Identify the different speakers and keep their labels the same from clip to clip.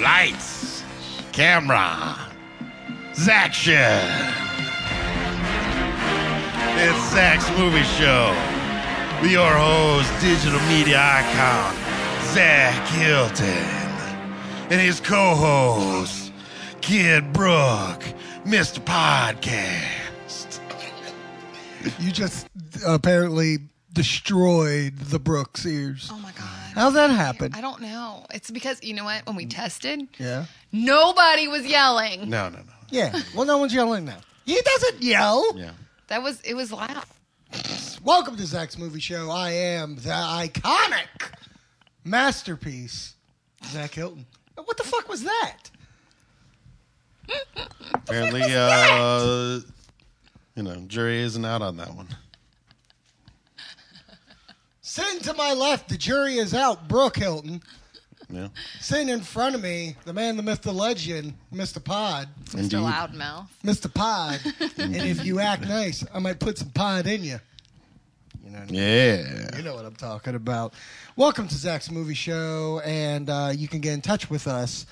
Speaker 1: Lights, camera, zaction. It's Zach's Movie Show. With your host, digital media icon, Zach Hilton. And his co host, Kid Brook, Mr. Podcast.
Speaker 2: You just apparently destroyed the Brooks ears.
Speaker 3: Oh my god.
Speaker 2: How's that happen?
Speaker 3: I don't know. It's because you know what? When we tested,
Speaker 2: Mm. Yeah.
Speaker 3: nobody was yelling.
Speaker 1: No, no, no.
Speaker 2: Yeah. Well, no one's yelling now. He doesn't yell.
Speaker 1: Yeah.
Speaker 3: That was it was loud.
Speaker 2: Welcome to Zach's Movie Show. I am the iconic masterpiece, Zach Hilton. What the fuck was that?
Speaker 1: Apparently, uh, you know, jury isn't out on that one.
Speaker 2: Sitting to my left, the jury is out, Brooke Hilton.
Speaker 1: Yeah.
Speaker 2: Sitting in front of me, the man, the myth, the legend, Mr. Pod.
Speaker 3: Mr. Loudmouth.
Speaker 2: Mr. Pod. and if you act nice, I might put some pod in you. You know what I mean?
Speaker 1: Yeah.
Speaker 2: You know what I'm talking about. Welcome to Zach's Movie Show, and uh, you can get in touch with us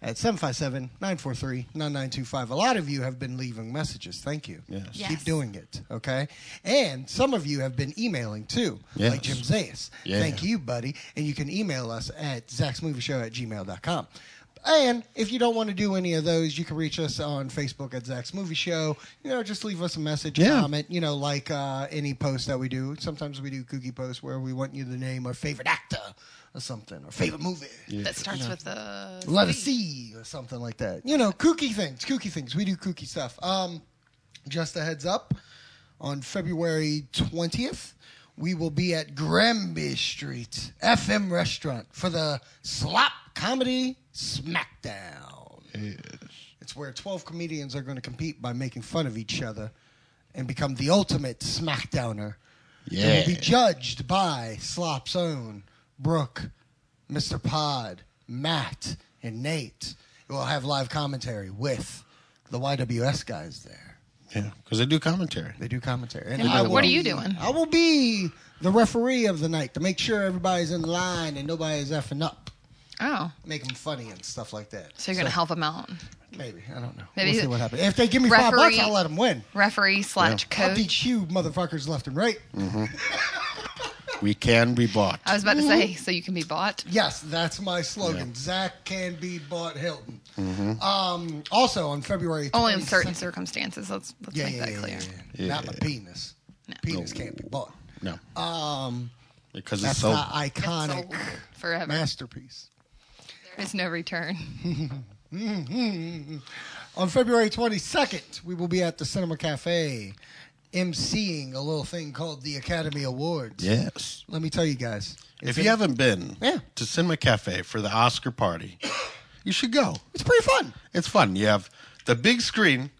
Speaker 2: at 757 943 9925. A lot of you have been leaving messages. Thank you.
Speaker 1: Yes.
Speaker 3: Yes.
Speaker 2: Keep doing it, okay? And some of you have been emailing too,
Speaker 1: Yes.
Speaker 2: like Jim Zayas.
Speaker 1: Yeah.
Speaker 2: Thank you, buddy. And you can email us at zacksmovieshow at gmail.com. And if you don't want to do any of those, you can reach us on Facebook at Zach's Movie Show. You know, just leave us a message,
Speaker 1: Yeah.
Speaker 2: comment, you know, like uh, any post that we do. Sometimes we do kooky posts where we want you to name our favorite actor or something, or favorite movie.
Speaker 3: That starts with the
Speaker 2: Let us see or something like that. You know, kooky things, kooky things. We do kooky stuff. Um, just a heads up, on February twentieth, we will be at Granby Street FM Restaurant for the Slop Comedy Smackdown. It's where twelve comedians are going to compete by making fun of each other and become the ultimate smackdowner. And will be judged by Slop's own Brooke, Mr. Pod, Matt, and Nate. We'll have live commentary with the YWS guys there.
Speaker 1: Yeah. Because they do commentary.
Speaker 2: They do commentary. And
Speaker 3: And
Speaker 2: I
Speaker 3: what- what
Speaker 2: will-
Speaker 3: are you doing?
Speaker 2: I will be the referee of the night to make sure everybody's in line and nobody's effing up.
Speaker 3: Oh.
Speaker 2: Make them funny and stuff like that.
Speaker 3: So you're gonna help him out.
Speaker 2: Maybe. I don't know.
Speaker 3: Maybe
Speaker 2: we'll see
Speaker 3: you-
Speaker 2: what happens. If they give me five
Speaker 3: Referee-
Speaker 2: bucks, I'll let them win.
Speaker 3: Referee slash
Speaker 2: I'll
Speaker 3: coach.
Speaker 2: teach you motherfuckers left and right.
Speaker 1: We can be bought.
Speaker 3: I was about to say, so you can be bought.
Speaker 2: Yes, that's my slogan. Zach can be bought Hilton. Um, also on February
Speaker 3: Only in
Speaker 2: 22nd
Speaker 3: Oh, certain circumstances. Let's let's
Speaker 2: Yeah,
Speaker 3: make
Speaker 2: yeah,
Speaker 3: that
Speaker 2: yeah,
Speaker 3: clear.
Speaker 2: yeah, yeah. Not my penis. Penis can't be bought.
Speaker 1: No. Um. Because it's
Speaker 2: That's
Speaker 1: so.
Speaker 2: not iconic
Speaker 3: sold forever.
Speaker 2: masterpiece.
Speaker 3: There's no return.
Speaker 2: On February 22nd, we will be at the Cinema Cafe emceeing a little thing called the Academy Awards.
Speaker 1: yes.
Speaker 2: Let me tell you guys.
Speaker 1: If
Speaker 2: it's
Speaker 1: you
Speaker 2: in-
Speaker 1: haven't been
Speaker 2: Yeah.
Speaker 1: to Cinema Cafe for the Oscar party, you should go.
Speaker 2: It's pretty fun.
Speaker 1: It's fun. You have the big screen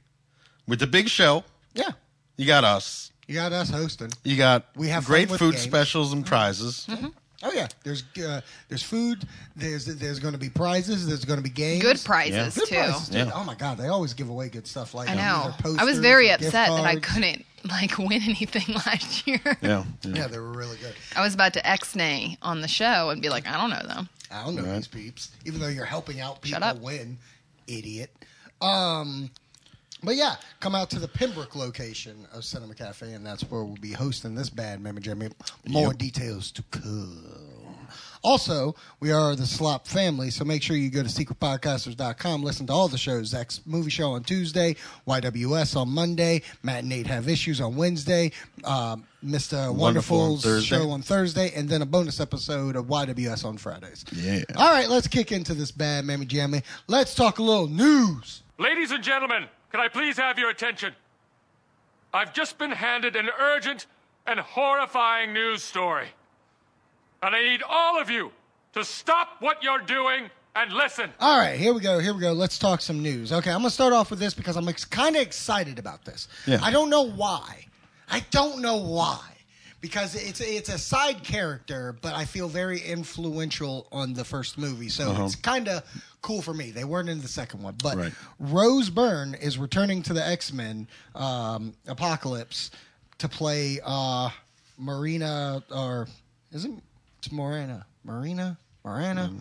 Speaker 1: with the big show.
Speaker 2: Yeah.
Speaker 1: You got us.
Speaker 2: You got us hosting.
Speaker 1: You got
Speaker 2: We have fun
Speaker 1: great
Speaker 2: with
Speaker 1: food
Speaker 2: games.
Speaker 1: specials and prizes.
Speaker 3: Mm-hmm.
Speaker 2: Oh yeah, there's uh, there's food. There's there's going to be prizes. There's going to be games.
Speaker 3: Good prizes
Speaker 2: Good
Speaker 3: too.
Speaker 2: prizes, dude.
Speaker 1: Yeah.
Speaker 2: Oh my god, they always give away good stuff like
Speaker 3: I
Speaker 2: um,
Speaker 3: know.
Speaker 2: either Posters,
Speaker 3: I was very
Speaker 2: or gift
Speaker 3: upset that I
Speaker 2: cards.
Speaker 3: couldn't like win anything last year.
Speaker 1: Yeah. yeah.
Speaker 2: Yeah, they were really good.
Speaker 3: I was about to ex nay on the show and be like, I don't know them.
Speaker 2: I don't know
Speaker 1: Right.
Speaker 2: these peeps. Even though you're helping out people
Speaker 3: up.
Speaker 2: win, idiot. Um, but yeah, come out to the Pembroke location of Cinema Cafe, and that's where we'll be hosting this bad member, Jeremy. More details to come. Also, we are the Slop family, so make sure you go to secretpodcasters.com. Listen to all the shows. Zach's Movie Show on Tuesday, YWS on Monday, Matt and Nate Have Issues on Wednesday, um, Mr.
Speaker 1: Wonderful on
Speaker 2: Wonderful's
Speaker 1: Thursday.
Speaker 2: show on Thursday, and then a bonus episode of YWS on Fridays.
Speaker 1: Yeah.
Speaker 2: All right, let's kick into this bad mammy jammy. Let's talk a little news.
Speaker 4: Ladies and gentlemen, can I please have your attention? I've just been handed an urgent and horrifying news story. And I need all of you to stop what you're doing and listen.
Speaker 2: All right, here we go. Here we go. Let's talk some news. Okay, I'm gonna start off with this because I'm ex- kind of excited about this.
Speaker 1: Yeah.
Speaker 2: I don't know why. I don't know why because it's it's a side character, but I feel very influential on the first movie, so it's kind of cool for me. They weren't in the second one, but
Speaker 1: Uh-huh. Right.
Speaker 2: Rose Byrne is returning to the X Men um, Apocalypse to play uh, Marina or is it it's Morana? Marina? Morana?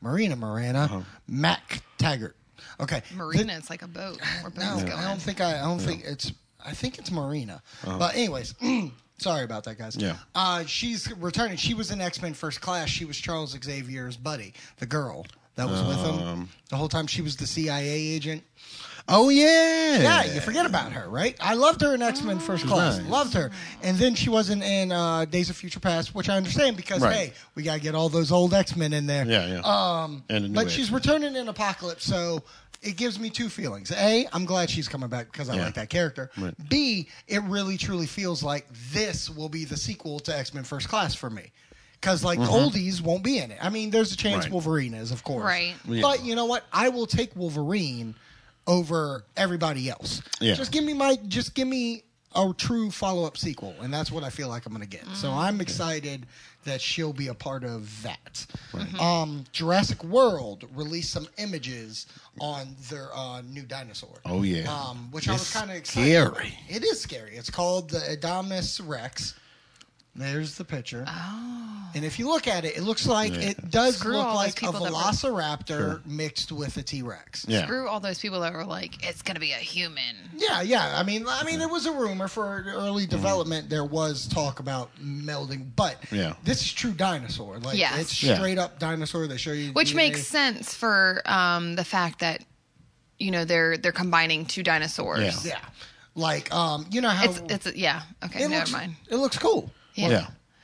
Speaker 2: Marina Morana, Mac Taggart. Okay,
Speaker 3: Marina, it's like a boat. Where
Speaker 2: no,
Speaker 3: boats go
Speaker 2: I don't
Speaker 3: in.
Speaker 2: think I. I don't think it's. I think it's Marina. But anyways, sorry about that, guys.
Speaker 1: Yeah.
Speaker 2: Uh, she's returning. She was in X Men First Class. She was Charles Xavier's buddy, the girl that was with him the whole time. She was the CIA agent.
Speaker 1: Oh yeah. Mm.
Speaker 2: Yeah, you forget about her, right? I loved her in X Men First Class.
Speaker 1: Nice.
Speaker 2: Loved her, and then she wasn't in uh, Days of Future Past, which I understand because
Speaker 1: Right.
Speaker 2: hey, we gotta get all those old X Men in there.
Speaker 1: Yeah, yeah. Um, and a new
Speaker 2: But
Speaker 1: age.
Speaker 2: she's returning in Apocalypse, so it gives me two feelings. A, I'm glad she's coming back because I
Speaker 1: Yeah.
Speaker 2: like that character.
Speaker 1: Right.
Speaker 2: B, it really truly feels like this will be the sequel to X Men First Class for me. Because like the oldies won't be in it. I mean, there's a chance
Speaker 1: Mm-hmm. Right.
Speaker 2: Wolverine is, of course.
Speaker 3: Right.
Speaker 1: Yeah.
Speaker 2: But you know what? I will take Wolverine over everybody else.
Speaker 1: Yeah.
Speaker 2: Just give me my. Just give me a true follow up sequel, and that's what I feel like I'm going to get. So
Speaker 3: Mm.
Speaker 2: I'm excited that she'll be a part of that.
Speaker 3: Mm-hmm.
Speaker 2: Um, Jurassic World released some images on their uh, new dinosaur.
Speaker 1: Oh, yeah.
Speaker 2: Um, which
Speaker 1: It's
Speaker 2: I was kind of excited. about.
Speaker 1: scary.
Speaker 2: It is scary. It's called the Adamus Rex. There's the picture. And if you look at it, it looks like
Speaker 1: Yeah.
Speaker 2: it does
Speaker 3: Oh. Screw
Speaker 2: look
Speaker 3: all those
Speaker 2: like a
Speaker 3: people that were-
Speaker 2: velociraptor mixed with a T Rex.
Speaker 1: yeah.
Speaker 3: Screw all those people that were like, it's gonna be a human.
Speaker 2: Yeah, yeah. I mean, I mean, there was a rumor for early
Speaker 1: Mm-hmm.
Speaker 2: development. There was talk about melding, but
Speaker 1: Yeah.
Speaker 2: this is true dinosaur. Like
Speaker 3: Yes.
Speaker 2: it's
Speaker 1: Yeah.
Speaker 2: straight up dinosaur. They show you,
Speaker 3: Which
Speaker 2: DNA.
Speaker 3: makes sense for um, the fact that you know they're they're combining two dinosaurs.
Speaker 1: Yeah.
Speaker 2: Yeah, like um, you know how
Speaker 3: It's it's yeah. Okay,
Speaker 2: it
Speaker 3: never
Speaker 2: looks,
Speaker 3: mind.
Speaker 2: It looks cool.
Speaker 3: Yeah.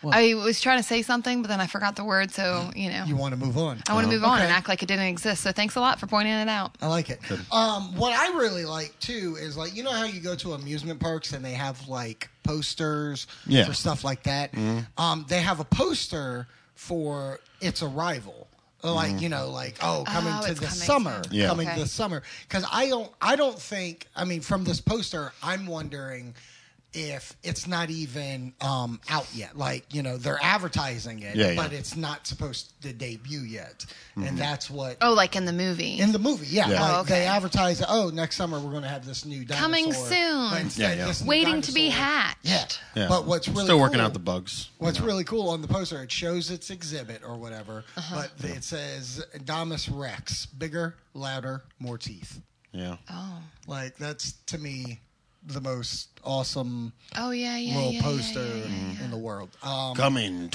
Speaker 1: Yeah.
Speaker 3: I was trying to say something, but then I forgot the word, so you know.
Speaker 2: You want to move on?
Speaker 3: I want to move on and
Speaker 2: Okay.
Speaker 3: act like it didn't exist. So thanks a lot for pointing it out.
Speaker 2: I like it. Um, what I really like too is like you know how you go to amusement parks and they have like posters
Speaker 1: Yeah. Mm-hmm.
Speaker 2: for stuff like that. Um, they have a poster for its arrival. Like you know, like oh, coming
Speaker 3: Oh,
Speaker 2: to
Speaker 3: it's
Speaker 2: the
Speaker 3: coming
Speaker 2: summer,
Speaker 3: soon.
Speaker 1: Mm-hmm. Yeah.
Speaker 2: coming
Speaker 3: Okay.
Speaker 2: this summer. Because I don't, I don't think. I mean, from this poster, I'm wondering if it's not even um, out yet. Like you know, they're advertising it,
Speaker 1: Yeah, Mm-hmm. yeah.
Speaker 2: but it's not supposed to debut yet, and that's what
Speaker 3: Oh, like in the movie.
Speaker 2: in the movie, yeah.
Speaker 1: Yeah.
Speaker 2: Like,
Speaker 3: Oh, okay.
Speaker 2: They advertise, oh, next summer we're going to have this new dinosaur.
Speaker 3: Coming soon.
Speaker 2: But instead,
Speaker 1: Yeah, yeah.
Speaker 2: this new
Speaker 3: Waiting to be
Speaker 2: dinosaur-
Speaker 3: hatched.
Speaker 2: Yeah.
Speaker 1: Yeah.
Speaker 2: But what's really
Speaker 1: still working
Speaker 2: cool-
Speaker 1: out the bugs.
Speaker 2: What's really cool on the poster, it shows its exhibit or whatever,
Speaker 3: Uh-huh.
Speaker 2: but th- it says Domus Rex, bigger, louder, more teeth.
Speaker 1: Yeah.
Speaker 3: Oh.
Speaker 2: Like that's to me the most awesome
Speaker 3: Oh yeah, yeah.
Speaker 2: little
Speaker 3: yeah, yeah,
Speaker 2: poster
Speaker 3: yeah, yeah.
Speaker 2: in the world. Um,
Speaker 1: Coming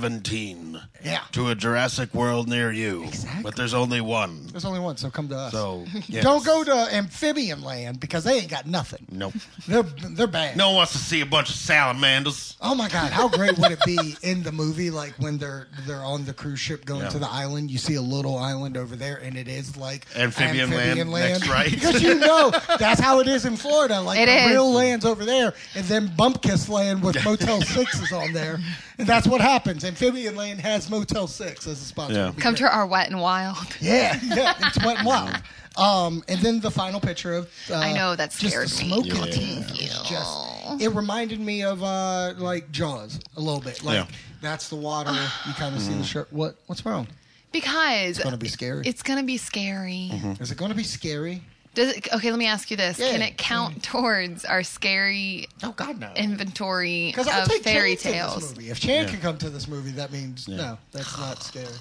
Speaker 1: 2017
Speaker 2: Yeah.
Speaker 1: to a Jurassic World near you.
Speaker 2: Exactly.
Speaker 1: But there's only one.
Speaker 2: there's only one, so come to us.
Speaker 1: So yes.
Speaker 2: Don't go to amphibian land because they ain't got nothing.
Speaker 1: Nope.
Speaker 2: They're they're bad.
Speaker 1: No one wants to see a bunch of salamanders.
Speaker 2: Oh my god, how great would it be in the movie like when they're they're on the cruise ship going
Speaker 1: Yeah.
Speaker 2: to the island, you see a little island over there and it is like
Speaker 1: Amphibian land, next right.
Speaker 2: Because you know that's how it is in Florida. Like
Speaker 3: It
Speaker 2: the
Speaker 3: is.
Speaker 2: real land's over there and then bump kiss land with Motel Sixes on there. And that's what happens. Amphibian land has Motel Six as a sponsor.
Speaker 1: Yeah.
Speaker 2: It'd be
Speaker 3: Come
Speaker 2: great.
Speaker 3: to our wet and wild.
Speaker 2: Yeah, yeah, it's wet and wild. Um, and then the final picture of uh,
Speaker 3: I know that scared
Speaker 2: just the
Speaker 3: me.
Speaker 2: smoke
Speaker 1: Yeah.
Speaker 2: container.
Speaker 3: Thank
Speaker 2: It was
Speaker 3: you.
Speaker 2: Just, it reminded me of uh, like Jaws a little bit. Like
Speaker 1: Yeah.
Speaker 2: that's the water. You kind of see the shirt. What what's wrong?
Speaker 3: Because
Speaker 2: It's gonna be scary.
Speaker 3: It's gonna be scary.
Speaker 2: Is it going to be scary?
Speaker 3: Does it, okay, let me ask you this:
Speaker 2: Yeah. Mm-hmm.
Speaker 3: Can it count towards our scary
Speaker 2: Oh God, no.
Speaker 3: inventory
Speaker 2: Because I'll
Speaker 3: of
Speaker 2: take
Speaker 3: fairy
Speaker 2: Chan To this
Speaker 3: tales?
Speaker 2: movie. If Chan can come to this movie, that means no, that's not scary.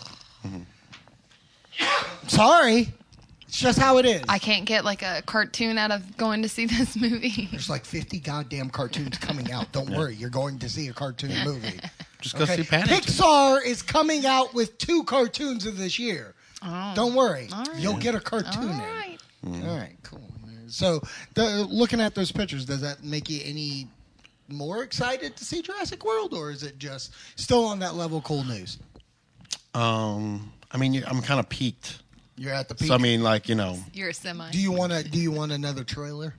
Speaker 2: Sorry, it's just how it is.
Speaker 3: I can't get like a cartoon out of going to see this movie.
Speaker 2: There's like 50 goddamn cartoons coming out. Don't worry, you're going to see a cartoon movie.
Speaker 1: Just go see Paddington.
Speaker 2: Pixar is coming out with two cartoons of this year. Don't worry, you'll get a cartoon.
Speaker 3: Oh. All
Speaker 2: in.
Speaker 3: right.
Speaker 2: All right, cool. So, the, looking at those pictures, does that make you any more excited to see Jurassic World, or is it just still on that level? Cool news.
Speaker 1: Um, I mean, you- I'm kind of peaked.
Speaker 2: You're at the peak.
Speaker 1: So I mean, like you know,
Speaker 3: You're a semi.
Speaker 2: do you want to? Do you want another trailer?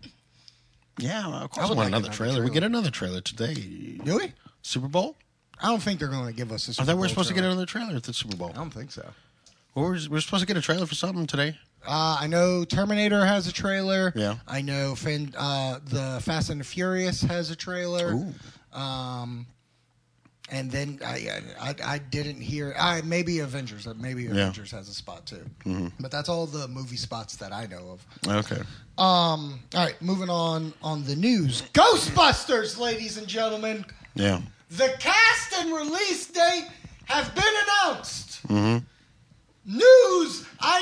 Speaker 1: yeah. Of
Speaker 2: I
Speaker 1: course,
Speaker 2: would
Speaker 1: we want another
Speaker 2: like another
Speaker 1: trailer. We
Speaker 2: trailer.
Speaker 1: get another trailer today.
Speaker 2: Do we?
Speaker 1: Super Bowl.
Speaker 2: I don't think they're going to give us. A
Speaker 1: I
Speaker 2: Super
Speaker 1: thought we were
Speaker 2: Bowl
Speaker 1: supposed to get
Speaker 2: trailer.
Speaker 1: another trailer at the Super Bowl.
Speaker 2: I don't think so.
Speaker 1: We were, we were supposed to get a trailer for something today.
Speaker 2: Uh, I know Terminator has a trailer.
Speaker 1: Yeah.
Speaker 2: I know Fan, uh, the Fast and the Furious has a trailer.
Speaker 1: Ooh.
Speaker 2: Um, and then I, I I didn't hear. I maybe Avengers. uh, Maybe Avengers has a spot too. But that's all the movie spots that I know of.
Speaker 1: Okay.
Speaker 2: Um. All right. Moving on on the news. Ghostbusters, ladies and gentlemen.
Speaker 1: Yeah. Mm-hmm.
Speaker 2: The cast and release date have been announced. New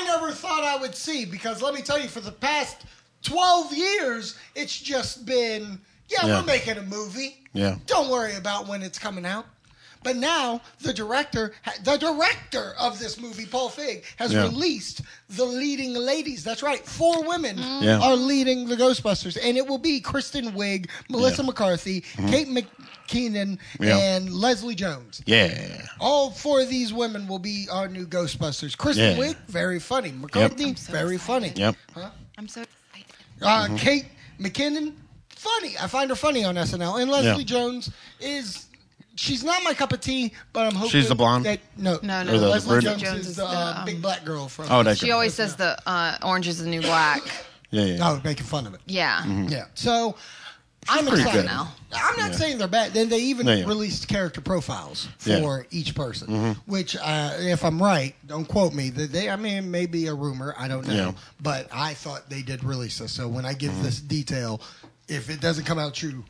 Speaker 2: never thought I would see because let me tell you, for the past 12 years, it's just been, yeah,
Speaker 1: Yeah.
Speaker 2: we're making a movie.
Speaker 1: Yeah.
Speaker 2: Don't worry about when it's coming out. But now the director, the director of this movie, Paul Feig, has
Speaker 1: Yeah.
Speaker 2: released the leading ladies. That's right, four women
Speaker 1: Mm. Yeah.
Speaker 2: are leading the Ghostbusters, and it will be Kristen Wiig, Melissa
Speaker 1: Yeah. Mm-hmm.
Speaker 2: McCarthy, Kate McKinnon,
Speaker 1: Yeah.
Speaker 2: and Leslie Jones.
Speaker 1: Yeah.
Speaker 2: All four of these women will be our new Ghostbusters. Kristen
Speaker 1: Yeah.
Speaker 2: Wiig, very funny. McCarthy,
Speaker 3: I'm so
Speaker 2: very funny.
Speaker 3: excited.
Speaker 1: Yep. Mm-hmm.
Speaker 3: I'm so excited.
Speaker 2: Uh, Kate McKinnon, funny. I find her funny on SNL. And
Speaker 1: Yeah.
Speaker 2: Leslie Jones is. She's not my cup of tea, but I'm hoping
Speaker 1: She's the blonde?
Speaker 2: That, no,
Speaker 3: No, no,
Speaker 1: Or the-
Speaker 2: Leslie
Speaker 1: the
Speaker 2: Jones,
Speaker 1: brunette?
Speaker 2: is the, uh,
Speaker 3: um,
Speaker 2: big black girl from.
Speaker 1: Oh, that
Speaker 3: She
Speaker 1: girl.
Speaker 3: always says the uh, orange is the new black.
Speaker 1: Yeah. Yeah.
Speaker 2: Oh, making fun of it.
Speaker 3: Yeah.
Speaker 2: Yeah. So I'm
Speaker 1: Mm. pretty
Speaker 2: excited
Speaker 1: good.
Speaker 2: now. I'm not
Speaker 1: Yeah.
Speaker 2: saying they're bad. Then they even
Speaker 1: Yeah, yeah.
Speaker 2: released character profiles
Speaker 1: Yeah. Mm-hmm.
Speaker 2: for each person, which, uh, if I'm right, don't quote me. that They, I mean, it may be a rumor. I don't know,
Speaker 1: Yeah. Mm-hmm.
Speaker 2: but I thought they did release this. So when I give this detail, if it doesn't come out true,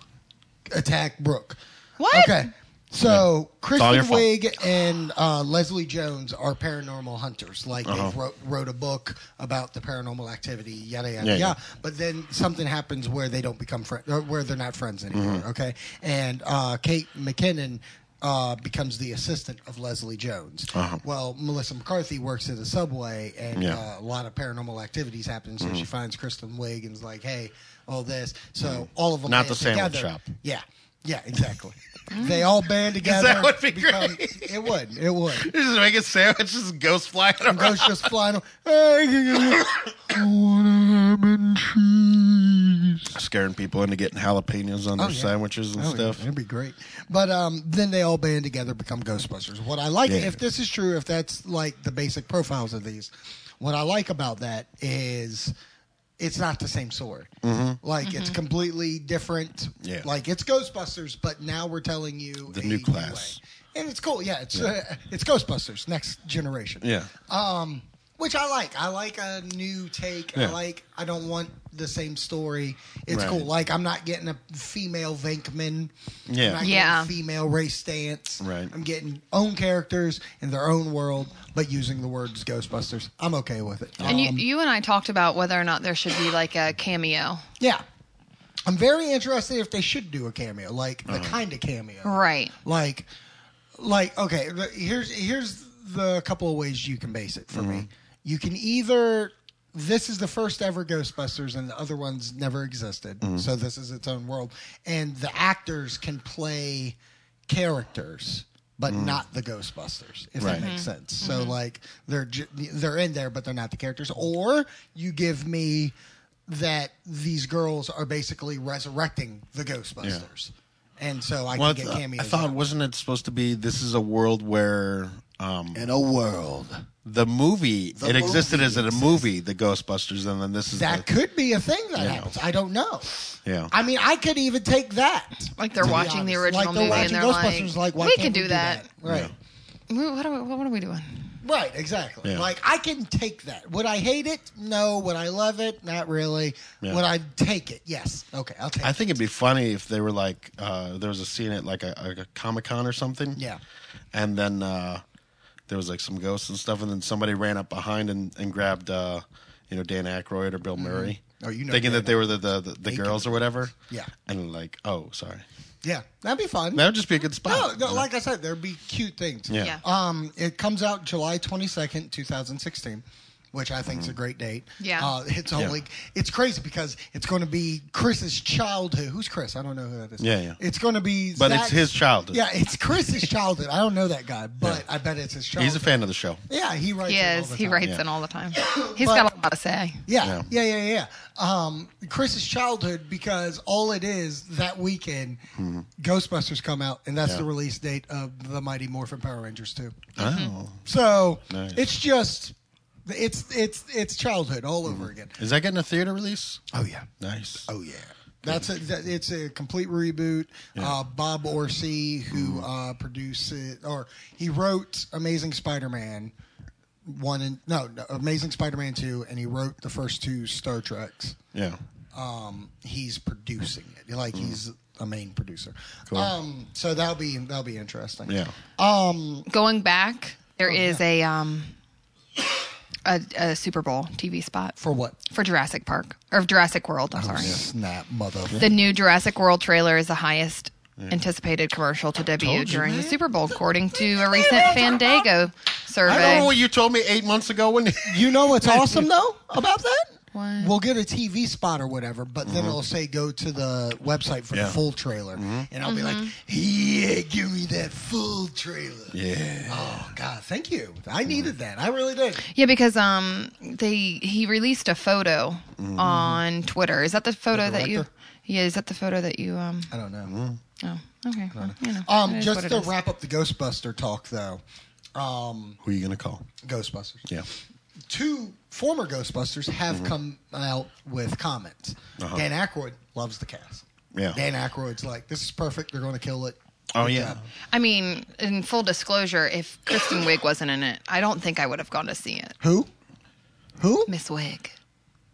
Speaker 2: attack Brooke.
Speaker 3: What?
Speaker 2: Okay. So
Speaker 1: all your
Speaker 2: Kristen
Speaker 1: fault.
Speaker 2: Wiig and uh, Leslie Jones are paranormal hunters. Like
Speaker 1: Uh-huh.
Speaker 2: they wrote, wrote a book about the paranormal activity, yada yada
Speaker 1: Yeah,
Speaker 2: yeah,
Speaker 1: yeah.
Speaker 2: But then something happens where they don't become friends, where they're not friends anymore.
Speaker 1: Mm-hmm.
Speaker 2: Okay, and uh, Kate McKinnon. Uh, becomes the assistant of Leslie Jones.
Speaker 1: Uh-huh.
Speaker 2: Well, Melissa McCarthy works at a subway, and
Speaker 1: Yeah. Mm-hmm.
Speaker 2: uh, a lot of paranormal activities happen. So she finds Kristen Wiig and is like, "Hey, all this." So
Speaker 1: Mm-hmm.
Speaker 2: all of them
Speaker 1: Not the
Speaker 2: band
Speaker 1: sandwich
Speaker 2: together.
Speaker 1: shop.
Speaker 2: Yeah, yeah, exactly. they all band together.
Speaker 1: That would be
Speaker 2: become-
Speaker 1: great.
Speaker 2: It would. It would.
Speaker 1: Just making sandwiches, ghost flying around.
Speaker 2: Ghost just flying. o- Hey, I want ham and cheese.
Speaker 1: Scaring people into getting jalapenos on their
Speaker 2: yeah.
Speaker 1: sandwiches and
Speaker 2: Oh, yeah,
Speaker 1: stuff.
Speaker 2: That'd be great. But um, then they all band together, become Ghostbusters. What I like,
Speaker 1: Yeah.
Speaker 2: if this is true, if that's like the basic profiles of these, what I like about that is it's not the same sword. Like it's completely different.
Speaker 1: Mm-hmm. Yeah.
Speaker 2: Like it's Ghostbusters, but now we're telling you
Speaker 1: The
Speaker 2: a
Speaker 1: new class.
Speaker 2: way. And it's cool. Yeah, it's Uh, it's Ghostbusters next generation
Speaker 1: Yeah.
Speaker 2: which I like. I like a new take.
Speaker 1: Yeah.
Speaker 2: I like. I don't want the same story. It's
Speaker 1: Right.
Speaker 2: cool. Like I'm not getting a female Venkman.
Speaker 1: Yeah.
Speaker 2: I'm not getting
Speaker 3: Yeah.
Speaker 2: female race stance.
Speaker 1: Right.
Speaker 2: I'm getting own characters in their own world, but using the words Ghostbusters. I'm okay with it.
Speaker 3: And
Speaker 2: Um,
Speaker 3: you, you and I talked about whether or not there should be like a cameo.
Speaker 2: yeah. I'm very interested if they should do a cameo, like
Speaker 1: Uh-huh.
Speaker 2: the kind of cameo.
Speaker 3: Right.
Speaker 2: Like, like okay. the- Here's here's the couple of ways you can base it for
Speaker 1: Mm-hmm.
Speaker 2: me. You can either this is the first ever Ghostbusters, and the other ones never existed,
Speaker 1: Mm-hmm.
Speaker 2: so this is its own world, and the actors can play characters. But not the Ghostbusters, if
Speaker 1: Mm. Right.
Speaker 2: that makes sense. So like they're ju- they're in there, but they're not the characters. Or you give me that these girls are basically resurrecting the Ghostbusters, and so I
Speaker 1: Well,
Speaker 2: can get
Speaker 1: I-
Speaker 2: cameos.
Speaker 1: I thought
Speaker 2: out.
Speaker 1: wasn't it supposed to be this is a world where um,
Speaker 2: in a world.
Speaker 1: the movie it existed
Speaker 2: movie
Speaker 1: as a movie, the Ghostbusters, and then this is
Speaker 2: That
Speaker 1: the,
Speaker 2: could be a thing that happens. I don't know.
Speaker 1: Yeah.
Speaker 2: I mean, I could even take that.
Speaker 3: Like they're
Speaker 2: to be
Speaker 3: watching the
Speaker 2: honest.
Speaker 3: original
Speaker 2: like they're
Speaker 3: movie
Speaker 2: watching
Speaker 3: and they're
Speaker 2: Ghostbusters, like,
Speaker 3: like,
Speaker 2: why
Speaker 3: we
Speaker 2: can't
Speaker 3: can
Speaker 2: we
Speaker 3: do that.
Speaker 2: Right.
Speaker 3: We- What are, we, what are we doing?
Speaker 2: Right, exactly.
Speaker 1: Yeah.
Speaker 2: Like I can take that. Would I hate it? No. Would I love it? Not really.
Speaker 1: Yeah.
Speaker 2: Would I take it? Yes. Okay, I'll take
Speaker 1: I
Speaker 2: it.
Speaker 1: think it'd be funny if they were like uh, there was a scene at like a, like a Comic Con or something.
Speaker 2: Yeah.
Speaker 1: and then uh, there was like some ghosts and stuff, and then somebody ran up behind and, and grabbed uh, you know Dan Aykroyd or Bill Murray.
Speaker 2: Oh, you know
Speaker 1: thinking
Speaker 2: Dan
Speaker 1: that they were the the, the, the girls or whatever.
Speaker 2: Yeah.
Speaker 1: and like oh sorry,
Speaker 2: Yeah. That'd be fun.
Speaker 1: that would just be a good
Speaker 2: no,
Speaker 1: spot.
Speaker 2: no, like I said, there'd be cute things.
Speaker 1: Yeah.
Speaker 3: Yeah.
Speaker 2: Um, it comes out July 22nd, 2016, which I think is a great date.
Speaker 3: Mm-hmm. Yeah.
Speaker 2: Uh, it's only it's crazy because it's going to be Chris's childhood. Who's Chris? I don't know who that is.
Speaker 1: Yeah, yeah.
Speaker 2: It's going to be
Speaker 1: But
Speaker 2: Zach's-
Speaker 1: it's his childhood.
Speaker 2: Yeah, it's Chris's childhood. I don't know that guy, but I bet it's his childhood.
Speaker 1: He's a fan of the show.
Speaker 2: Yeah, he writes.
Speaker 3: He
Speaker 2: it all
Speaker 3: is.
Speaker 2: the
Speaker 3: He
Speaker 2: time.
Speaker 3: writes
Speaker 1: Yeah.
Speaker 3: in all the time. He's
Speaker 2: But-
Speaker 3: got a lot to say.
Speaker 2: Yeah, yeah, yeah, yeah. Um, Chris's childhood because all it is that weekend, Ghostbusters come out, and that's
Speaker 1: Hmm. Yeah.
Speaker 2: the release date of the Mighty Morphin Power Rangers too. Mm-hmm.
Speaker 1: Oh,
Speaker 2: So
Speaker 1: Nice.
Speaker 2: it's just it's it's it's childhood all over again.
Speaker 1: is that getting a theater release?
Speaker 2: Oh yeah,
Speaker 1: Nice.
Speaker 2: oh yeah. That's a, that, it's a complete reboot. Uh, Bob Orsi, who uh, produced it, or he wrote Amazing Spider-Man one and no, no Amazing Spider-Man two, and he wrote the first two Star Treks.
Speaker 1: Yeah.
Speaker 2: he's producing it. Like he's a main producer. Um, so that'll be that'll be interesting.
Speaker 1: Yeah.
Speaker 2: Oh,
Speaker 3: Going back, there is a um a, a Super Bowl TV spot
Speaker 2: For what?
Speaker 3: for Jurassic Park or Jurassic World.
Speaker 2: Oh,
Speaker 3: I'm sorry.
Speaker 2: Snap, mother.
Speaker 3: The new Jurassic World trailer is the highest anticipated commercial to debut
Speaker 1: you,
Speaker 3: during the
Speaker 1: man.
Speaker 3: Super Bowl, according to a recent Fandango survey.
Speaker 1: I remember what you told me eight months ago when
Speaker 2: You know what's awesome though about that?
Speaker 3: What?
Speaker 2: We'll get a TV spot or whatever, but then it'll say go to the website for
Speaker 1: Mm-hmm.
Speaker 2: the
Speaker 1: Yeah. Mm-hmm.
Speaker 2: full trailer, and I'll be like,
Speaker 3: Mm-hmm.
Speaker 2: "Yeah, give me that full trailer."
Speaker 1: yeah. Mm-hmm.
Speaker 2: Oh God, thank you. I needed that. I really did.
Speaker 3: Yeah, because um they he released a photo on Twitter. Is that the photo that you
Speaker 2: director?
Speaker 3: Yeah, is that the photo that you um
Speaker 2: I don't know.
Speaker 1: Mm-hmm.
Speaker 3: oh okay. well, you know, it
Speaker 2: Um,
Speaker 3: is
Speaker 2: just
Speaker 3: what it
Speaker 2: to
Speaker 3: is.
Speaker 2: wrap up the Ghostbuster talk, though. Um,
Speaker 1: Who are you gonna call?
Speaker 2: Ghostbusters.
Speaker 1: Yeah.
Speaker 2: Two former Ghostbusters have come out with comments.
Speaker 1: Mm-hmm. Uh-huh.
Speaker 2: Dan Aykroyd loves the cast.
Speaker 1: Yeah.
Speaker 2: Dan Aykroyd's like, "This is perfect. They're going to kill it."
Speaker 1: Oh
Speaker 2: Good
Speaker 1: yeah.
Speaker 2: job.
Speaker 3: I mean, in full disclosure, if Kristen Wiig wasn't in it, I don't think I would have gone to see it.
Speaker 2: Who? Who?
Speaker 3: Miss Wiig.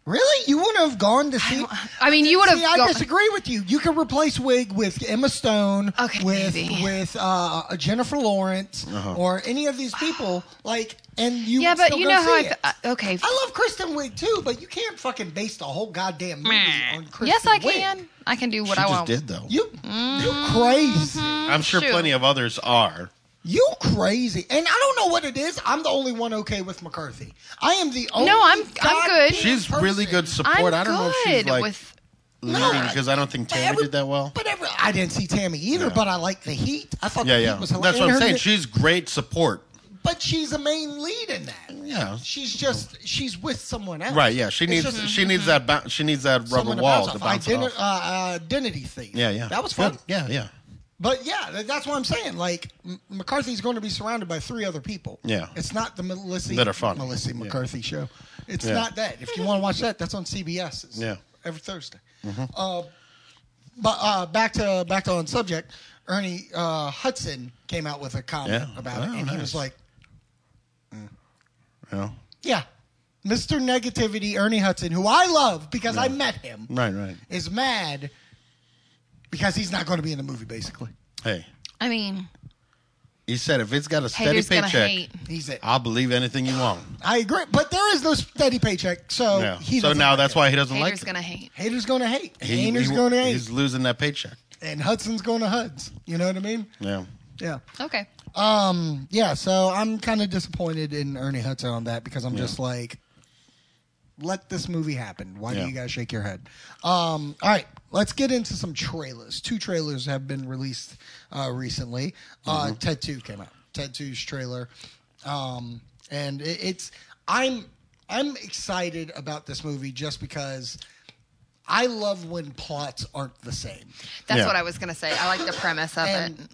Speaker 2: Really? You wouldn't have gone to see?
Speaker 3: I mean, you would have
Speaker 2: See, I
Speaker 3: gone-
Speaker 2: disagree with you. You can replace Wig with Emma Stone,
Speaker 3: Okay,
Speaker 2: with
Speaker 3: maybe.
Speaker 2: with uh, Jennifer Lawrence,
Speaker 1: Uh-huh.
Speaker 2: or any of these people. Like, and you
Speaker 3: Yeah,
Speaker 2: would
Speaker 3: but
Speaker 2: still
Speaker 3: you
Speaker 2: go
Speaker 3: know how I
Speaker 2: see
Speaker 3: fe-
Speaker 2: it.
Speaker 3: uh, okay.
Speaker 2: I love Kristen Wiig too, but you can't fucking base the whole goddamn movie on Kristen.
Speaker 3: Yes, I
Speaker 2: Wiig.
Speaker 3: can. Mm-hmm. I can do what
Speaker 1: she
Speaker 3: I
Speaker 1: just
Speaker 3: want.
Speaker 1: did though.
Speaker 2: You you crazy.
Speaker 1: I'm sure
Speaker 3: shoot.
Speaker 1: plenty of others are.
Speaker 2: You crazy. And I don't know what it is. I'm the only one okay with McCarthy. I am the only.
Speaker 3: No, I'm- I'm
Speaker 2: goddamn
Speaker 3: good.
Speaker 1: She's
Speaker 2: person.
Speaker 1: really good
Speaker 3: I'm
Speaker 1: support. I don't
Speaker 3: good
Speaker 1: know if she's like
Speaker 3: with
Speaker 1: leading because I don't think Tammy
Speaker 2: every-
Speaker 1: did that well.
Speaker 2: But every, I didn't see Tammy either.
Speaker 1: Yeah.
Speaker 2: But I like the heat. I thought
Speaker 1: Yeah,
Speaker 2: the
Speaker 1: yeah.
Speaker 2: heat was
Speaker 1: That's
Speaker 2: hilarious.
Speaker 1: what I'm
Speaker 2: And her
Speaker 1: saying.
Speaker 2: mi-
Speaker 1: She's great support.
Speaker 2: but she's a main lead in that.
Speaker 1: Yeah.
Speaker 2: she's just she's with someone else.
Speaker 1: Right. Yeah. She needs.
Speaker 2: It's just
Speaker 1: she needs that. Bo- she needs that rubber
Speaker 2: someone to
Speaker 1: wall
Speaker 2: bounce
Speaker 1: to
Speaker 2: off.
Speaker 1: bounce
Speaker 2: Identi-
Speaker 1: off.
Speaker 2: Uh, identity thief.
Speaker 1: yeah. Yeah.
Speaker 2: that was
Speaker 1: Good.
Speaker 2: fun.
Speaker 1: Yeah. Yeah.
Speaker 2: But yeah, that- that's what I'm saying. Like M- McCarthy's going to be surrounded by three other people.
Speaker 1: Yeah.
Speaker 2: it's not the Melissa
Speaker 1: That are funny.
Speaker 2: Melissa
Speaker 1: Yeah.
Speaker 2: McCarthy show. It's
Speaker 1: Yeah.
Speaker 2: not that. If you want to watch that, that's on CBS. It's
Speaker 1: Yeah. Mm-hmm.
Speaker 2: every Thursday. Uh, but uh, back to back to on subject. Ernie uh, Hudson came out with a comment
Speaker 1: Yeah.
Speaker 2: about it,
Speaker 1: Oh,
Speaker 2: and he
Speaker 1: nice.
Speaker 2: was like,
Speaker 1: Yeah.
Speaker 2: "Yeah, Mr. Negativity, Ernie Hudson, who I love because I met him,
Speaker 1: Right. Right.
Speaker 2: is mad because he's not going to be in the movie. Basically,
Speaker 1: Hey,
Speaker 3: I mean,
Speaker 1: he said if it's got a steady
Speaker 3: haters gonna
Speaker 1: paycheck,
Speaker 3: hate.
Speaker 2: he's it.
Speaker 1: I'll believe anything you want.
Speaker 2: I agree, but there is no steady paycheck,
Speaker 3: Oh,
Speaker 2: so
Speaker 1: Yeah.
Speaker 2: he
Speaker 1: So
Speaker 2: doesn't
Speaker 1: now
Speaker 2: like
Speaker 1: that's
Speaker 2: it.
Speaker 1: why he doesn't
Speaker 3: Haters
Speaker 1: like. it.
Speaker 3: gonna hate.
Speaker 2: haters going to hate,
Speaker 1: He-
Speaker 2: haters
Speaker 1: he-
Speaker 2: going to hate,
Speaker 1: He's losing that paycheck.
Speaker 2: and Hudson's going to Huds. You know what I mean?
Speaker 1: Yeah.
Speaker 2: Yeah,
Speaker 3: Okay.
Speaker 2: um, yeah. So I'm kind of disappointed in Ernie Hudson on that because I'm just like, let this movie happen. Why
Speaker 1: Yeah.
Speaker 2: do you guys shake your head? Um, all right, let's get into some trailers. Two trailers have been released uh, recently. Uh, Ted Two came out. Ted 2's trailer, um, and it, it's I'm I'm excited about this movie just because. I love when plots aren't the same.
Speaker 3: That's
Speaker 1: Yeah.
Speaker 3: what I was gonna say. I like the premise of
Speaker 2: And-
Speaker 3: it.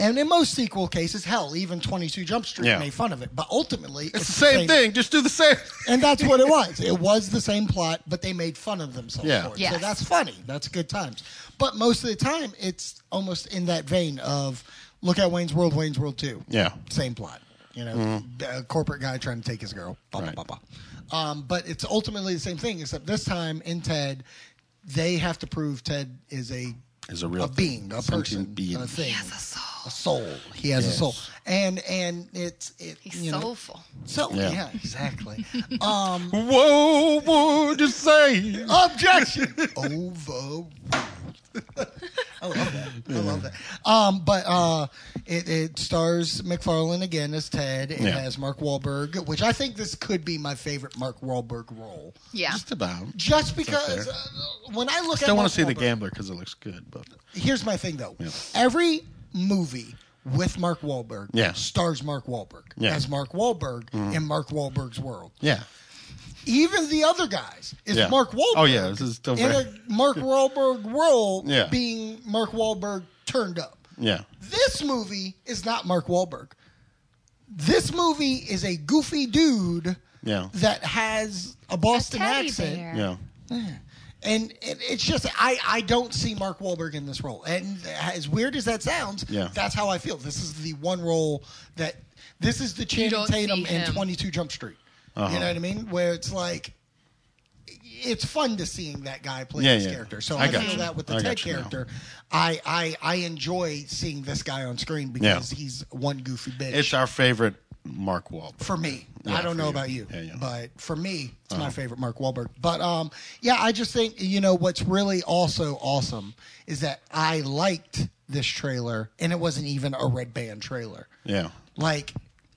Speaker 2: And in most sequel cases, hell, even 22 Jump Street
Speaker 1: Yeah.
Speaker 2: made fun of it. But ultimately,
Speaker 1: It's the same thing. Just do the same.
Speaker 2: And that's what it was. It was the same plot, but they made fun of themselves
Speaker 1: Yeah.
Speaker 2: for it. So
Speaker 3: Yes.
Speaker 2: that's funny. That's good times. But most of the time, it's almost in that vein of look at Wayne's World, Wayne's World 2.
Speaker 1: Yeah. Mm-hmm.
Speaker 2: Same plot. You know, a corporate guy trying to take his girl. Blah, blah, blah, blah. Um, but it's ultimately the same thing, except this time in Ted, they have to prove Ted is a.
Speaker 1: Is a real
Speaker 2: a being, a
Speaker 1: sentient
Speaker 2: person,
Speaker 1: being.
Speaker 2: a thing
Speaker 3: He has a soul.
Speaker 2: a soul. He has a soul, and and it's it,
Speaker 3: He's
Speaker 2: you know,
Speaker 3: soulful.
Speaker 2: So yeah,
Speaker 1: Yeah.
Speaker 2: exactly. um,
Speaker 1: Whoa, would you say?
Speaker 2: objection over. I love that. I love that. Um, but uh, it, it stars McFarlane again as Ted. It
Speaker 1: Yeah.
Speaker 2: has Mark Wahlberg, which I think this could be my favorite Mark Wahlberg role.
Speaker 3: Yeah.
Speaker 1: Just about.
Speaker 2: Just
Speaker 1: fair.
Speaker 2: because uh, when I look at
Speaker 1: Still want
Speaker 2: Mark
Speaker 1: to see the
Speaker 2: Wahlberg-
Speaker 1: gambler because it looks good, but
Speaker 2: here's my thing though. Every movie with Mark Wahlberg
Speaker 1: Yeah.
Speaker 2: stars Mark Wahlberg
Speaker 1: Yeah. Mm-hmm.
Speaker 2: as Mark Wahlberg in Mark Wahlberg's world.
Speaker 1: yeah,
Speaker 2: Even the other guys is
Speaker 1: yeah.
Speaker 2: Mark Wahlberg.
Speaker 1: Oh yeah, this is still
Speaker 2: in
Speaker 1: very,
Speaker 2: a Mark Wahlberg role
Speaker 1: Yeah.
Speaker 2: being Mark Wahlberg turned up.
Speaker 1: yeah.
Speaker 2: This movie is not Mark Wahlberg. This movie is a goofy dude
Speaker 1: Yeah.
Speaker 2: that has a Boston
Speaker 3: teddy
Speaker 2: accent.
Speaker 3: bear.
Speaker 1: Yeah.
Speaker 2: And it, it's just I, I don't see Mark Wahlberg in this role. And as weird as that sounds,
Speaker 1: Yeah.
Speaker 2: that's how I feel. This is the one role that this is the Channing
Speaker 3: don't see
Speaker 2: Tatum in
Speaker 3: him.
Speaker 2: Twenty Two Jump Street.
Speaker 1: Uh-huh.
Speaker 2: You know what I mean? Where it's like it's fun to seeing that guy play
Speaker 1: Yeah,
Speaker 2: his
Speaker 1: yeah.
Speaker 2: character. So I,
Speaker 1: I
Speaker 2: feel
Speaker 1: got you.
Speaker 2: that with the
Speaker 1: I
Speaker 2: Ted
Speaker 1: got you now.
Speaker 2: character, I, I I enjoy seeing this guy on screen because
Speaker 1: Yeah.
Speaker 2: he's one goofy bitch.
Speaker 1: It's our favorite Mark Wahlberg.
Speaker 2: for me.
Speaker 1: Yeah,
Speaker 2: I don't
Speaker 1: for
Speaker 2: know
Speaker 1: you.
Speaker 2: about you,
Speaker 1: Yeah, Uh-huh. yeah.
Speaker 2: but for me, it's my favorite Mark Wahlberg. But um, yeah, I just think you know what's really also awesome is that I liked this trailer, and it wasn't even a red band trailer.
Speaker 1: yeah.
Speaker 2: Like,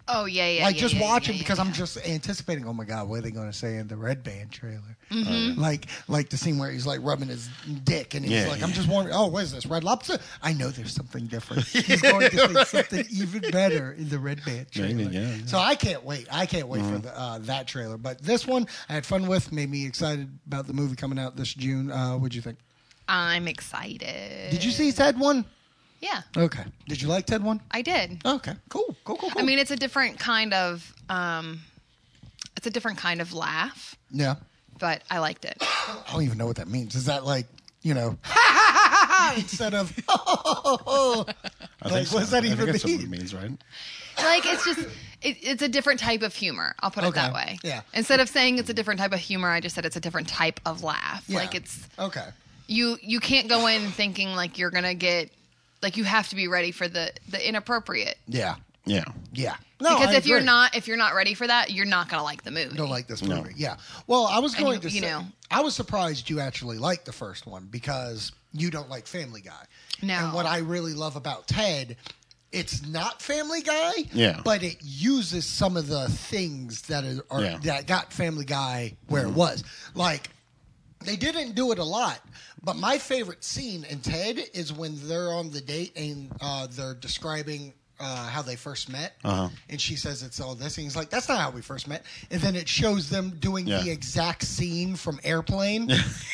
Speaker 3: Oh yeah, yeah.
Speaker 2: like
Speaker 3: yeah,
Speaker 2: just
Speaker 3: yeah,
Speaker 2: watching
Speaker 3: yeah,
Speaker 2: because
Speaker 3: yeah,
Speaker 2: I'm just anticipating. Oh my god, what are they going to say in the red band trailer?
Speaker 3: Mm-hmm. Oh,
Speaker 2: Like, like the scene where he's like rubbing his dick, and he's
Speaker 1: Yeah,
Speaker 2: like,
Speaker 1: yeah.
Speaker 2: "I'm just wondering, oh, what is this Red Lobster? I know there's something different. He's going to say something even better in the red band trailer."
Speaker 1: Maybe, yeah, Uh-huh. yeah.
Speaker 2: So I can't wait. I can't wait for the, uh, that trailer. But this one, I had fun with. Made me excited about the movie coming out this June. Uh, what'd you think?
Speaker 3: I'm excited.
Speaker 2: Did you see Ted one?
Speaker 3: Yeah,
Speaker 2: Okay. Did you like Ted one?
Speaker 3: I did.
Speaker 2: Okay. Cool. Cool. Cool. cool.
Speaker 3: I mean, it's a different kind of um, it's a different kind of laugh,
Speaker 2: yeah.
Speaker 3: but I liked it.
Speaker 2: I don't even know what that means. Is that like, you know, instead of
Speaker 1: I
Speaker 2: Like, what does that
Speaker 1: I think
Speaker 2: even
Speaker 1: that's what it
Speaker 2: mean?
Speaker 1: means, right?
Speaker 3: like it's just it, it's a different type of humor. I'll put it
Speaker 2: Okay.
Speaker 3: that way.
Speaker 2: Yeah.
Speaker 3: Instead of saying it's a different type of humor, I just said it's a different type of laugh.
Speaker 2: Yeah.
Speaker 3: Like it's
Speaker 2: okay,
Speaker 3: you you can't go in thinking like you're gonna get like you have to be ready for the the inappropriate.
Speaker 2: yeah,
Speaker 1: Yeah.
Speaker 2: yeah. No,
Speaker 3: because
Speaker 2: I
Speaker 3: if you're
Speaker 2: agree.
Speaker 3: not if you're not ready for that, you're not gonna like the movie.
Speaker 2: don't like this movie, yeah. Well, I was
Speaker 3: And
Speaker 2: going
Speaker 3: you-
Speaker 2: to
Speaker 3: you
Speaker 2: say,
Speaker 3: know.
Speaker 2: I was surprised you actually liked the first one because you don't like Family Guy.
Speaker 3: No.
Speaker 2: and what I really love about Ted. It's not Family Guy,
Speaker 1: Yeah.
Speaker 2: but it uses some of the things that are, are
Speaker 1: Yeah. Mm-hmm.
Speaker 2: that got Family Guy where it was. Like They didn't do it a lot, but my favorite scene in Ted is when they're on the date and uh, they're describing uh, how they first met,
Speaker 1: Uh-huh.
Speaker 2: and she says it's all this, and he's like, "That's not how we first met." And then it shows them doing
Speaker 1: Yeah.
Speaker 2: the exact scene from Airplane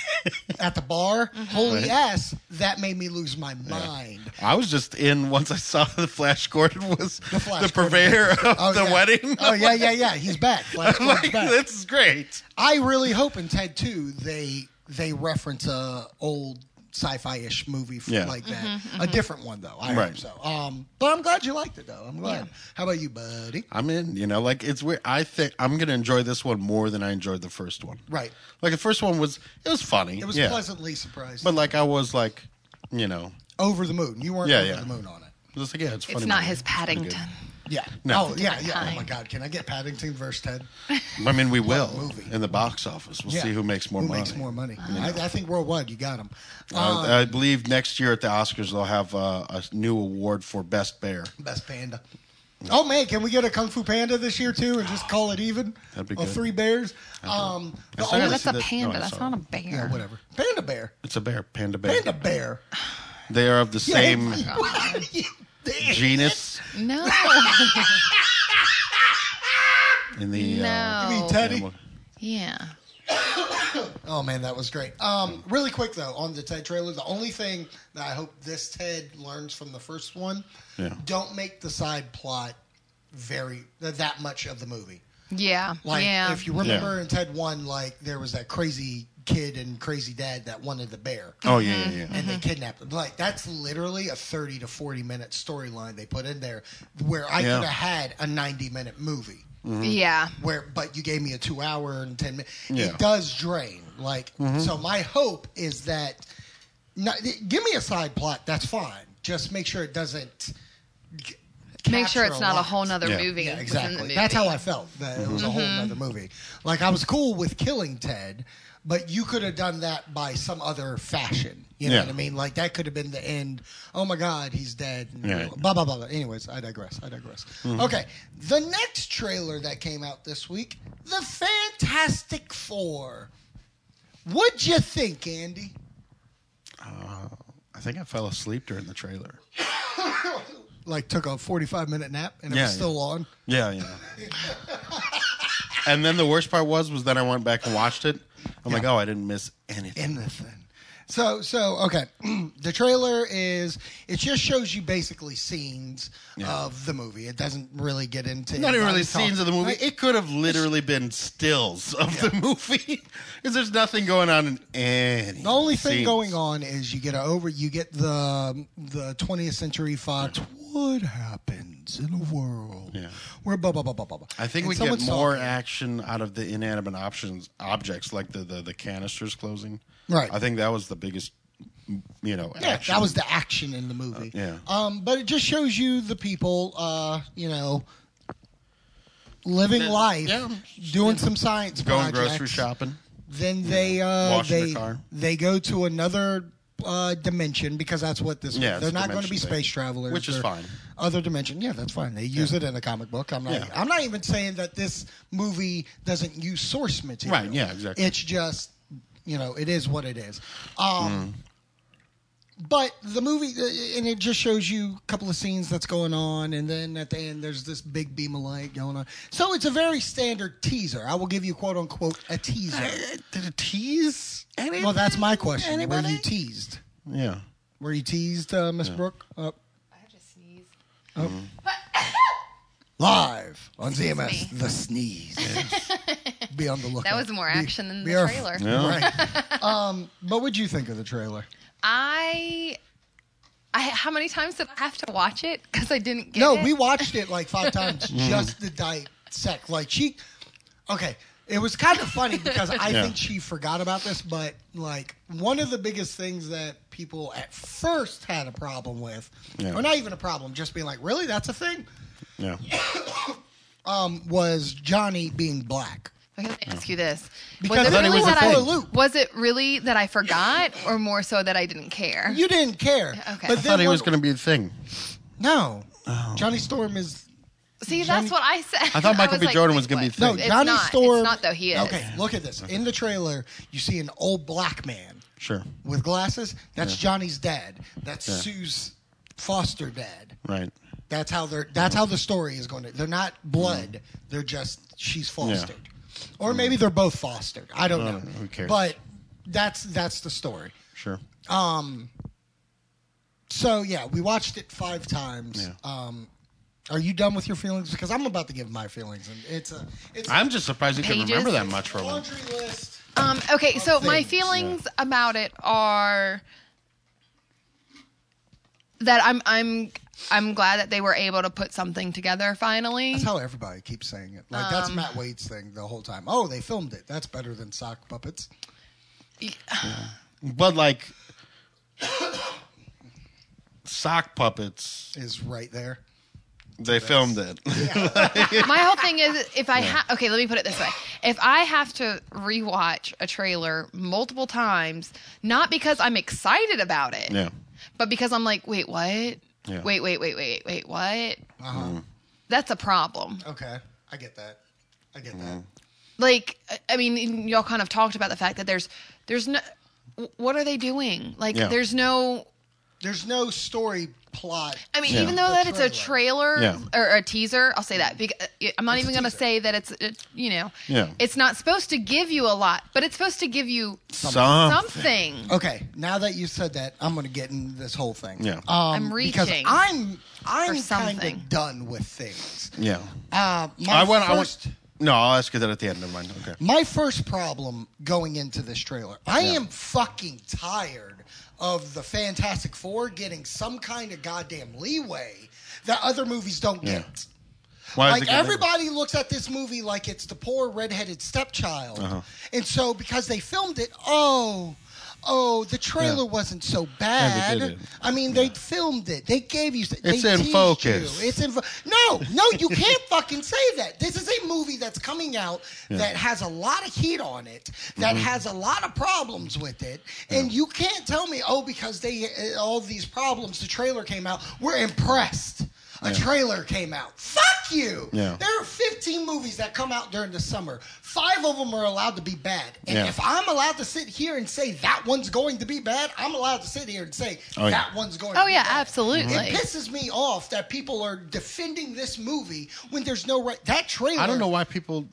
Speaker 2: at the bar. Holy ass! That made me lose my mind.
Speaker 1: I was just in once I saw the Flash Gordon was the,
Speaker 2: Flash
Speaker 1: purveyor of
Speaker 2: Oh,
Speaker 1: the
Speaker 2: yeah.
Speaker 1: wedding.
Speaker 2: Oh yeah, yeah, yeah. He's back. Flash Gordon's
Speaker 1: like,
Speaker 2: back.
Speaker 1: this is great.
Speaker 2: I really hope in Ted Two they they reference a old sci-fi-ish movie from
Speaker 1: Yeah.
Speaker 2: like that, a different one though. I hope
Speaker 1: Right.
Speaker 2: so. Um, but I'm glad you liked it though. I'm glad. How about you, buddy?
Speaker 1: I'm in. You know, like it's weird. I think I'm gonna enjoy this one more than I enjoyed the first one.
Speaker 2: Right.
Speaker 1: Like the first one was it was funny.
Speaker 2: It was
Speaker 1: yeah.
Speaker 2: pleasantly surprised.
Speaker 1: But like I was like, you know,
Speaker 2: over the moon. You weren't
Speaker 1: Yeah,
Speaker 2: over
Speaker 1: yeah.
Speaker 2: the moon on it.
Speaker 1: just like yeah, it's funny.
Speaker 3: it's not
Speaker 1: movie.
Speaker 3: his
Speaker 1: pretty
Speaker 3: Paddington.
Speaker 2: Yeah.
Speaker 1: No.
Speaker 2: Oh yeah, yeah. Oh
Speaker 3: Time.
Speaker 2: my God, can I get Paddington versus Ted?
Speaker 1: good. I mean, we will
Speaker 2: movie.
Speaker 1: in the box office. We'll
Speaker 2: Yeah.
Speaker 1: see who makes more
Speaker 2: who
Speaker 1: money.
Speaker 2: makes more money? I, I think worldwide, you got him.
Speaker 1: Uh, I believe next year at the Oscars they'll have uh, a new award for best bear.
Speaker 2: Best panda. Oh man, can we get a kung fu panda this year too, and just call it even?
Speaker 1: That'd be
Speaker 2: Or
Speaker 1: good.
Speaker 2: three bears. Um, the
Speaker 1: That's
Speaker 2: only-
Speaker 3: No,
Speaker 1: I
Speaker 3: that's
Speaker 1: see
Speaker 3: a
Speaker 1: that- no,
Speaker 3: panda.
Speaker 1: I
Speaker 3: that's
Speaker 1: saw
Speaker 3: not a
Speaker 1: it.
Speaker 3: bear.
Speaker 2: yeah, whatever. Panda bear.
Speaker 1: It's a bear, panda bear.
Speaker 2: Panda bear.
Speaker 1: They are of the same
Speaker 2: Same.
Speaker 1: genus
Speaker 3: No,
Speaker 1: in the.
Speaker 2: Oh,
Speaker 1: Uh,
Speaker 3: no.
Speaker 2: Teddy.
Speaker 1: animal-
Speaker 3: Yeah.
Speaker 2: Oh man, that was great. Um, really quick though, on the Ted trailer, the only thing that I hope this Ted learns from the first one,
Speaker 1: Yeah.
Speaker 2: don't make the side plot very that much of the movie.
Speaker 3: Yeah.
Speaker 2: Like
Speaker 3: yeah.
Speaker 2: if you remember in Ted one, like there was that crazy kid and crazy dad that wanted the bear.
Speaker 1: Oh yeah, yeah, yeah.
Speaker 3: Mm-hmm.
Speaker 2: and they kidnapped them. Like that's literally a thirty to forty minute storyline they put in there, where I
Speaker 1: Yeah.
Speaker 2: could have had a ninety minute movie.
Speaker 3: Mm-hmm. Yeah.
Speaker 2: Where, but you gave me a two hour and ten minute.
Speaker 1: Yeah.
Speaker 2: It does drain. Like
Speaker 3: Mm-hmm.
Speaker 2: so, my hope is that, not, give me a side plot. That's fine. Just make sure it doesn't. g-
Speaker 3: Make sure
Speaker 2: capture
Speaker 3: it's not a
Speaker 2: lot.
Speaker 3: whole nother
Speaker 1: Yeah.
Speaker 3: movie.
Speaker 2: Yeah,
Speaker 3: within The
Speaker 2: exactly.
Speaker 3: movie. Mm-hmm.
Speaker 2: That's how I felt. That it was a whole other movie. Like I was cool with killing Ted, but you could have done that by some other fashion. You know
Speaker 1: Yeah.
Speaker 2: what I mean? Like that could have been the end. Oh my God, he's dead.
Speaker 1: Yeah. Mm-hmm.
Speaker 2: Blah blah blah. blah. Anyways, I digress. I digress. Okay, the next trailer that came out this week, the Fantastic Four. What'd you think, Andy?
Speaker 1: I think I fell asleep during the trailer.
Speaker 2: Like took a forty-five minute nap and it
Speaker 1: Yeah,
Speaker 2: was
Speaker 1: yeah.
Speaker 2: still on.
Speaker 1: Yeah, yeah. and then the worst part was was then I went back and watched it. I'm like, oh, I didn't miss anything.
Speaker 2: anything. So so okay, the trailer is it just shows you basically scenes of the movie. It doesn't really get into
Speaker 1: Not even
Speaker 2: anybody
Speaker 1: really
Speaker 2: talk-
Speaker 1: scenes of the movie.
Speaker 2: Right?
Speaker 1: It could have literally been stills of the movie because there's nothing going on in any.
Speaker 2: the only thing going on is you get a over you get the the 20th Century Fox. What happens in a world
Speaker 1: Yeah.
Speaker 2: where blah blah blah blah blah? blah.
Speaker 1: I think
Speaker 2: And
Speaker 1: we get
Speaker 2: someone's
Speaker 1: more
Speaker 2: talking.
Speaker 1: action out of the inanimate options objects like the, the the canisters closing.
Speaker 2: Right.
Speaker 1: I think that was the biggest, you know,
Speaker 2: Yeah,
Speaker 1: action.
Speaker 2: that was the action in the movie.
Speaker 1: yeah.
Speaker 2: Um, but it just shows you the people, uh, you know, uh, living
Speaker 1: Yeah,
Speaker 2: life,
Speaker 1: yeah.
Speaker 2: doing some science
Speaker 1: Going
Speaker 2: projects.
Speaker 1: grocery shopping.
Speaker 2: Then they uh,
Speaker 1: Washing
Speaker 2: they
Speaker 1: the car.
Speaker 2: they go to another uh, dimension because that's what this.
Speaker 1: Yeah,
Speaker 2: is. they're
Speaker 1: it's a
Speaker 2: not going to be
Speaker 1: dimension
Speaker 2: space
Speaker 1: thing.
Speaker 2: travelers,
Speaker 1: Which is
Speaker 2: or
Speaker 1: fine.
Speaker 2: Other dimension, yeah, that's fine. They use it in the comic book. I'm not.
Speaker 1: Yeah.
Speaker 2: I'm not even saying that this movie doesn't use source material.
Speaker 1: Right, yeah, exactly.
Speaker 2: It's just you know it is what it is.
Speaker 1: Mm-hmm.
Speaker 2: Um, But the movie, uh, and it just shows you a couple of scenes that's going on, and then at the end there's this big beam of light going on. So it's a very standard teaser. I will give you quote unquote a teaser.
Speaker 1: Uh, Did it tease? Any?
Speaker 2: Well, that's my question. Were
Speaker 1: Anybody?
Speaker 2: you teased?
Speaker 1: Yeah.
Speaker 2: Were you teased, uh, Miss Brooke? Uh,
Speaker 3: I have to sneeze.
Speaker 2: live on ZMS,
Speaker 3: me.
Speaker 2: the sneeze. Be on the lookout.
Speaker 3: That was more action than the
Speaker 2: are-
Speaker 3: trailer.
Speaker 1: Yeah.
Speaker 2: Right. um, but what'd you think of the trailer?
Speaker 3: I, I how many times did I have to watch it because I didn't get
Speaker 2: No,
Speaker 3: it?
Speaker 2: we watched it like five times
Speaker 1: Mm-hmm.
Speaker 2: just to dissect. Like she, okay, it was kind of funny because I
Speaker 1: Yeah.
Speaker 2: think she forgot about this, but like one of the biggest things that people at first had a problem with,
Speaker 1: Yeah.
Speaker 2: or not even a problem, just being like, really, that's a thing, Um,
Speaker 1: Yeah.
Speaker 2: was Johnny being black.
Speaker 3: I'm gonna ask you this:
Speaker 2: Because I
Speaker 3: was it
Speaker 2: thought
Speaker 1: it
Speaker 3: really
Speaker 1: was a
Speaker 3: that I
Speaker 1: thing.
Speaker 2: Loop.
Speaker 3: was it really that I forgot, or more so that I didn't care?
Speaker 2: You didn't care.
Speaker 3: okay. I
Speaker 1: I thought he
Speaker 2: when-
Speaker 1: was going to be the thing.
Speaker 2: No,
Speaker 3: Oh.
Speaker 2: Johnny Storm is
Speaker 3: See, that's what I said.
Speaker 1: I thought Michael
Speaker 3: was
Speaker 1: B.
Speaker 3: like,
Speaker 1: Jordan
Speaker 3: wait,
Speaker 1: was gonna be
Speaker 3: what?
Speaker 1: the
Speaker 2: no
Speaker 1: It's
Speaker 2: Johnny
Speaker 3: not. It's
Speaker 2: Storm.
Speaker 3: not, though. He is.
Speaker 2: Okay, look at this. In the trailer, you see an old black man
Speaker 1: Sure.
Speaker 2: with glasses. That's Johnny's dad. That's Sue's foster dad.
Speaker 1: Right.
Speaker 2: That's how they're. That's how the story is going to. They're not blood.
Speaker 3: Mm.
Speaker 2: They're just she's fostered, or maybe they're both fostered. I don't
Speaker 3: Oh,
Speaker 2: know.
Speaker 1: don't know. Who cares?
Speaker 2: But that's that's the story.
Speaker 1: Sure.
Speaker 2: So yeah, we watched it five times.
Speaker 1: Yeah.
Speaker 2: Um, are you done with your feelings? Because I'm about to give my feelings, and it's a it's
Speaker 1: I'm just surprised you can
Speaker 3: Pages.
Speaker 1: remember that much
Speaker 2: a
Speaker 1: for a while.
Speaker 2: laundry list.
Speaker 3: Um, okay, so
Speaker 2: things,
Speaker 3: my
Speaker 2: yeah.
Speaker 3: feelings about it are that I'm I'm I'm glad that they were able to put something together finally.
Speaker 2: That's how everybody keeps saying it. Like that's
Speaker 1: Um,
Speaker 2: Matt Wade's thing the whole time. Oh, they filmed it. That's better than sock puppets.
Speaker 1: But like sock puppets,
Speaker 2: Is right there.
Speaker 1: they filmed it.
Speaker 3: my whole thing is if I ha okay, let me put it this way: if I have to rewatch a trailer multiple times, not because I'm excited about it,
Speaker 1: yeah.
Speaker 3: but because I'm like, wait, what?
Speaker 1: Yeah. Mm.
Speaker 3: Wait, wait, wait, wait, wait, what?
Speaker 2: Uh-huh.
Speaker 3: That's a problem.
Speaker 2: Okay, I get that. I get
Speaker 1: Mm-hmm.
Speaker 2: that.
Speaker 3: like I- i mean y'all kind of talked about the fact that there's there's no what are they doing like
Speaker 1: Yeah.
Speaker 3: there's no
Speaker 2: There's no story plot.
Speaker 3: i mean
Speaker 1: Yeah.
Speaker 3: even though
Speaker 2: The
Speaker 3: that it's a trailer
Speaker 1: Yeah.
Speaker 3: or a teaser i'll say that because i'm not even going to say that it's, it's you know
Speaker 1: Yeah.
Speaker 3: it's not supposed to give you a lot but it's supposed to give you
Speaker 1: Something. Oh.
Speaker 3: something
Speaker 2: Okay, now that you said that, I'm gonna get in this whole thing.
Speaker 1: Yeah.
Speaker 2: um,
Speaker 3: I'm
Speaker 2: because
Speaker 3: reaching
Speaker 2: I'm I'm kind
Speaker 3: something.
Speaker 2: of done with things.
Speaker 1: Yeah.
Speaker 2: Uh, my
Speaker 1: I want. I
Speaker 2: first,
Speaker 1: want. No, I'll ask you that at the end. Never mind. Okay.
Speaker 2: my first problem going into this trailer, I am fucking tired of the Fantastic Four getting some kind of goddamn leeway that other movies don't
Speaker 1: Yeah.
Speaker 2: get.
Speaker 1: Why
Speaker 2: like everybody looks at this movie like it's the poor redheaded stepchild,
Speaker 1: Uh-huh.
Speaker 2: and so because they filmed it, oh, oh, the trailer
Speaker 1: Yeah.
Speaker 2: wasn't so
Speaker 1: Yeah,
Speaker 2: bad.
Speaker 1: they did it.
Speaker 2: I mean, they filmed it. They gave you. It's
Speaker 1: It's in focus.
Speaker 2: It's in. Fo- no, no, you can't fucking say that. This is a movie that's coming out that has a lot of heat on it, that
Speaker 1: Mm-hmm.
Speaker 2: has a lot of problems with it, and you can't tell me, oh, because they uh, all these problems, the trailer came out. We're impressed. A trailer came out. Fuck you.
Speaker 1: Yeah.
Speaker 2: There are 15 movies that come out during the summer. Five of them are allowed to be bad. And
Speaker 1: Yeah.
Speaker 2: if I'm allowed to sit here and say that one's going to be bad, I'm allowed to sit here and say
Speaker 1: Oh, yeah.
Speaker 2: that one's going.
Speaker 3: oh
Speaker 2: to
Speaker 3: yeah
Speaker 2: be bad.
Speaker 3: absolutely
Speaker 2: It pisses me off that people are defending this movie when there's no right. That trailer.
Speaker 1: I don't know why people.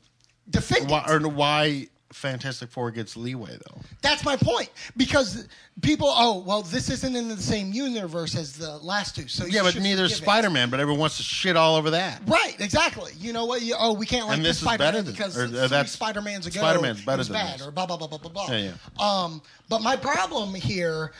Speaker 2: Defend
Speaker 1: Why
Speaker 2: it.
Speaker 1: or why Fantastic Four gets leeway though?
Speaker 2: That's my point because people. Oh well, this isn't in the same universe as the last two. So you
Speaker 1: Yeah, but
Speaker 2: should
Speaker 1: neither is
Speaker 2: forgive it.
Speaker 1: Spider Man. But everyone wants to shit all over that.
Speaker 2: Right, exactly. You know what? You, oh, we can't like
Speaker 1: And
Speaker 2: this
Speaker 1: this is better
Speaker 2: Spider-Man
Speaker 1: than-
Speaker 2: because
Speaker 1: or, uh,
Speaker 2: three
Speaker 1: that's-
Speaker 2: Spider-Man's ago
Speaker 1: Spider-Man's better
Speaker 2: was
Speaker 1: than
Speaker 2: bad
Speaker 1: this.
Speaker 2: or blah blah blah blah blah blah.
Speaker 1: Yeah, yeah.
Speaker 2: Um, but my problem here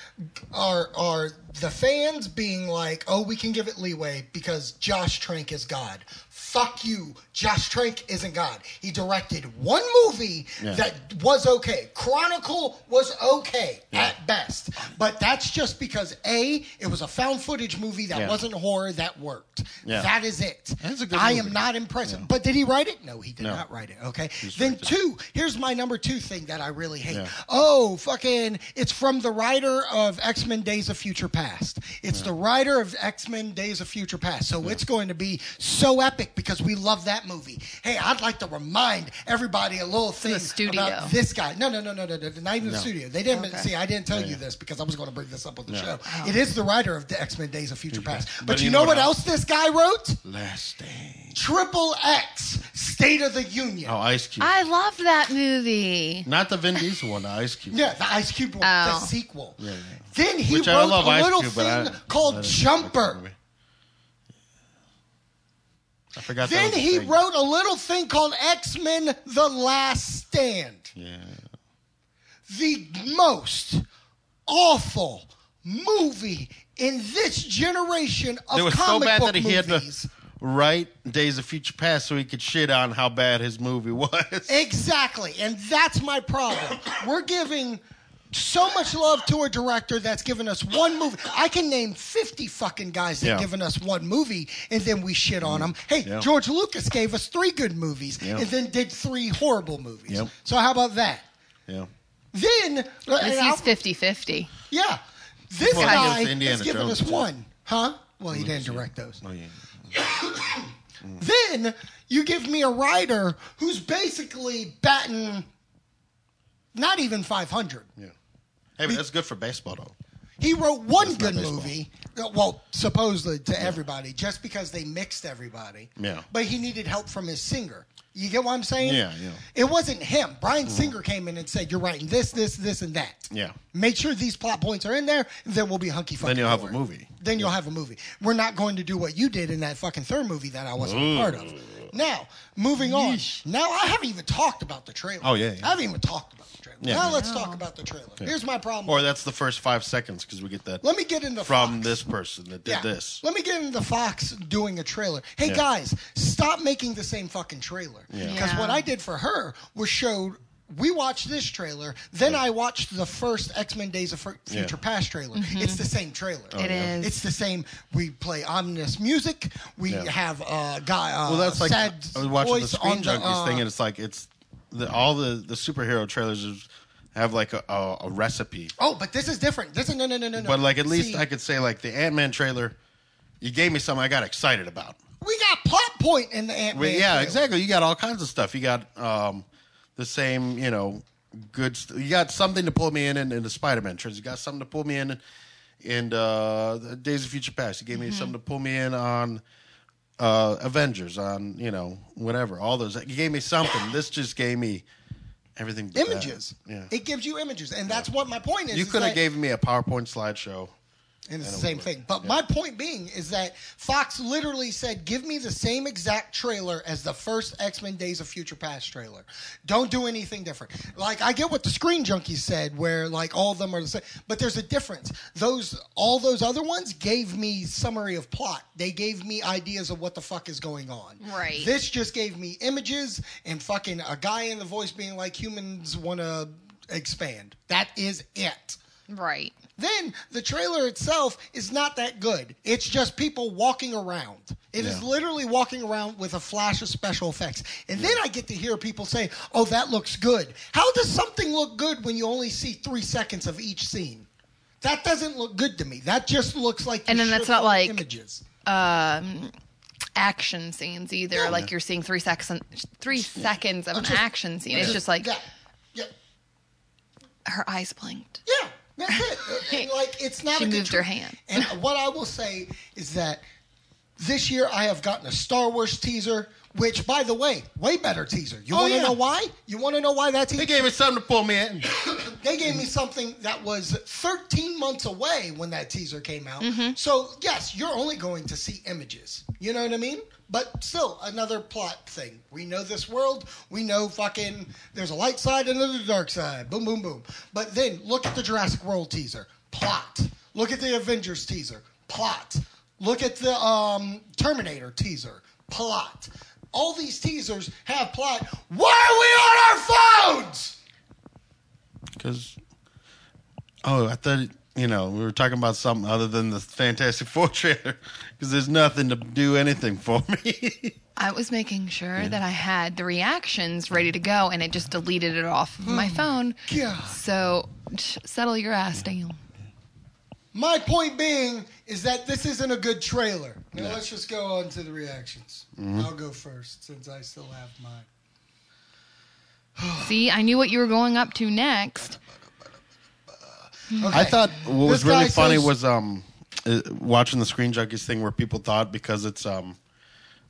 Speaker 2: are are the fans being like, oh, we can give it leeway because Josh Trank is God. fuck you. Josh Trank isn't God. He directed one movie
Speaker 1: Yeah.
Speaker 2: that was okay. Chronicle was okay at best. But that's just because A, it was a found footage movie that
Speaker 1: Yeah.
Speaker 2: wasn't horror that worked.
Speaker 1: Yeah.
Speaker 2: That is it.
Speaker 1: That's a good
Speaker 2: I
Speaker 1: movie.
Speaker 2: am not impressive. But did he write it? No, he did
Speaker 1: No.
Speaker 2: not write it. Okay. Then two, here's my number two thing that I really hate.
Speaker 1: Yeah.
Speaker 2: Oh, fucking it's from the writer of X-Men Days of Future Past. It's the writer of X-Men Days of Future Past. So it's going to be so epic because we love that movie. Hey, I'd like to remind everybody a little thing
Speaker 3: studio.
Speaker 2: about this guy. No, no, no, no, no, no, not even the
Speaker 1: No.
Speaker 2: studio. They didn't
Speaker 3: Okay.
Speaker 2: see I didn't tell you this because I was going to bring this up on the show. It is the writer of the X-Men Days of Future Past. But, you know what else this guy wrote?
Speaker 1: Last day.
Speaker 2: Triple X State of the Union.
Speaker 1: Oh, Ice Cube.
Speaker 3: I love that movie.
Speaker 1: Not the Vin Diesel one, the Ice Cube.
Speaker 2: Yeah, the Ice Cube one, the
Speaker 3: Oh.
Speaker 2: sequel.
Speaker 1: yeah.
Speaker 2: Then he
Speaker 1: Which
Speaker 2: wrote
Speaker 1: I love
Speaker 2: a
Speaker 1: Ice
Speaker 2: little
Speaker 1: Cube, but I-
Speaker 2: thing called
Speaker 1: I didn't like that
Speaker 2: Jumper.
Speaker 1: movie. I forgot. that
Speaker 2: Then
Speaker 1: was a
Speaker 2: he
Speaker 1: thing.
Speaker 2: wrote a little thing called X Men: The Last Stand.
Speaker 1: Yeah.
Speaker 2: the most awful movie in this generation of
Speaker 1: It was so
Speaker 2: comic
Speaker 1: bad
Speaker 2: book
Speaker 1: that he had
Speaker 2: movies.
Speaker 1: to write Days of Future Past so he could shit on how bad his movie was.
Speaker 2: Exactly, and that's my problem. We're giving so much love to a director that's given us one movie. I can name fifty fucking guys that
Speaker 1: Yeah.
Speaker 2: given us one movie, and then we shit on them. Hey,
Speaker 1: Yeah.
Speaker 2: George Lucas gave us three good movies,
Speaker 1: Yeah.
Speaker 2: and then did three horrible movies.
Speaker 1: Yep.
Speaker 2: So how about that?
Speaker 1: yeah.
Speaker 2: Then uh,
Speaker 3: At
Speaker 2: and
Speaker 3: least
Speaker 2: I'll-
Speaker 3: he's 50 50.
Speaker 2: Yeah. This
Speaker 1: Well, he
Speaker 2: guy
Speaker 1: gives Indiana
Speaker 2: has given
Speaker 1: Jones
Speaker 2: us
Speaker 1: too.
Speaker 2: one. Huh? Well, he didn't direct those.
Speaker 1: Oh yeah.
Speaker 2: Then you give me a writer who's basically batting not even 500.
Speaker 1: Yeah. Hey, but that's good for baseball though.
Speaker 2: He wrote one
Speaker 1: not
Speaker 2: good
Speaker 1: baseball.
Speaker 2: movie. uh, Well, supposedly to everybody, just because they mixed everybody.
Speaker 1: Yeah.
Speaker 2: But he needed help from his singer. You get what I'm saying?
Speaker 1: Yeah, yeah. Mm-hmm.
Speaker 2: It wasn't him. Brian Singer came in and said, "You're writing this, this, this, and that.
Speaker 1: Yeah.
Speaker 2: Make sure these plot points are in there, and then we'll be hunky fucking.
Speaker 1: Then you'll have a
Speaker 2: dory."
Speaker 1: movie.
Speaker 2: Then you'll have a movie. We're not going to do what you did in that fucking third movie that I wasn't a part of. Now, moving on. Now I haven't even talked about the trailer.
Speaker 1: Oh, yeah, yeah.
Speaker 2: I haven't even talked about the trailer.
Speaker 1: Yeah.
Speaker 2: now let's talk about the trailer. Here's my problem.
Speaker 1: Or that's the first five seconds because we get that
Speaker 2: Let me get into
Speaker 1: from
Speaker 2: Fox.
Speaker 1: this person that did
Speaker 2: Yeah.
Speaker 1: this.
Speaker 2: Let me get into Fox doing a trailer. Hey
Speaker 1: Yeah.
Speaker 2: guys, stop making the same fucking trailer. Because
Speaker 3: Yeah.
Speaker 2: what I did for her was showed. We watched this trailer, then I watched the first X Men Days of Fu- Future Past trailer. It's the same trailer.
Speaker 1: Oh,
Speaker 2: It is.
Speaker 3: Mm-hmm. It yeah. is.
Speaker 2: It's the same. We play ominous music. We
Speaker 1: Yeah.
Speaker 2: have a uh, guy. Uh,
Speaker 1: Well, that's like
Speaker 2: sad
Speaker 1: I was watching the
Speaker 2: voice
Speaker 1: Screen
Speaker 2: on
Speaker 1: Junkies
Speaker 2: uh,
Speaker 1: thing, and it's like it's the, all the the superhero trailers is- have like a, a, a recipe.
Speaker 2: Oh, but this is different. This is no, no, no, no, no.
Speaker 1: But like at least
Speaker 2: See,
Speaker 1: I could say like the Ant Man trailer, you gave me something I got excited about.
Speaker 2: We got plot point in the Ant
Speaker 1: Well,
Speaker 2: Man.
Speaker 1: yeah, exactly. You got all kinds of stuff. You got um, the same, you know, good. St- you got something to pull me in in, in the Spider Man trends. You got something to pull me in in uh, the Days of Future Past. You gave me something to pull me in on uh, Avengers, on you know whatever. All those. You gave me something. this just gave me everything. but that.
Speaker 2: images.
Speaker 1: Yeah.
Speaker 2: It gives you images, and that's what my point is.
Speaker 1: you
Speaker 2: is
Speaker 1: could have
Speaker 2: that-
Speaker 1: gave me a PowerPoint slideshow.
Speaker 2: and it's the same thing. But my point being is that Fox literally said, "Give me the same exact trailer as the first X Men Days of Future Past trailer. Don't do anything different." Like I get what the Screen Junkies said, where like all of them are the same, but there's a difference. Those all those other ones gave me summary of plot. They gave me ideas of what the fuck is going on.
Speaker 3: Right.
Speaker 2: This just gave me images and fucking a guy in the voice being like, "Humans want to expand." That is it
Speaker 3: Right.
Speaker 2: then the trailer itself is not that good. It's just people walking around. It is
Speaker 1: Yeah.
Speaker 2: literally walking around with a flash of special effects. And then I get to hear people say, oh, that looks good. How does something look good when you only see three seconds of each scene? That doesn't look good to me. That just looks like you
Speaker 3: And then that's
Speaker 2: shook
Speaker 3: not
Speaker 2: on
Speaker 3: like-
Speaker 2: images.
Speaker 3: Action scenes either. Like you're seeing three, seconds, three seconds of an action scene. It's just like
Speaker 2: yeah, yeah,
Speaker 3: her eyes blinked.
Speaker 2: yeah. That's it. And, like it's not.
Speaker 3: She
Speaker 2: a good
Speaker 3: moved
Speaker 2: tra-
Speaker 3: her hand.
Speaker 2: And what I will say is that this year I have gotten a Star Wars teaser, which, by the way, way better teaser. You
Speaker 1: Oh,
Speaker 2: want to
Speaker 1: yeah.
Speaker 2: know why? You want to know why that teaser?
Speaker 1: They gave me something to pull me in.
Speaker 2: They gave me something that was 13 months away when that teaser came out. So, yes, you're only going to see images. You know what I mean? But still, another plot thing. We know this world. We know fucking there's a light side and there's a dark side. Boom, boom, boom. But then look at the Jurassic World teaser. Plot. Look at the Avengers teaser. Plot. Look at the um, Terminator teaser. plot. All these teasers have plot. Why are we on our phones?
Speaker 1: Because, oh, I thought, you know, we were talking about something other than the Fantastic Four trailer because there's nothing to do anything for me.
Speaker 3: I was making sure that I had the reactions ready to go, and it just deleted it off of
Speaker 2: Hmm.
Speaker 3: my phone.
Speaker 2: God.
Speaker 3: So t- settle your ass down.
Speaker 2: My point being is that this isn't a good trailer. Now let's just go on to the reactions. I'll go first since I still have mine.
Speaker 3: See, I knew what you were going up to next.
Speaker 1: I thought what was
Speaker 2: This
Speaker 1: really
Speaker 2: guy
Speaker 1: funny
Speaker 2: says-
Speaker 1: was um, uh, watching the Screen Junkies thing where people thought because it's um,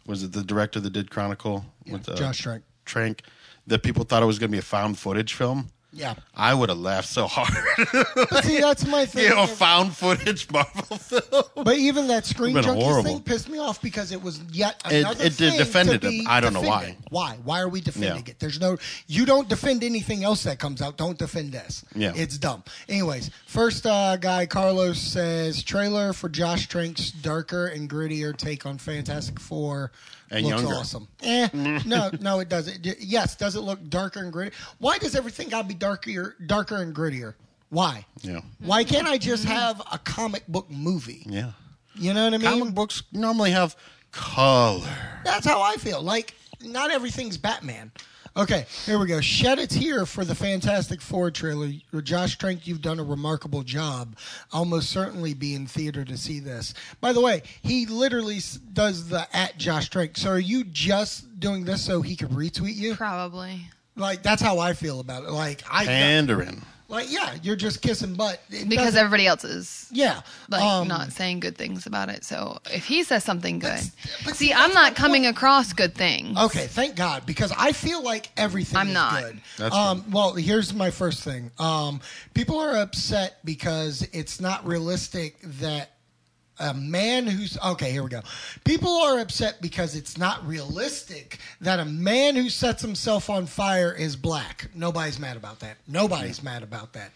Speaker 1: was it the director that did Chronicle with uh,
Speaker 2: Josh Trank.
Speaker 1: Trank that people thought it was going to be a found footage film.
Speaker 2: Yeah.
Speaker 1: I would have laughed so hard.
Speaker 2: See, that's my thing.
Speaker 1: you know, found footage Marvel film.
Speaker 2: But even that screen
Speaker 1: Would've
Speaker 2: junkies
Speaker 1: been horrible.
Speaker 2: thing pissed me off because it was yet
Speaker 1: It-
Speaker 2: another
Speaker 1: it did
Speaker 2: thing
Speaker 1: defended
Speaker 2: to be
Speaker 1: it. I don't know
Speaker 2: defended. Why? Why are we defending
Speaker 1: Yeah.
Speaker 2: it? There's no. You don't defend anything else that comes out. Don't defend this.
Speaker 1: Yeah.
Speaker 2: it's dumb. Anyways, first uh, guy Carlos says trailer for Josh Trank's darker and grittier take on Fantastic Four.
Speaker 1: And
Speaker 2: looks
Speaker 1: younger.
Speaker 2: awesome. Eh, no, no, it doesn't. D- Yes, does it look darker and grittier? Why does everything got to be darker, darker and grittier? Why?
Speaker 1: Yeah.
Speaker 2: Why can't I just have a comic book movie?
Speaker 1: Yeah,
Speaker 2: You know what I mean?
Speaker 1: comic books normally have color.
Speaker 2: That's how I feel. Like, not everything's Batman. Okay, here we go. Shed a tear for the Fantastic Four trailer. Josh Trank, you've done a remarkable job. I'll most certainly be in theater to see this. By the way, he literally s- does the at Josh Trank. So are you just doing this so he could retweet you?
Speaker 3: Probably.
Speaker 2: Like, that's how I feel about it. Like, I,
Speaker 1: Pandering.
Speaker 2: like yeah, you're just kissing butt. It
Speaker 3: Because
Speaker 2: doesn't-
Speaker 3: everybody else is
Speaker 2: yeah.
Speaker 3: like
Speaker 2: um,
Speaker 3: not saying good things about it. So if he says something good,
Speaker 2: but see,
Speaker 3: see, I'm
Speaker 2: that's my
Speaker 3: not coming across good things.
Speaker 2: Okay, thank God because I feel like everything
Speaker 3: Mm. I'm
Speaker 2: is
Speaker 3: not.
Speaker 2: good.
Speaker 1: That's
Speaker 2: um, well, here's my first thing. Um, people are upset because it's not realistic that a man who's okay. Here we go. People are upset because it's not realistic that a man who sets himself on fire is black. Nobody's mad about that. Nobody's mad about that.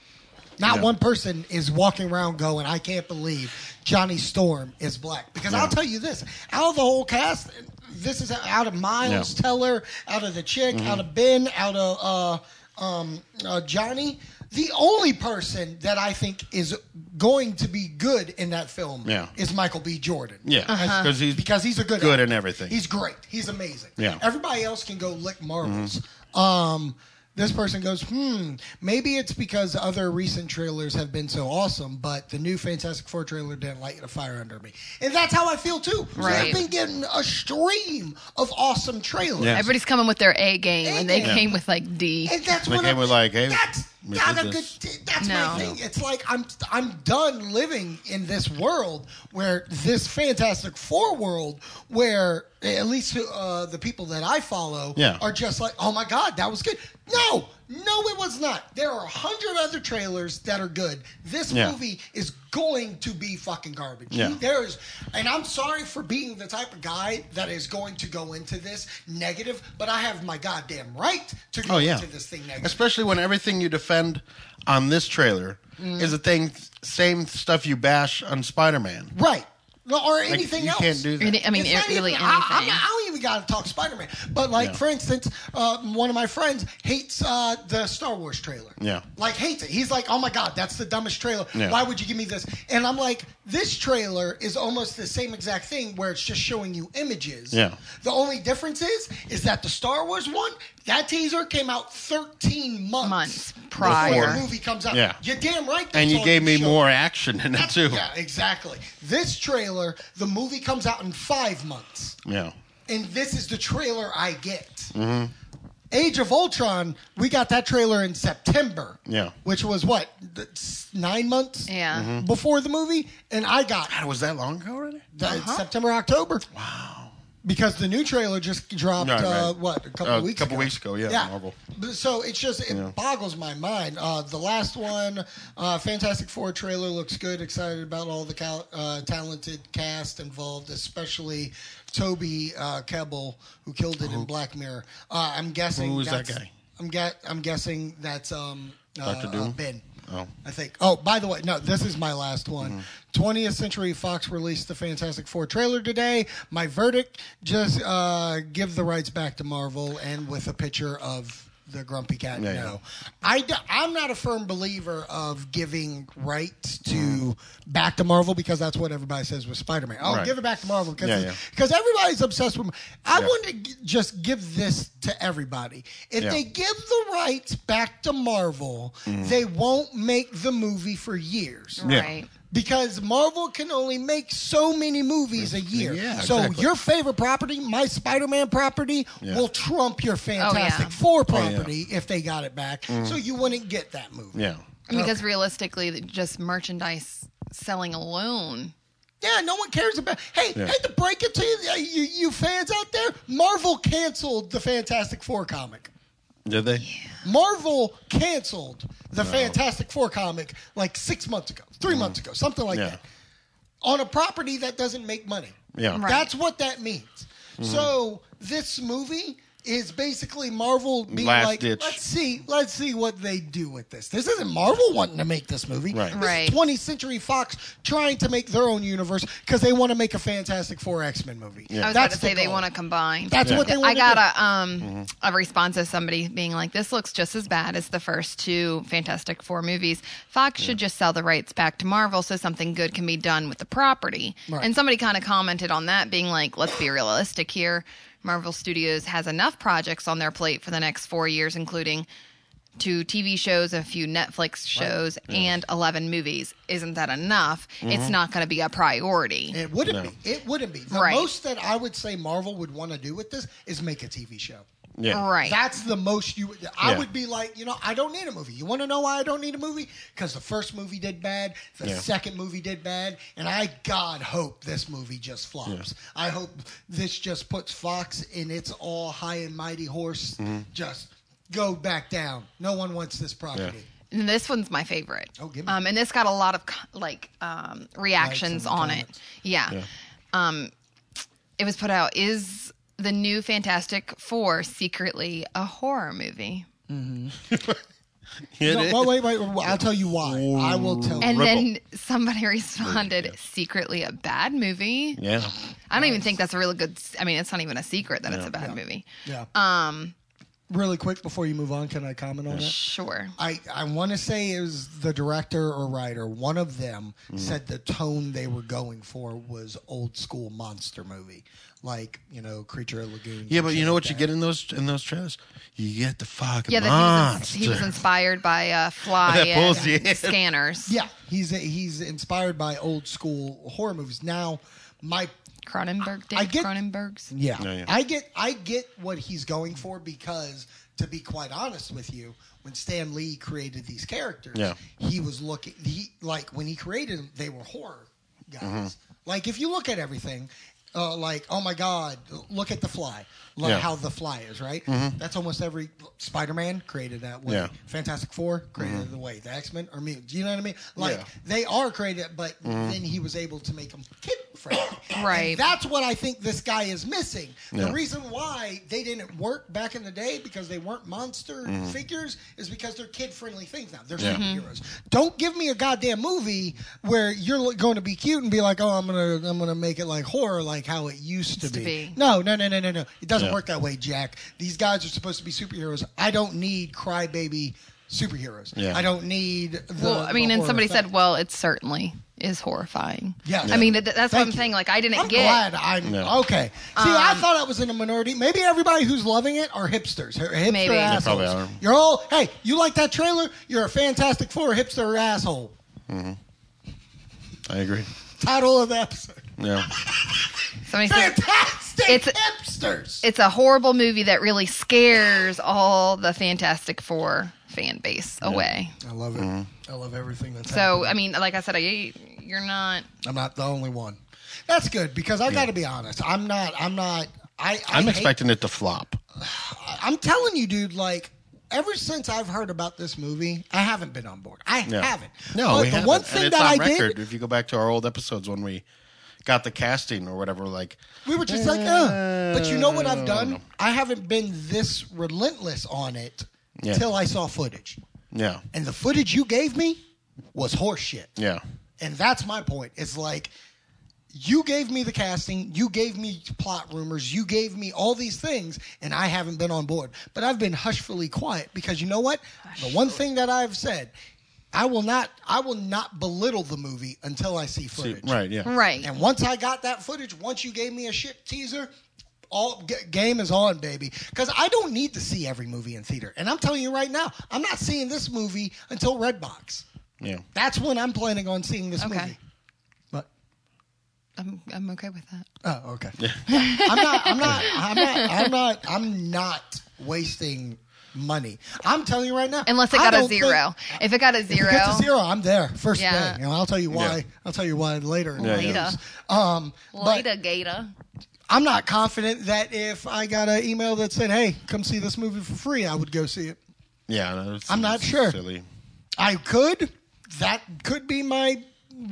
Speaker 2: Not
Speaker 1: Yeah.
Speaker 2: one person is walking around going, I can't believe Johnny Storm is black. Because I'll tell you this out of the whole cast, this is out of Miles
Speaker 1: Yeah. Mm-hmm.
Speaker 2: Teller, out of the chick, out of Ben, out of uh, um, uh, Johnny. The only person that I think is going to be good in that film
Speaker 1: Yeah.
Speaker 2: is Michael B. Jordan.
Speaker 1: Yeah, because he's
Speaker 2: Because he's a good
Speaker 1: good
Speaker 2: actor.
Speaker 1: in everything.
Speaker 2: He's great. He's amazing.
Speaker 1: Yeah. Mm-hmm.
Speaker 2: Everybody else can go lick marbles. Um, this person goes, hmm, maybe it's because other recent trailers have been so awesome, but the new Fantastic Four trailer didn't light a fire under me. And that's how I feel too. So I've
Speaker 3: Right.
Speaker 2: been getting a stream of awesome trailers.
Speaker 1: Yeah.
Speaker 3: Everybody's coming with their A game, and they
Speaker 2: A game.
Speaker 3: came with like D.
Speaker 2: And that's
Speaker 1: They
Speaker 2: what
Speaker 1: came
Speaker 2: I'm,
Speaker 1: with, like, hey,
Speaker 2: that's
Speaker 1: we
Speaker 2: not
Speaker 1: did
Speaker 2: a good.
Speaker 1: this.
Speaker 2: That's my
Speaker 3: No.
Speaker 2: thing. It's like I'm I'm done living in this world where this Fantastic Four world, where at least uh, the people that I follow
Speaker 1: Yeah.
Speaker 2: are just like, oh my god, that was good. No, no, it was not. There are a hundred other trailers that are good. This
Speaker 1: Yeah.
Speaker 2: movie is going to be fucking garbage.
Speaker 1: Yeah.
Speaker 2: There is, and I'm sorry for being the type of guy that is going to go into this negative, but I have my goddamn right to go
Speaker 1: Oh yeah,
Speaker 2: into this thing negative.
Speaker 1: especially when everything you defend on this trailer is the thing, same stuff you bash on Spider-Man.
Speaker 2: Right. No, or
Speaker 1: Like,
Speaker 2: anything
Speaker 1: you
Speaker 2: else.
Speaker 1: can't do that.
Speaker 3: Any- I mean,
Speaker 2: It's
Speaker 3: it-
Speaker 2: not
Speaker 3: really
Speaker 2: even- I, I'm
Speaker 3: anything.
Speaker 2: not- I don't even got to talk Spider Man. But, like,
Speaker 1: Yeah.
Speaker 2: for instance, uh, one of my friends hates uh, the Star Wars trailer.
Speaker 1: Yeah.
Speaker 2: Like, hates it. He's like, oh my God, that's the dumbest trailer.
Speaker 1: Yeah.
Speaker 2: Why would you give me this? And I'm like, this trailer is almost the same exact thing where it's just showing you images.
Speaker 1: Yeah.
Speaker 2: The only difference is, is that the Star Wars one, that teaser came out 13 months,
Speaker 3: Months
Speaker 2: Before
Speaker 3: prior.
Speaker 2: the movie comes out.
Speaker 1: Yeah.
Speaker 2: You're damn right. that's
Speaker 1: and you
Speaker 2: all
Speaker 1: gave me
Speaker 2: showed.
Speaker 1: more action in it too.
Speaker 2: Yeah, exactly. This trailer, the movie comes out in five months,
Speaker 1: Yeah.
Speaker 2: and this is the trailer I get.
Speaker 1: Mm-hmm.
Speaker 2: Age of Ultron, we got that trailer in September.
Speaker 1: Yeah. Mm-hmm.
Speaker 2: which was what th- s- nine months.
Speaker 3: Yeah. Mhm.
Speaker 2: before the movie, and I got
Speaker 1: God, was that long ago already?
Speaker 2: the, September October. Wow. Because the new trailer just dropped,
Speaker 1: Right,
Speaker 2: uh,
Speaker 1: right.
Speaker 2: what a couple
Speaker 1: Uh,
Speaker 2: of weeks
Speaker 1: couple
Speaker 2: ago.
Speaker 1: weeks ago, yeah, Marvel.
Speaker 2: But- So it's just it boggles my mind. Uh, the last one, uh, Fantastic Four trailer looks good. Excited about all the cal- uh, talented cast involved, especially Toby uh, Kebbell, who killed it in Black Mirror. Uh, I'm guessing
Speaker 1: Who is that
Speaker 2: that's-
Speaker 1: guy?
Speaker 2: I'm, gue- I'm guessing that's um, uh,
Speaker 1: Dr. Doom?
Speaker 2: uh, Ben.
Speaker 1: Oh.
Speaker 2: I think. Oh, by the way, no, this is my last
Speaker 1: Mm-hmm.
Speaker 2: one. 20th Century Fox released the Fantastic Four trailer today. My verdict: just uh, give the rights back to Marvel, and with a picture of the Grumpy Cat.
Speaker 1: Yeah,
Speaker 2: no, I d- I'm not a firm believer of giving rights to back to Marvel because that's what everybody says with Spider-Man. Oh,
Speaker 1: Mm-hmm. Right.
Speaker 2: give it back to Marvel because
Speaker 1: Yeah,
Speaker 2: it's-
Speaker 1: yeah.
Speaker 2: because everybody's obsessed with. I
Speaker 1: Yeah.
Speaker 2: want to g- just give this to everybody. If
Speaker 1: Yeah.
Speaker 2: they give the rights back to Marvel,
Speaker 1: Mm.
Speaker 2: they won't make the movie for years.
Speaker 1: Yeah.
Speaker 3: Right.
Speaker 2: Because Marvel can only make so many movies a year.
Speaker 1: Yeah,
Speaker 2: so
Speaker 1: exactly.
Speaker 2: your favorite property, my Spider Man property,
Speaker 1: Yeah. Oh,
Speaker 2: will trump your Fantastic
Speaker 3: yeah.
Speaker 2: Four property if they got it back. So you wouldn't get that movie.
Speaker 1: Mm. Yeah.
Speaker 3: I mean, Because realistically, that just merchandise selling alone.
Speaker 2: Yeah, no one cares about. Hey,
Speaker 1: Yeah.
Speaker 2: hate to break it to you, uh, you, you fans out there. Marvel canceled the Fantastic Four comic.
Speaker 1: Did they?
Speaker 2: Marvel canceled the Fantastic Four comic like six months ago, three months ago, something like
Speaker 1: Mm-hmm. Yeah.
Speaker 2: that, on a property that doesn't make money.
Speaker 1: Yeah. Mm-hmm.
Speaker 3: Right.
Speaker 2: That's what that means. So this movie is basically Marvel being
Speaker 1: Last
Speaker 2: like,
Speaker 1: ditch.
Speaker 2: let's see, let's see what they do with this. This isn't Marvel wanting to make this movie.
Speaker 1: Right.
Speaker 2: This
Speaker 3: Right.
Speaker 2: is 20th Century Fox trying to make their own universe because they want to make a Fantastic Four X Men movie.
Speaker 1: Yeah.
Speaker 3: I was
Speaker 2: That's
Speaker 3: about to
Speaker 2: the
Speaker 3: say they
Speaker 2: goal.
Speaker 3: want to combine.
Speaker 2: That's what they want
Speaker 3: I
Speaker 2: to
Speaker 3: got
Speaker 2: do. Mm-hmm.
Speaker 3: a um a response of somebody being like, "This looks just as bad as the first two Fantastic Four movies. Fox should just sell the rights back to Marvel so something good can be done with the property."
Speaker 2: Right.
Speaker 3: And somebody kind of commented on that, being like, "Let's be realistic here. Marvel Studios has enough projects on their plate for the next four years, including." Two TV shows, a few Netflix shows, and 11 movies. Isn't that enough?
Speaker 2: Mm-hmm.
Speaker 3: It's not going to be a priority.
Speaker 2: It wouldn't be. It wouldn't be. The
Speaker 3: Right.
Speaker 2: most that I would say Marvel would want to do with this is make a TV show.
Speaker 1: Yeah.
Speaker 3: Right.
Speaker 2: That's the most you. I
Speaker 1: Yeah.
Speaker 2: would be like, you know, I don't need a movie. You want to know why I don't need a movie? Because the first movie did bad, the
Speaker 1: Yeah.
Speaker 2: second movie did bad, and I God hope this movie just flops. I hope this just puts Fox in its all high and mighty horse.
Speaker 1: Mm-hmm.
Speaker 2: Just go back down. No one wants this property.
Speaker 3: And this one's my favorite.
Speaker 2: Oh, give me-
Speaker 3: um, and this got a lot of co- like um,
Speaker 2: Likes
Speaker 3: reactions
Speaker 2: and
Speaker 3: on
Speaker 2: comments.
Speaker 3: it. Yeah. Um, it was put out. Is the new Fantastic Four secretly a horror movie?
Speaker 1: It
Speaker 2: No,
Speaker 1: is.
Speaker 2: well, wait, wait, wait, I'll tell you why. I will tell.
Speaker 3: And
Speaker 2: you.
Speaker 3: then somebody responded, secretly a bad movie.
Speaker 1: yeah.
Speaker 3: I don't even think that's a really good. s- I mean, it's not even a secret that it's a bad movie.
Speaker 2: Yeah. Um. Really quick before you move on, can I comment on that?
Speaker 3: Sure.
Speaker 2: I, I want to say it was the director or writer. One of them
Speaker 1: Mm-hmm.
Speaker 2: said the tone they were going for was old school monster movie, like you know Creature of Lagoon.
Speaker 1: Yeah, but you know what you get in those in those trailers? You get the fucking
Speaker 3: Yeah, that he was,
Speaker 1: monster.
Speaker 3: he was inspired by uh, Fly
Speaker 1: That
Speaker 3: and
Speaker 1: bullshit.
Speaker 3: Scanners.
Speaker 2: Yeah, he's he's inspired by old school horror movies. Now, my
Speaker 3: Cronenberg did
Speaker 2: I get-
Speaker 3: Cronenberg's.
Speaker 2: Yeah.
Speaker 1: Yeah, yeah.
Speaker 2: I get I get what he's going for because to be quite honest with you, when Stan Lee created these characters,
Speaker 1: Yeah.
Speaker 2: he was looking he like when he created them, they were horror guys.
Speaker 1: Mm-hmm.
Speaker 2: Like if you look at everything, uh, like oh my god, look at the fly. Like
Speaker 1: Yeah. Mm-hmm.
Speaker 2: how the fly is, right? That's almost every Spider-Man created that way.
Speaker 1: Yeah. Fantastic
Speaker 2: Fantastic Four created the way. The X Men or me. Do you know what I mean? Like
Speaker 1: Yeah. Mm-hmm.
Speaker 2: they are created, but then he was able to make them kid friendly. And
Speaker 3: Right.
Speaker 2: that's what I think this guy is missing. The
Speaker 1: Yeah.
Speaker 2: reason why they didn't work back in the day because they weren't monster figures is because they're kid friendly things now. They're
Speaker 1: Mm-hmm. Yeah.
Speaker 2: superheroes. Don't give me a goddamn movie where you're lo- going to be cute and be like, oh, I'm gonna I'm gonna make it like horror, like how it used to,
Speaker 3: Used to
Speaker 2: be.
Speaker 3: be.
Speaker 2: No, no, no, no, no, no. It doesn't
Speaker 1: Yeah.
Speaker 2: work that way, Jack. These guys are supposed to be superheroes. I don't need crybaby superheroes.
Speaker 1: Yeah.
Speaker 2: I don't need. The,
Speaker 3: Well, I mean,
Speaker 2: the
Speaker 3: and
Speaker 2: horror
Speaker 3: somebody
Speaker 2: effect.
Speaker 3: said, "Well, it certainly is horrifying."
Speaker 2: Yeah.
Speaker 3: I mean, th- that's what
Speaker 2: Thank
Speaker 3: I'm
Speaker 2: you.
Speaker 3: saying. Like, I didn't
Speaker 2: I'm
Speaker 3: get. Um,
Speaker 2: glad I'm
Speaker 1: No.
Speaker 2: okay. See, I thought I was in a minority. Maybe everybody who's loving it are hipsters, hi- hipster
Speaker 3: Maybe. They
Speaker 2: assholes.
Speaker 1: probably are.
Speaker 2: You're all hey. You like that trailer? You're a Fantastic Four hipster asshole.
Speaker 1: I agree.
Speaker 2: Title of the episode:
Speaker 1: Yeah.
Speaker 3: Somebody said
Speaker 2: Fantastic
Speaker 3: It's-
Speaker 2: hipsters.
Speaker 3: it's a horrible movie that really scares all the Fantastic Four fan base away.
Speaker 2: I love it.
Speaker 1: Mm-hmm.
Speaker 2: I love everything that's
Speaker 3: So, I mean, like I said, I, you're not.
Speaker 2: I'm not the only one. That's good because I got to be honest. I'm not. I'm not. I, I
Speaker 1: I'm
Speaker 2: hate-
Speaker 1: expecting it to flop.
Speaker 2: I'm telling you, dude. Like ever since I've heard about this movie, I haven't been on board. I
Speaker 1: Yeah.
Speaker 2: haven't.
Speaker 1: No,
Speaker 2: But
Speaker 1: we
Speaker 2: the
Speaker 1: haven't.
Speaker 2: one
Speaker 1: And
Speaker 2: thing
Speaker 1: it's
Speaker 2: that I
Speaker 1: on
Speaker 2: did
Speaker 1: record. If you go back to our old episodes when we got the casting or whatever, like
Speaker 2: We were just like, uh. But you know what I've done? I haven't been this relentless on it
Speaker 1: Yeah.
Speaker 2: till I saw footage.
Speaker 1: Yeah.
Speaker 2: And the footage you gave me was horseshit.
Speaker 1: Yeah.
Speaker 2: And that's my point. It's like you gave me the casting, you gave me plot rumors, you gave me all these things, and I haven't been on board. But I've been hushfully quiet because you know what? The one thing that I've said, I will not I will not belittle the movie until I see footage.
Speaker 1: Right. Yeah.
Speaker 3: Right.
Speaker 2: And once I got that footage, once you gave me a shit teaser, all g- game is on, baby. Because I don't need to see every movie in theater. And I'm telling you right now, I'm not seeing this movie until Redbox.
Speaker 1: Yeah.
Speaker 2: That's when I'm planning on seeing this
Speaker 3: Okay.
Speaker 2: movie. But
Speaker 3: I'm, I'm okay with that.
Speaker 2: oh, okay. I'm not. I'm not. I'm not. I'm not. I'm not wasting money. I'm telling you right now.
Speaker 3: Unless it
Speaker 2: I
Speaker 3: got a
Speaker 2: don't think-
Speaker 3: zero. if it got a
Speaker 2: If
Speaker 3: zero,
Speaker 2: it gets a zero, I'm there first
Speaker 3: Yeah.
Speaker 2: thing, and I'll tell you why.
Speaker 1: Yeah.
Speaker 2: I'll tell you why later. in the
Speaker 1: Yeah,
Speaker 2: news.
Speaker 1: yeah.
Speaker 2: Um, but-
Speaker 3: later, Gator.
Speaker 2: I'm not confident that if I got an email that said, "Hey, come see this movie for free," I would go see it.
Speaker 1: Yeah. no, it's-
Speaker 2: I'm not
Speaker 1: it's
Speaker 2: sure.
Speaker 1: Silly.
Speaker 2: I could. That could be my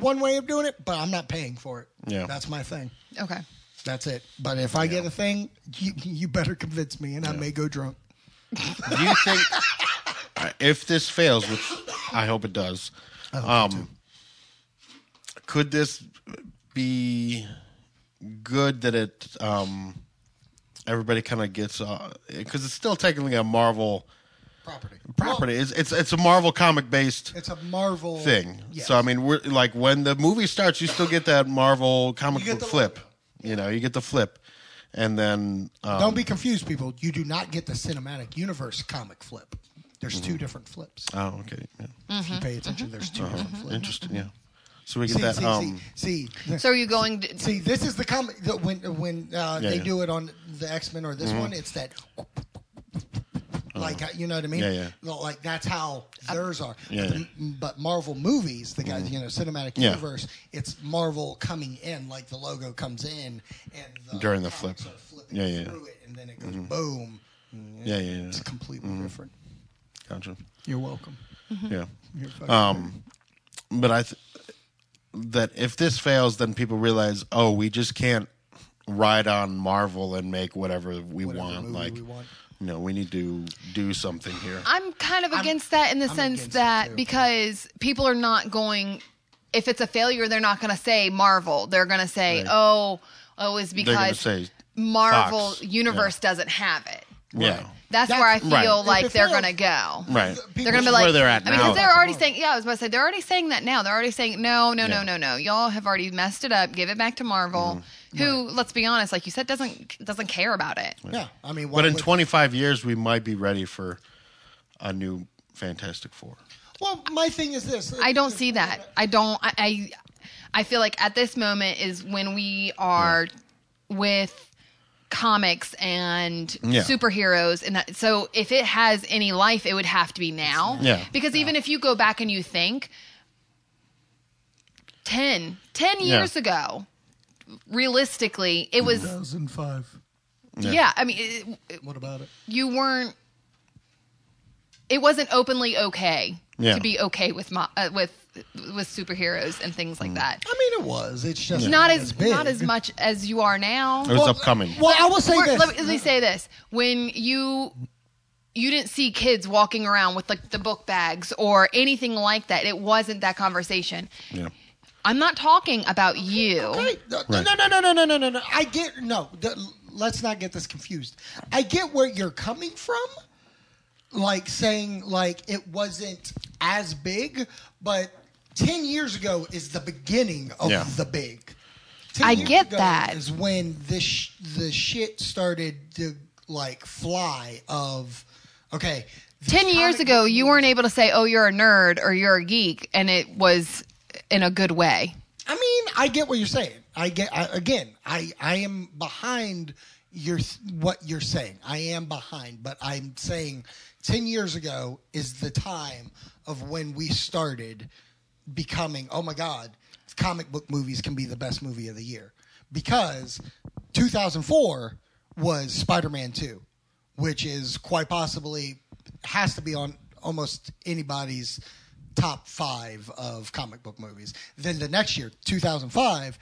Speaker 2: one way of doing it, but I'm not paying for it.
Speaker 1: Yeah.
Speaker 2: that's my thing.
Speaker 3: Okay.
Speaker 2: That's it. But if I get a thing, you, you better convince me, and I may go drunk.
Speaker 1: Do you think uh, if this fails, which I hope it does, um, could this be good that it um, everybody kind of gets because it's still technically a Marvel
Speaker 2: Property.
Speaker 1: property. it's, it's it's a Marvel comic based
Speaker 2: It's a Marvel
Speaker 1: thing.
Speaker 2: Yes.
Speaker 1: So I mean, we're like when the movie starts, you still get that Marvel comic
Speaker 2: You get
Speaker 1: book
Speaker 2: the
Speaker 1: flip. You know, you get the flip, and then um,
Speaker 2: don't be confused, people. You do not get the cinematic universe comic flip. There's
Speaker 1: Mm-hmm.
Speaker 2: two different flips.
Speaker 1: oh, okay, yeah.
Speaker 2: If you pay attention, there's 2 different flips.
Speaker 1: interesting, yeah. So we Mm-hmm. get that.
Speaker 2: mm-hmm, See, see,
Speaker 1: um,
Speaker 2: see, see.
Speaker 3: So are you going? To,
Speaker 2: See, this is the comic that when when
Speaker 1: Yeah,
Speaker 2: uh, they
Speaker 1: yeah. Mm-hmm.
Speaker 2: do it on the X Men or this one, it's that. Like uh, you know what I mean?
Speaker 1: Uh-huh. Yeah, yeah.
Speaker 2: Well, Like that's how theirs are.
Speaker 1: Yeah, Mm-hmm.
Speaker 2: but, the, but Marvel movies, the guys you know, cinematic
Speaker 1: Yeah.
Speaker 2: universe, it's Marvel coming in, like the logo comes in, and the
Speaker 1: During the
Speaker 2: comics
Speaker 1: flip.
Speaker 2: are flipping
Speaker 1: Yeah, yeah, Mm-hmm. yeah.
Speaker 2: through it, and then it goes boom.
Speaker 1: Yeah, yeah, yeah.
Speaker 2: It's completely
Speaker 1: Mm-hmm.
Speaker 2: different.
Speaker 1: Gotcha.
Speaker 2: You're welcome.
Speaker 1: Yeah.
Speaker 2: You're fucking-
Speaker 1: Um, but I th- that if this fails, then people realize, oh, we just can't ride on Marvel and make whatever we
Speaker 2: Whatever
Speaker 1: want.
Speaker 2: movie
Speaker 1: Like,
Speaker 2: we want.
Speaker 1: you know, we need to do something here.
Speaker 3: I'm kind of against that in the sense
Speaker 2: against it too.
Speaker 3: that because people are not going. If it's a failure, they're not going to say Marvel. They're going to say,
Speaker 1: Right.
Speaker 3: "Oh, oh, it's
Speaker 1: gonna
Speaker 3: because
Speaker 1: say
Speaker 3: Marvel
Speaker 1: Fox.
Speaker 3: Universe doesn't have it."
Speaker 1: Yeah.
Speaker 3: That's,
Speaker 2: That's-
Speaker 3: where I feel
Speaker 1: Right. If
Speaker 3: like
Speaker 2: it
Speaker 3: they're
Speaker 2: fails-
Speaker 3: going to go.
Speaker 1: Right.
Speaker 3: They're going to be
Speaker 1: Which is
Speaker 3: like,
Speaker 1: where they're at
Speaker 3: I mean,
Speaker 1: now.
Speaker 3: 'cause they're already saying, yeah, I was about to say, they're already saying that now. They're already saying, no, no,
Speaker 1: Yeah.
Speaker 3: no, no, no. Y'all have already messed it up. Give it back to Marvel,
Speaker 1: Mm-hmm.
Speaker 3: who, let's be honest, like you said, doesn't doesn't care about it.
Speaker 2: yeah, I mean,
Speaker 1: But
Speaker 2: what
Speaker 1: in
Speaker 2: would-
Speaker 1: 25 years, we might be ready for a new Fantastic Four.
Speaker 2: Well, my thing is this.
Speaker 3: I don't see that. I don't. I, I I feel like at this moment is when we are with comics and
Speaker 1: Yeah.
Speaker 3: superheroes, and that, so if it has any life, it would have to be now.
Speaker 1: Yeah.
Speaker 3: Because even if you go back and you think 10, 10 years
Speaker 1: Yeah.
Speaker 3: ago, realistically, it was
Speaker 2: 2005.
Speaker 3: yeah. I mean, it, it-
Speaker 2: What about it?
Speaker 3: you weren't. It wasn't openly okay
Speaker 1: Yeah.
Speaker 3: to be okay with mo- uh, with with superheroes and things
Speaker 1: Mm.
Speaker 3: like that.
Speaker 2: I mean, it was. It's just
Speaker 3: Not as
Speaker 2: big.
Speaker 3: not as much as you are now.
Speaker 1: It was upcoming.
Speaker 2: Well, I will say
Speaker 3: Or-
Speaker 2: this.
Speaker 3: Let, me, let me say this: when you you didn't see kids walking around with like the book bags or anything like that, it wasn't that conversation.
Speaker 1: Yeah.
Speaker 3: I'm not talking about you.
Speaker 2: Right. No, no, no, no, no, no, no, no, no. I get no. th- let's not get this confused. I get where you're coming from, like saying like it wasn't as big, but ten years ago is the beginning of
Speaker 1: Yeah.
Speaker 2: the big. 10
Speaker 3: I
Speaker 2: years
Speaker 3: get
Speaker 2: ago
Speaker 3: that.
Speaker 2: is when this sh- the shit started to like fly. Of okay, these
Speaker 3: Ten years
Speaker 2: comic
Speaker 3: ago,
Speaker 2: book
Speaker 3: you
Speaker 2: movies-
Speaker 3: weren't able to say, "Oh, you're a nerd" or "You're a geek," and it was in a good way.
Speaker 2: I mean, I get what you're saying. I get I, again. I I am behind your what you're saying. I am behind, but I'm saying ten years ago is the time of when we started becoming. Oh my God, comic book movies can be the best movie of the year because 2004 was Spider-Man 2, which is quite possibly has to be on almost anybody's top five of comic book movies. Then the next year, 2005,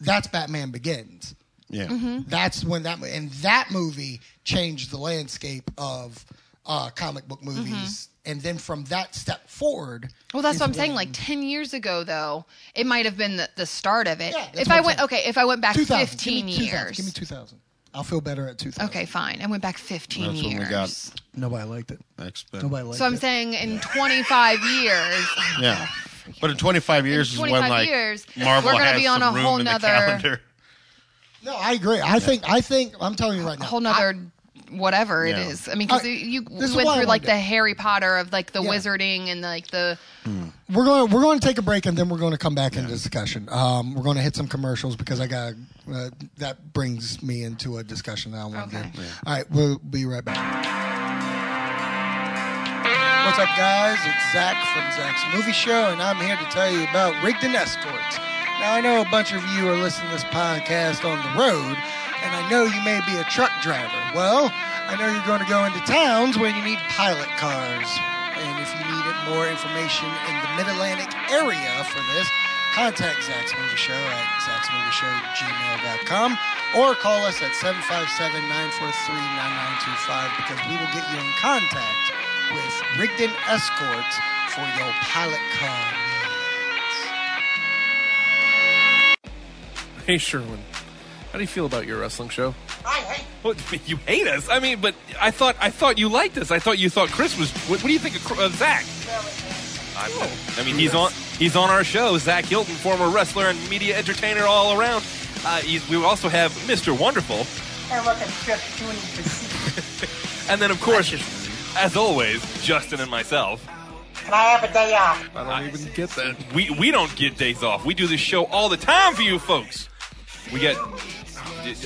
Speaker 2: that's Batman Begins.
Speaker 1: Yeah.
Speaker 3: Mm-hmm. Hmm.
Speaker 2: That's when that mo- and that movie changed the landscape of uh, comic book movies, and then from that step forward.
Speaker 3: Mm-hmm. Well, that's
Speaker 2: is
Speaker 3: what I'm saying.
Speaker 2: when-
Speaker 3: Like ten years ago, though, it might have been the, the start of it.
Speaker 2: Yeah, that's
Speaker 3: if
Speaker 2: what
Speaker 3: I
Speaker 2: I'm
Speaker 3: went,
Speaker 2: saying.
Speaker 3: okay, if I went back
Speaker 2: 2000.
Speaker 3: fifteen
Speaker 2: give me 2000.
Speaker 3: years,
Speaker 2: Give me two thousand. I'll feel better at two thousand.
Speaker 3: okay, fine, I went back fifteen
Speaker 1: That's
Speaker 3: years.
Speaker 1: when we got
Speaker 2: Nobody liked it.
Speaker 1: X Men.
Speaker 2: Nobody liked
Speaker 3: so I'm
Speaker 2: it.
Speaker 3: saying in 25 years,
Speaker 1: Yeah. But in 25 years is when
Speaker 3: 25
Speaker 1: like
Speaker 3: years,
Speaker 1: Marvel
Speaker 3: we're gonna
Speaker 1: has
Speaker 3: be on
Speaker 1: some
Speaker 3: a
Speaker 1: room
Speaker 3: whole
Speaker 1: in the
Speaker 3: nother-
Speaker 1: calendar.
Speaker 2: No, I agree. I think. I think. I'm telling you right
Speaker 3: a
Speaker 2: now.
Speaker 3: whole nother whatever it
Speaker 1: Yeah.
Speaker 3: is. I mean, because
Speaker 2: I-
Speaker 3: you
Speaker 2: this is
Speaker 3: went
Speaker 2: why I
Speaker 3: through like
Speaker 2: wanted
Speaker 3: the
Speaker 2: it.
Speaker 3: Harry Potter of like the
Speaker 2: Yeah.
Speaker 3: wizarding and like the
Speaker 2: we're going we're going to take a break and then we're going to come back into discussion. Um, we're going to hit some commercials because I got uh, that brings me into a discussion that I want to.
Speaker 3: Okay.
Speaker 2: do. All right, we'll be right back. What's up, guys? It's Zach from Zach's Movie Show, and I'm here to tell you about rigged and escorts. Now I know a bunch of you are listening to this podcast on the road, and I know you may be a truck driver. Well, I know you're going to go into towns where you need pilot cars. And if you needed more information in the Mid Atlantic area for this, contact Zach's Movie Show at zacksmovieshow@gmail.com or call us at 757 943 9925 because we will get you in contact with Rigdon Escorts for your pilot car needs.
Speaker 5: Hey, Sherwin, how do you feel about your wrestling show?
Speaker 6: I hate
Speaker 5: What, you hate us? I mean, but I thought I thought you liked us. I thought you thought Chris was. What, what do you think of, Cr- of Zach? Oh. I'm, I mean, he's on he's on our show. Zach Hilton, former wrestler and media entertainer all around. Uh, he's, we also have Mr. Wonderful,
Speaker 6: and look at Jeff doing physique.
Speaker 5: and then of course, as always, Justin and myself.
Speaker 6: And I have a day off.
Speaker 5: I don't even get that. We we don't get days off. We do this show all the time for you folks. We get.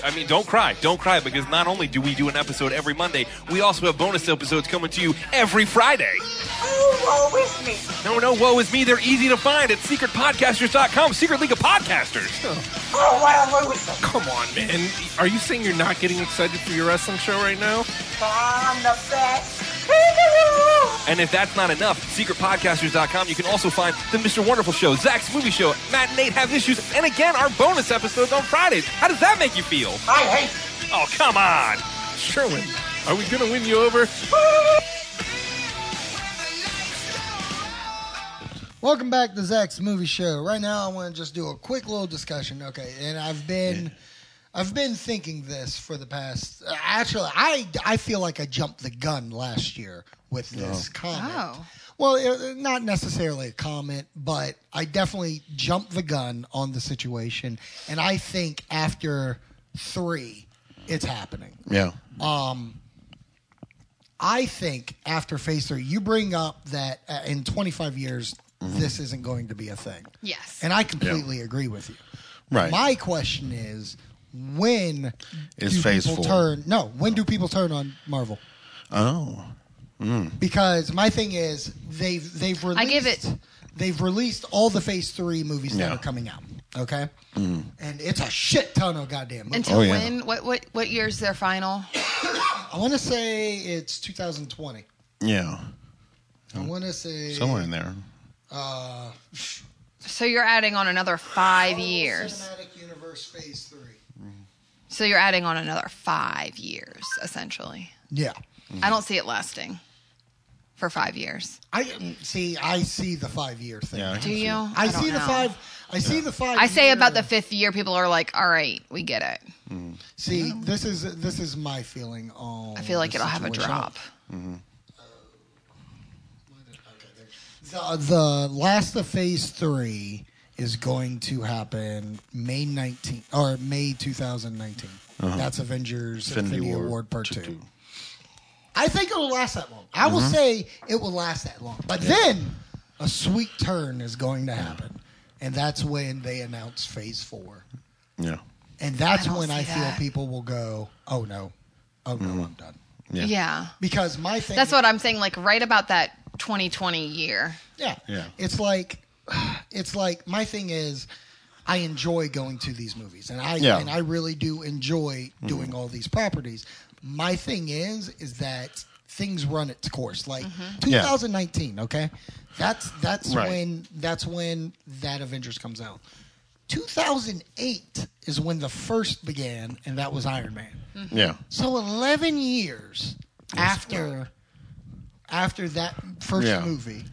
Speaker 5: I mean, don't cry. Don't cry because not only do we do an episode every Monday, we also have bonus episodes coming to you every Friday.
Speaker 6: Oh, woe is me.
Speaker 5: No, no, woe is me. They're easy to find at secretpodcasters.com, Secret League of Podcasters.
Speaker 6: Oh, what a loser.
Speaker 5: Come on, man. Are you saying you're not getting excited for your wrestling show right now?
Speaker 6: I'm the best. Peek-a-boo.
Speaker 5: And if that's not enough, secretpodcasters.com, you can also find the Mr. Wonderful Show, Zach's Movie Show, Matt and Nate Have Issues, and again, our bonus episodes on Fridays. How does that make you feel?
Speaker 6: I hate
Speaker 5: Oh, come on. Sherwin, are we going to win you over?
Speaker 2: Welcome back to Zach's Movie Show. Right now, I want to just do a quick little discussion. Okay, and I've been, I've been thinking this for the past. uh, Actually, I I feel like I jumped the gun last year with this comment.
Speaker 3: Oh.
Speaker 2: Well, it- not necessarily a comment, but I definitely jumped the gun on the situation, and I think after three, it's happening.
Speaker 1: Yeah.
Speaker 2: I think after phase three, you bring up that uh, in 25 years,
Speaker 1: Mm-hmm.
Speaker 2: this isn't going to be a thing.
Speaker 3: yes.
Speaker 2: And I completely agree with you.
Speaker 1: Right.
Speaker 2: My question is when
Speaker 1: Is
Speaker 2: do
Speaker 1: phase
Speaker 2: people
Speaker 1: four-
Speaker 2: turn no, when do people turn on Marvel?
Speaker 1: oh.
Speaker 2: Because my thing is they've they've released
Speaker 3: I give it-
Speaker 2: they've released all the phase three movies
Speaker 1: Yeah. Mm.
Speaker 2: that are coming out. Okay? And it's a shit ton of goddamn movies.
Speaker 3: Until
Speaker 1: Oh, yeah.
Speaker 3: when? What what what year's their final?
Speaker 2: I wanna say it's two thousand twenty.
Speaker 1: Yeah. Oh.
Speaker 2: I wanna say
Speaker 1: Somewhere in there.
Speaker 3: So you're adding on another five years.
Speaker 2: Cinematic Universe Phase Three.
Speaker 3: So you're adding on another five years, essentially.
Speaker 2: Yeah.
Speaker 3: I don't see it lasting for five years.
Speaker 2: I see I see the five year thing.
Speaker 1: Yeah.
Speaker 3: Do you?
Speaker 2: I,
Speaker 3: don't
Speaker 2: see the
Speaker 3: know.
Speaker 2: five. I see the five.
Speaker 3: I say
Speaker 2: year-
Speaker 3: about the fifth year, people are like, "All right, we get it."
Speaker 2: See, this is this is my feeling on.
Speaker 3: I feel like
Speaker 2: the
Speaker 3: it'll have a
Speaker 2: situation.
Speaker 3: drop.
Speaker 2: The, the last of phase three is going to happen May nineteen or May two thousand nineteen. That's Avengers Uh-huh. Infinity, Award, Part Two. Mm-hmm. I think it'll last that long. I will say it will last that long. But then a sweet turn is going to happen, and that's when they announce Phase Four.
Speaker 1: Yeah.
Speaker 2: And that's
Speaker 3: I don't
Speaker 2: when
Speaker 3: see
Speaker 2: I feel
Speaker 3: that.
Speaker 2: people will go, oh no, oh no, I'm done.
Speaker 1: Yeah.
Speaker 3: Yeah.
Speaker 2: Because my thing,
Speaker 3: That's what I'm saying. Like right about that 2020 year.
Speaker 2: yeah,
Speaker 1: Yeah.
Speaker 2: It's like, it's like my thing is, I enjoy going to these movies, and I
Speaker 1: Yeah. Mm-hmm.
Speaker 2: and I really do enjoy doing all these properties. My thing is, is that things run its course. Like 2019, okay, that's that's
Speaker 1: Right.
Speaker 2: when that's when that Avengers comes out. 2008 is when the first began, and that was Iron Man.
Speaker 1: Yeah.
Speaker 2: So 11 years after after that first
Speaker 1: Yeah.
Speaker 2: movie,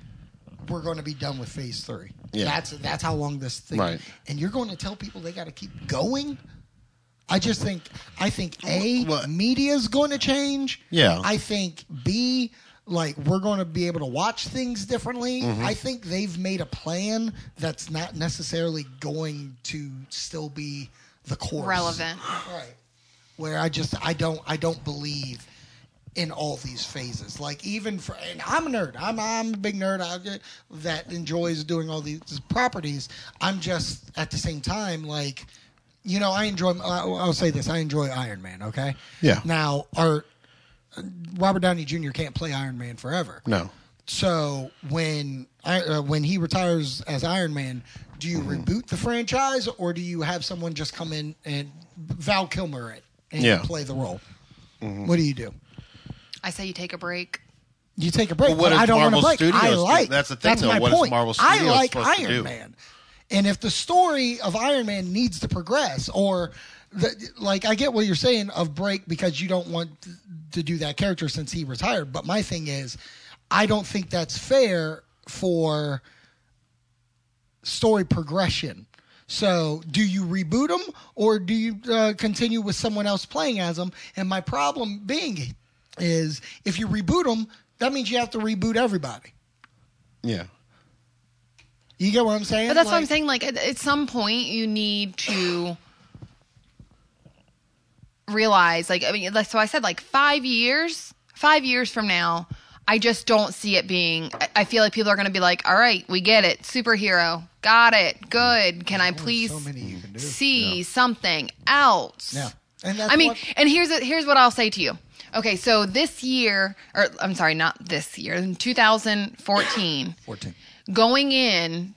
Speaker 2: we're going to be done with phase three.
Speaker 1: Yeah.
Speaker 2: That's that's how long this thing.
Speaker 1: Right.
Speaker 2: And you're going to tell people they got to keep going. I just think I think a
Speaker 1: Well-
Speaker 2: media's going to change.
Speaker 1: Yeah.
Speaker 2: I think b like we're going to be able to watch things differently.
Speaker 1: Mm-hmm.
Speaker 2: I think they've made a plan that's not necessarily going to still be the course
Speaker 3: Relevant.
Speaker 2: right where i just i don't i don't believe in all these phases like even for and i'm a nerd i'm i'm a big nerd I, get- that enjoys doing all these properties i'm just at the same time like you know i enjoy I- i'll say this i enjoy iron man okay
Speaker 1: Yeah.
Speaker 2: now our robert downey jr can't play iron man forever
Speaker 1: No.
Speaker 2: so when I, uh, when he retires as Iron Man, do you reboot the franchise or do you have someone just come in and Val Kilmer it and
Speaker 1: Yeah.
Speaker 2: play the role? What do you do?
Speaker 3: I say you take a break.
Speaker 2: You take a break.
Speaker 1: Well, what
Speaker 2: but
Speaker 1: is
Speaker 2: I don't want
Speaker 1: Marvel
Speaker 2: to break.
Speaker 1: Studios
Speaker 2: I
Speaker 1: do-
Speaker 2: like
Speaker 1: that's the thing, though.
Speaker 2: my
Speaker 1: What is
Speaker 2: point.
Speaker 1: Marvel
Speaker 2: I
Speaker 1: Studios
Speaker 2: like
Speaker 1: supposed to
Speaker 2: Iron
Speaker 1: do?
Speaker 2: Man, and if the story of Iron Man needs to progress, or the, like I get what you're saying of break because you don't want th- to do that character since he retired. But my thing is, I don't think that's fair for story progression. So, do you reboot them or do you uh, continue with someone else playing as them? And my problem being is if you reboot them, that means you have to reboot everybody.
Speaker 1: Yeah.
Speaker 2: You get what I'm saying?
Speaker 3: But that's what I'm
Speaker 2: Like,
Speaker 3: saying. Like at, at some point, you need to realize. Like I mean, like, so I said, like five years, five years from now, I just don't see it being. I- I feel like people are going to be like, "All right, we get it, superhero, got it, good. Can I please
Speaker 2: Mm. So many you can do.
Speaker 3: see something else?"
Speaker 2: Yeah. And that's
Speaker 3: I mean,
Speaker 2: what-
Speaker 3: and here's a, here's what I'll say to you. Okay, so this year, or I'm sorry, not this year, in 2014
Speaker 2: 14.
Speaker 3: going in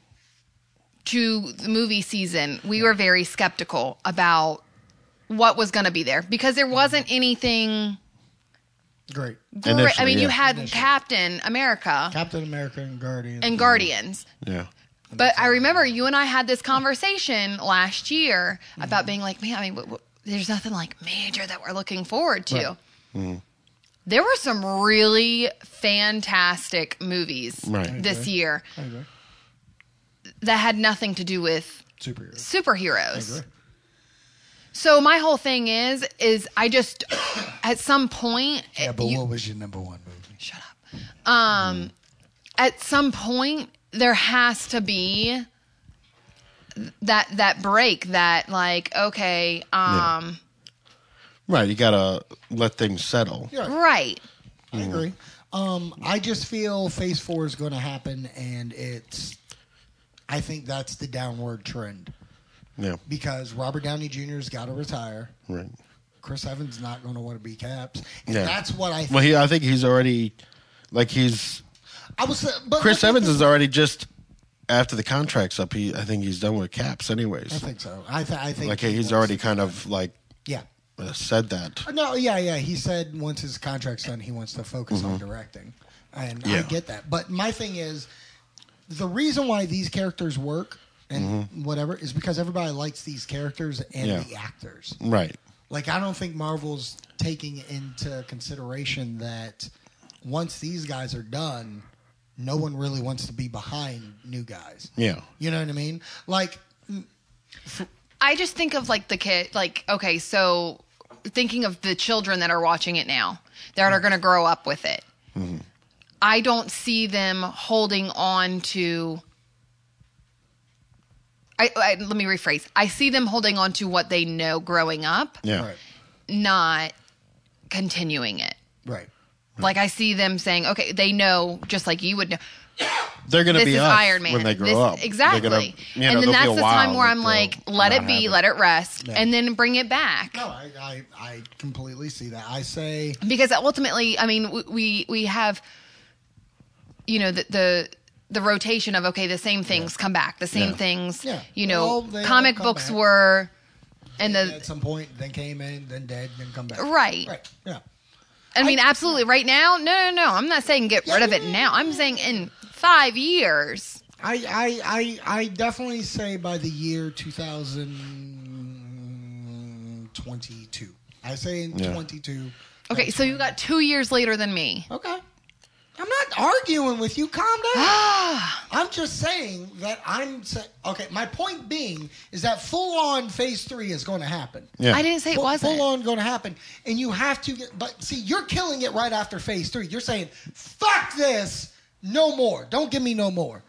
Speaker 3: to the movie season, we were very skeptical about what was going to be there because there wasn't anything.
Speaker 2: Great.
Speaker 3: Great. I
Speaker 1: Initially,
Speaker 3: mean, you
Speaker 1: yeah.
Speaker 3: had Captain America
Speaker 2: Captain America and Guardian.
Speaker 3: and Guardians,
Speaker 1: Yeah.
Speaker 3: but I remember you and I had this conversation last year about being like, man, I mean, w- w- there's nothing like major that we're looking forward to.
Speaker 2: Mm-hmm.
Speaker 3: There were some really fantastic movies
Speaker 1: Right.
Speaker 3: this year
Speaker 2: I agree.
Speaker 3: that had nothing to do with
Speaker 2: Superheroes.
Speaker 3: superheroes.
Speaker 2: Agree.
Speaker 3: So my whole thing is, is I just at some point,
Speaker 2: Yeah, but
Speaker 3: you-
Speaker 2: what was your number one movie?
Speaker 3: shut up. Um, at some point there has to be that that break that like okay, um,
Speaker 1: Right. You gotta let things settle.
Speaker 2: Yeah.
Speaker 3: right.
Speaker 2: I agree. Um, I just feel Phase Four is going to happen, and it's. I think that's the downward trend
Speaker 1: Yeah.
Speaker 2: because Robert Downey Jr.'s got to retire.
Speaker 1: Right.
Speaker 2: Chris Evans not going to want to be Caps. And
Speaker 1: Yeah.
Speaker 2: That's what I. Think.
Speaker 1: Well, he. I think he's already, like he's
Speaker 2: I was. uh, But
Speaker 1: Chris
Speaker 2: look at
Speaker 1: Evans
Speaker 2: this-
Speaker 1: is already just after the contract's up. He. I think he's done with caps, anyways.
Speaker 2: I think so. I, th- I think.
Speaker 1: like
Speaker 2: he
Speaker 1: he's
Speaker 2: wants-
Speaker 1: already kind of like
Speaker 2: Yeah.
Speaker 1: uh, said that.
Speaker 2: No, yeah, yeah. He said once his contract's done, he wants to focus on directing. And I
Speaker 1: Mm-hmm. Yeah.
Speaker 2: get that. But my thing is the reason why these characters work and whatever is because everybody likes these characters and
Speaker 1: Mm-hmm. Yeah.
Speaker 2: the actors.
Speaker 1: Right.
Speaker 2: Like I don't think Marvel's taking into consideration that once these guys are done, no one really wants to be behind new guys.
Speaker 1: Yeah.
Speaker 2: You know what I mean? Like
Speaker 3: I just think of like the kid, like, okay, so thinking of the children that are watching it now, that are going to grow up with it. I don't see them holding on to. I, I, let me rephrase. I see them holding on to what they know growing up,
Speaker 1: Yeah.
Speaker 2: right.
Speaker 3: not continuing it.
Speaker 2: Right.
Speaker 3: Mm. Like I see them saying, okay, they know just like you would know
Speaker 1: They're gonna
Speaker 3: this
Speaker 1: be
Speaker 3: is
Speaker 1: us
Speaker 3: Iron Man
Speaker 1: when they grow
Speaker 3: This-
Speaker 1: up. They're
Speaker 3: Exactly.
Speaker 1: gonna- you know,
Speaker 3: and
Speaker 1: there'll
Speaker 3: then
Speaker 1: be
Speaker 3: that's
Speaker 1: a
Speaker 3: the
Speaker 1: while
Speaker 3: time where
Speaker 1: that
Speaker 3: I'm
Speaker 1: they'll
Speaker 3: like, let it
Speaker 1: not
Speaker 3: be,
Speaker 1: have
Speaker 3: let it rest,
Speaker 2: Yeah.
Speaker 3: and then bring it back.
Speaker 2: No, I, I I completely see that. I say
Speaker 3: because ultimately, I mean, w- we we have, you know, the the, the rotation of okay, the same things come back, the same
Speaker 1: Yeah.
Speaker 3: things,
Speaker 2: Yeah.
Speaker 3: you
Speaker 2: They
Speaker 3: know,
Speaker 2: all- they all
Speaker 3: comic
Speaker 2: come
Speaker 3: books
Speaker 2: back.
Speaker 3: were, and
Speaker 2: at
Speaker 3: the
Speaker 2: some point, then came in, then dead, then come back.
Speaker 3: Uh, Right.
Speaker 2: Right. Yeah.
Speaker 3: I mean, absolutely, right now, no, no, no, I'm not saying get rid of it now. I'm saying in five years,
Speaker 2: I I I, I definitely say by the year 2022. I say in
Speaker 1: Yeah.
Speaker 2: 22.
Speaker 3: okay, so you got two years later than me.
Speaker 2: Okay. I'm not arguing with you. Calm down. I'm just saying that I'm saying. Okay, my point being is that full on phase three is going to happen.
Speaker 1: Yeah.
Speaker 3: I didn't say it
Speaker 2: full,
Speaker 3: wasn't.
Speaker 2: Full on going to happen, and you have to. Get, but see, you're killing it right after phase three. You're saying, "Fuck this, no more. Don't give me no more."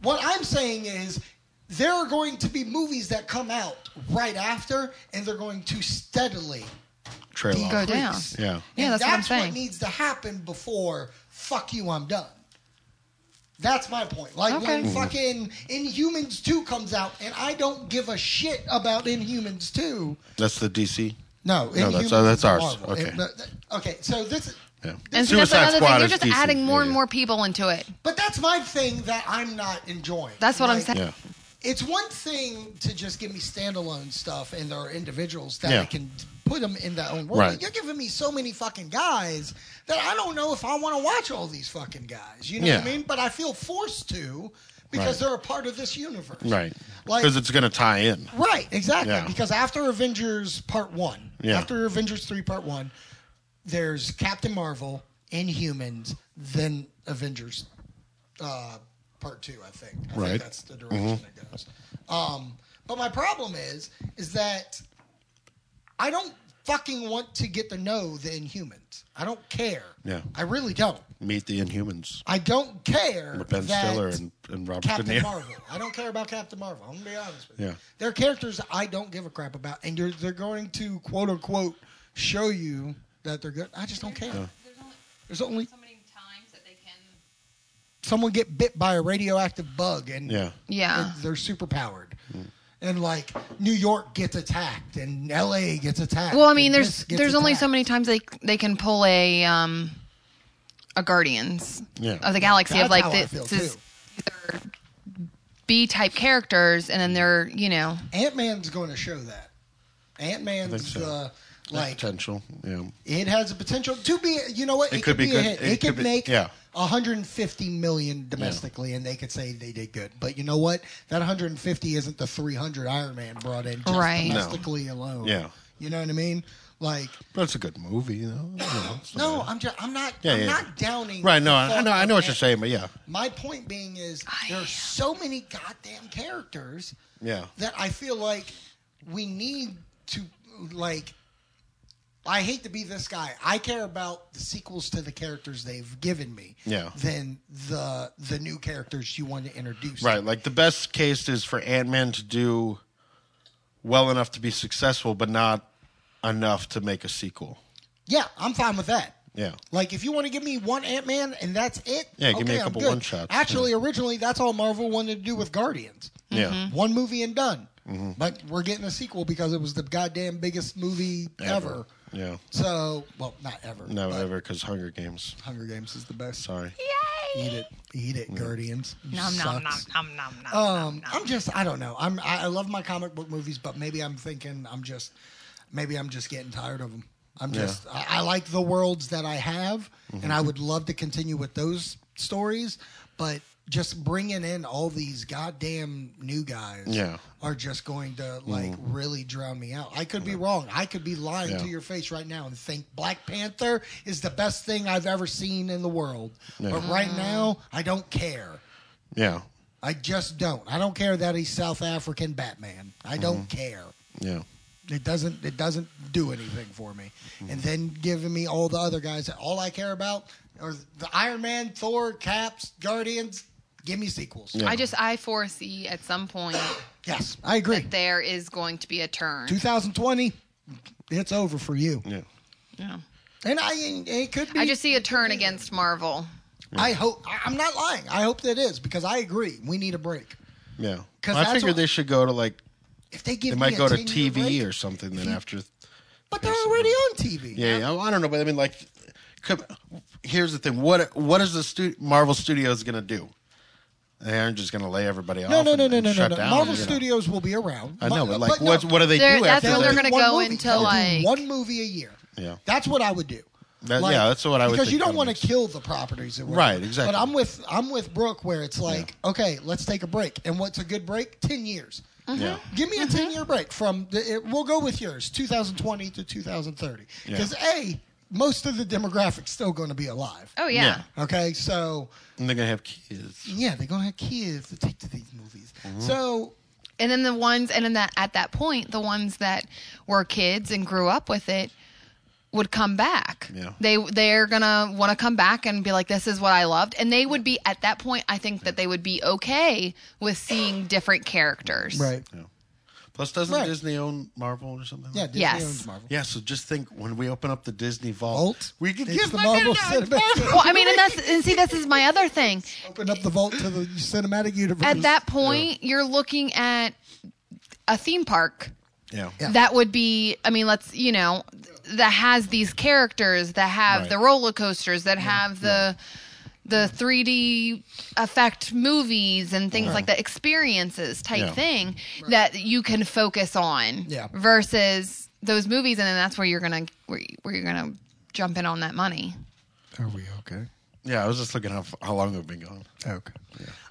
Speaker 2: What I'm saying is, there are going to be movies that come out right after, and they're going to steadily
Speaker 1: Trail off.
Speaker 3: Go down.
Speaker 2: decrease.
Speaker 1: Yeah.
Speaker 3: Yeah,
Speaker 2: And
Speaker 3: that's what I'm saying.
Speaker 2: needs to happen before fuck you, I'm done. That's my point. Like when
Speaker 3: Okay.
Speaker 2: fucking Inhumans 2 comes out and I don't give a shit about Inhumans 2.
Speaker 1: That's the DC.
Speaker 2: No,
Speaker 1: No, that's-
Speaker 2: Inhumans
Speaker 1: uh, that's
Speaker 2: is
Speaker 1: ours.
Speaker 2: Marvel.
Speaker 1: Okay.
Speaker 2: It- th- th- okay, so this
Speaker 1: Yeah.
Speaker 3: And so that's
Speaker 1: Suicide
Speaker 3: another
Speaker 1: Squad
Speaker 3: thing. You're
Speaker 1: is
Speaker 3: just
Speaker 1: DC.
Speaker 3: adding more
Speaker 1: Yeah,
Speaker 3: and
Speaker 1: yeah.
Speaker 3: more people into it.
Speaker 2: but that's my thing that I'm not enjoying.
Speaker 3: That's what I'm
Speaker 2: Like,
Speaker 3: saying.
Speaker 1: Yeah.
Speaker 2: It's one thing to just give me standalone stuff and there are individuals that
Speaker 1: Yeah.
Speaker 2: I can put them in their own world.
Speaker 1: Right.
Speaker 2: You're giving me so many fucking guys that I don't know if I want to watch all these fucking guys. You know what I
Speaker 1: Yeah.
Speaker 2: mean? But I feel forced to because
Speaker 1: Right.
Speaker 2: they're a part of this universe.
Speaker 1: Right.
Speaker 2: Like-
Speaker 1: Because it's going to tie in.
Speaker 2: Right, exactly.
Speaker 1: Yeah.
Speaker 2: Because after Avengers Part 1,
Speaker 1: Yeah.
Speaker 2: after Avengers 3 Part 1, there's Captain Marvel, Inhumans, then Avengers uh, Part 2, I think. I
Speaker 1: Right. Mm-hmm.
Speaker 2: think that's the direction it goes. Um, but my problem is, is that I don't fucking want to get to know the Inhumans. I don't care.
Speaker 1: Yeah.
Speaker 2: I really don't.
Speaker 1: Meet the Inhumans.
Speaker 2: I don't care.
Speaker 1: With Ben
Speaker 2: that
Speaker 1: Stiller and, and Robert De
Speaker 2: Captain
Speaker 1: Niro.
Speaker 2: Marvel. I don't care about Captain Marvel. I'm gonna be honest with you.
Speaker 1: Yeah.
Speaker 2: They're characters I don't give a crap about, and you're, they're going to quote unquote show you that they're good. I just don't care. There's only someone get bit by a radioactive bug, and
Speaker 1: Yeah. Mm.
Speaker 3: Yeah.
Speaker 2: they're, super powered. And like New York gets attacked, and L.A. gets attacked.
Speaker 3: Well, I mean,
Speaker 2: and
Speaker 3: there's
Speaker 2: this gets
Speaker 3: there's only so
Speaker 2: attacked.
Speaker 3: many times they they can pull a um a Guardians
Speaker 1: Yeah.
Speaker 3: of the Galaxy
Speaker 2: That's
Speaker 3: of like
Speaker 2: how I
Speaker 3: this,
Speaker 2: feel,
Speaker 3: this is
Speaker 2: too.
Speaker 3: B type characters, and then they're you know
Speaker 2: Ant Man's going to show that. Ant Man's
Speaker 1: so.
Speaker 2: uh, like
Speaker 1: potential. Yeah.
Speaker 2: It has the potential to be. You know what?
Speaker 1: It could be
Speaker 2: a
Speaker 1: good.
Speaker 2: hit. It,
Speaker 1: It
Speaker 2: could,
Speaker 1: could be-
Speaker 2: make
Speaker 1: yeah.
Speaker 2: 150 million domestically, and they could say they did good. But you know what? That 150 isn't the 300 Iron Man brought in just
Speaker 3: Right. No.
Speaker 2: domestically alone.
Speaker 1: Yeah.
Speaker 2: You know what I mean? Like,
Speaker 1: But it's a good movie, you know? You know, it's
Speaker 2: no,
Speaker 1: not
Speaker 2: I'm just, I'm not,
Speaker 1: Yeah,
Speaker 2: I'm
Speaker 1: yeah.
Speaker 2: not downing.
Speaker 1: bad. Right. No,
Speaker 2: the
Speaker 1: I, I
Speaker 2: thought
Speaker 1: know, I
Speaker 2: of
Speaker 1: know what you're
Speaker 2: Ant-
Speaker 1: saying, but yeah.
Speaker 2: My point being is there's so many goddamn characters
Speaker 1: Yeah.
Speaker 2: that I feel like we need to like. I hate to be this guy. I care about the sequels to the characters they've given me.
Speaker 1: Yeah.
Speaker 2: Than the the new characters you want to introduce.
Speaker 1: Right. Like the best case is for Ant Man to do well enough to be successful, but not enough to make a sequel.
Speaker 2: Yeah, I'm fine with that.
Speaker 1: Yeah.
Speaker 2: Like if you want to give me one Ant Man and that's it.
Speaker 1: Yeah, give me
Speaker 2: okay,
Speaker 1: a
Speaker 2: I'm
Speaker 1: couple
Speaker 2: good.
Speaker 1: one-shots.
Speaker 2: Actually, originally that's all Marvel wanted to do with Guardians.
Speaker 1: Yeah. Mm-hmm.
Speaker 2: One movie and done. But we're getting a sequel because it was the goddamn biggest movie ever.
Speaker 1: Yeah.
Speaker 2: So, well, not ever.
Speaker 1: No,
Speaker 2: but
Speaker 1: ever, because Hunger Games.
Speaker 2: Hunger Games is the best.
Speaker 1: Sorry.
Speaker 2: Eat it, eat it, Guardians. You
Speaker 3: nom nom nom
Speaker 2: sucks.
Speaker 3: nom nom nom.
Speaker 2: Um, I'm just, I don't know. I'm, I, I love my comic book movies, but maybe I'm thinking, I'm just, maybe I'm just getting tired of them. I'm just, I, I like the worlds that I have,
Speaker 1: Mm-hmm.
Speaker 2: and I would love to continue with those stories, but just bringing in all these goddamn new guys
Speaker 1: Yeah. Mm-hmm.
Speaker 2: are just going to like really drown me out. I could be wrong. I could be lying
Speaker 1: Yeah.
Speaker 2: to your face right now and think Black Panther is the best thing I've ever seen in the world. But right now, I don't care.
Speaker 1: Yeah.
Speaker 2: I just don't. I don't care that he's South African Batman. I don't
Speaker 1: Mm-hmm.
Speaker 2: care.
Speaker 1: Yeah.
Speaker 2: It doesn't it doesn't do anything for me.
Speaker 1: Mm-hmm.
Speaker 2: And then giving me all the other guys that all I care about are the Iron Man, Thor, Caps, Guardians. Give me sequels.
Speaker 1: Yeah.
Speaker 3: I just I foresee at some point
Speaker 2: Yes, I agree.
Speaker 3: that there is going to be a turn.
Speaker 2: 2020, it's over for you.
Speaker 1: Yeah.
Speaker 3: Yeah.
Speaker 2: And I and it could be.
Speaker 3: I just see a turn against Marvel.
Speaker 2: I hope I- I'm not lying. I hope that is because I agree. We need a break.
Speaker 1: Yeah.
Speaker 2: 'Cause
Speaker 1: I
Speaker 2: that's
Speaker 1: figured
Speaker 2: what-
Speaker 1: they should go to like
Speaker 2: If they give,
Speaker 1: they
Speaker 2: me
Speaker 1: might
Speaker 2: a
Speaker 1: go to
Speaker 2: 10-year
Speaker 1: TV
Speaker 2: break-
Speaker 1: or something. Then after,
Speaker 2: but they're already on TV.
Speaker 1: yeah, yeah, I don't know, but I mean, like, come- here's the thing: what what is the stu- Marvel Studios going to do? They're just going to lay everybody
Speaker 2: No,
Speaker 1: off.
Speaker 2: no,
Speaker 1: and,
Speaker 2: no, no,
Speaker 1: and
Speaker 2: no, no,
Speaker 1: shut
Speaker 2: no.
Speaker 1: Down,
Speaker 2: Marvel
Speaker 1: you know?
Speaker 2: Studios will be around.
Speaker 1: I know, but like,
Speaker 2: no,
Speaker 1: what what do they
Speaker 3: They're-
Speaker 1: do
Speaker 3: that's
Speaker 1: after
Speaker 3: what
Speaker 2: they'll
Speaker 3: they're
Speaker 1: that?
Speaker 2: do
Speaker 3: gonna
Speaker 2: one
Speaker 3: go
Speaker 2: movie.
Speaker 3: into,
Speaker 2: They'll do
Speaker 3: like-
Speaker 2: one movie a year.
Speaker 1: Yeah.
Speaker 2: that's what I would do.
Speaker 1: That- yeah, that's what I would
Speaker 2: Because you
Speaker 1: think
Speaker 2: don't
Speaker 1: that
Speaker 2: want to
Speaker 1: makes-
Speaker 2: kill the properties, or whatever.
Speaker 1: Right, exactly.
Speaker 2: But I'm with I'm with Brooke, where it's like, okay, let's take a break, and what's a good break? Ten years.
Speaker 3: Mm-hmm.
Speaker 1: Yeah.
Speaker 2: Give me a 10 year break from the, it, we'll go with yours, 2020 to 2030. Because A, most of the demographic's still going to be alive.
Speaker 3: Oh yeah.
Speaker 1: Yeah.
Speaker 2: Okay, so
Speaker 1: And they're gonna have kids.
Speaker 2: yeah, they're going to have kids to take to these movies.
Speaker 1: Mm-hmm.
Speaker 2: So
Speaker 3: And then the ones, and then that at that point, the ones that were kids and grew up with it would come back.
Speaker 1: Yeah.
Speaker 3: They they're gonna want to come back and be like, "This is what I loved," and they would be at that point. I think that they would be okay with seeing different characters.
Speaker 2: right,
Speaker 1: Yeah. Plus, doesn't
Speaker 2: Right.
Speaker 1: Disney own Marvel or something?
Speaker 2: yeah, Disney
Speaker 3: Yes.
Speaker 2: owns Marvel.
Speaker 1: Yeah, so just think when we open up the Disney vault,
Speaker 2: Vault.
Speaker 1: we could
Speaker 2: It's
Speaker 1: give
Speaker 2: the
Speaker 1: my
Speaker 2: Marvel
Speaker 1: dad a
Speaker 2: Cinematic.
Speaker 1: vault.
Speaker 3: Well, I mean, and that's and see, this is my other thing.
Speaker 2: Open up the vault to the cinematic universe.
Speaker 3: At that point, you're looking at a theme park.
Speaker 1: Yeah.
Speaker 2: Yeah.
Speaker 3: that would be i mean let's you know that has these characters that have
Speaker 1: Right.
Speaker 3: the roller coasters that have the the 3d effect movies and things like that experiences type
Speaker 1: Yeah.
Speaker 3: thing that you can focus on
Speaker 2: Yeah.
Speaker 3: versus those movies and then that's where you're gonna where, you- where you're gonna jump in on that money
Speaker 2: are we okay?
Speaker 1: Yeah, I was just looking how how long they've been gone.
Speaker 2: Okay.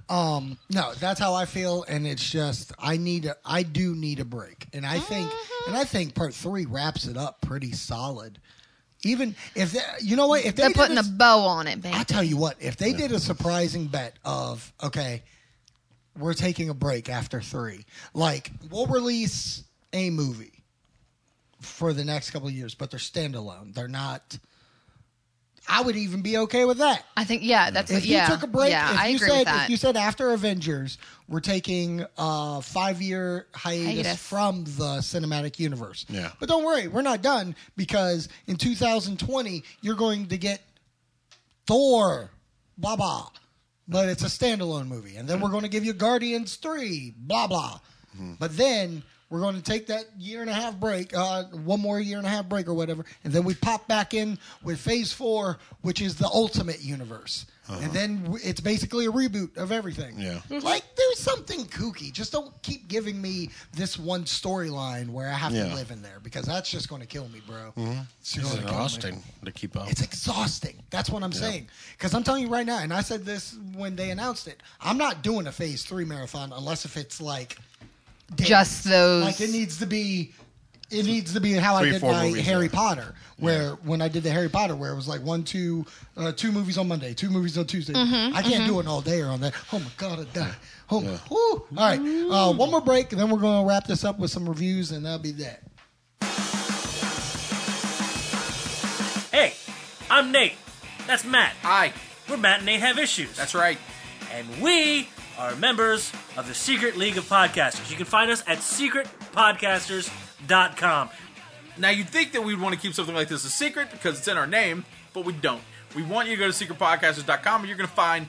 Speaker 2: Um, no, that's how I feel, and it's just I need a I do need a break, and I think
Speaker 3: Mm-hmm.
Speaker 2: and I think part three wraps it up pretty solid. Even if they, you know what if they
Speaker 3: they're
Speaker 2: did
Speaker 3: putting a
Speaker 2: this-
Speaker 3: bow on it baby
Speaker 2: I tell you what, if they did a surprising bet of okay, we're taking a break after three, like we'll release a movie for the next couple of years, but they're standalone. They're not. I would even be okay with that.
Speaker 3: i think yeah that's
Speaker 2: If
Speaker 3: yeah
Speaker 2: you took a break,
Speaker 3: yeah
Speaker 2: if
Speaker 3: i
Speaker 2: you
Speaker 3: agree
Speaker 2: said
Speaker 3: with that
Speaker 2: if you said after Avengers, we're taking a five year hiatus,
Speaker 3: Hiatus.
Speaker 2: from the cinematic universe.
Speaker 1: Yeah.
Speaker 2: But don't worry, we're not done because in 2020 you're going to get Thor, blah blah. But it's a standalone movie, and then we're going to give you Guardians three, blah blah.
Speaker 1: Mm-hmm.
Speaker 2: But then we're going to take that year and a half break, uh, one more year and a half break or whatever, and then we pop back in with Phase four, which is the Ultimate Universe, and then w- it's basically a reboot of everything.
Speaker 1: Uh-huh. Yeah.
Speaker 2: like do something kooky. Just don't keep giving me this one storyline where I have
Speaker 1: Yeah. Mm-hmm.
Speaker 2: to live in there because that's just going to kill me, bro.
Speaker 1: It's
Speaker 2: It's gonna kill me.
Speaker 1: exhausting to keep up.
Speaker 2: It's exhausting. That's what I'm saying. Because I'm telling you right now, and I said this when they announced it. I'm not doing a phase three marathon unless if it's like days.
Speaker 3: Just those-
Speaker 2: Like it needs to be. It needs to be how
Speaker 1: Three,
Speaker 2: I did
Speaker 1: four
Speaker 2: my
Speaker 1: movies,
Speaker 2: Harry
Speaker 1: yeah.
Speaker 2: Potter, where when I did the Harry Potter, where it was like one, two, uh, two movies on Monday, two movies on Tuesday.
Speaker 3: Mm-hmm,
Speaker 2: I can't do an all day or on that. Oh my god, I die. Oh, my- whew. all right. Uh, one more break, and then we're going to wrap this up with some reviews, and that'll be that.
Speaker 7: Hey, I'm Nate. That's Matt.
Speaker 8: Hi,
Speaker 7: We're Matt and Nate Have Issues.
Speaker 8: that's right.
Speaker 7: And we are members of the Secret League of Podcasters. You can find us at secretpodcasters.com.
Speaker 8: Now, you'd think that we'd want to keep something like this a secret because it's in our name, but we don't. We want you to go to secretpodcasters.com and you're going to find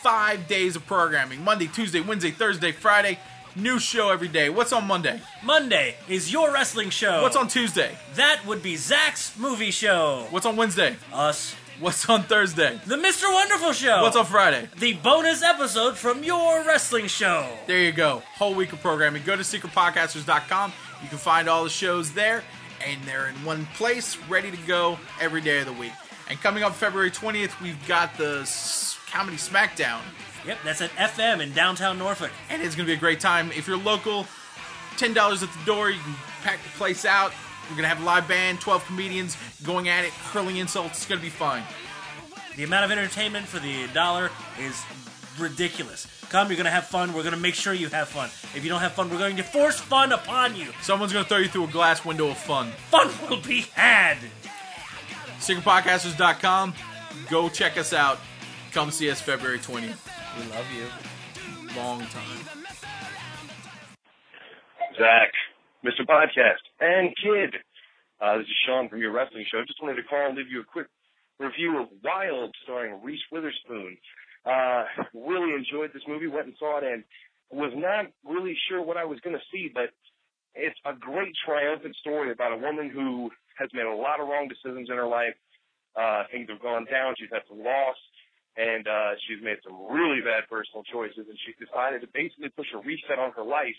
Speaker 8: five days of programming Monday, Tuesday, Wednesday, Thursday, Friday. New show every day. What's on Monday?
Speaker 7: Monday is your wrestling show.
Speaker 8: What's on Tuesday?
Speaker 7: That would be Zach's movie show.
Speaker 8: What's on Wednesday?
Speaker 7: Us.
Speaker 8: What's on Thursday?
Speaker 7: The Mr. Wonderful show.
Speaker 8: What's on Friday?
Speaker 7: The bonus episode from your wrestling show.
Speaker 8: There you go. Whole week of programming. Go to secretpodcasters.com. You can find all the shows there, and they're in one place, ready to go every day of the week. And coming up February 20th, we've got the S- Comedy SmackDown,
Speaker 7: Yep, that's at FM in downtown Norfolk.
Speaker 8: and it's going to be a great time. If you're local, $10 at the door, you can pack the place out. We're going to have a live band, 12 comedians going at it, hurling insults. It's going to be fun.
Speaker 7: The amount of entertainment for the dollar is ridiculous. Come, you're gonna have fun. We're gonna make sure you have fun. If you don't have fun, we're going to force fun upon you.
Speaker 8: Someone's going to throw you through a glass window of fun.
Speaker 7: Fun will be had.
Speaker 8: SinglePodcasters.com. Go check us out. Come see us February 20th. We love you. Long time.
Speaker 9: Zach, Mr. Podcast, and Kid. Uh, this is Sean from your wrestling show. Just wanted to call and leave you a quick review of Wild, starring Reese Witherspoon. Uh, really enjoyed this movie. Went and saw it, and was not really sure what I was going to see, but it's a great triumphant story about a woman who has made a lot of wrong decisions in her life. Uh, things have gone down. She's had some loss, and uh, she's made some really bad personal choices. And she's decided to basically push a reset on her life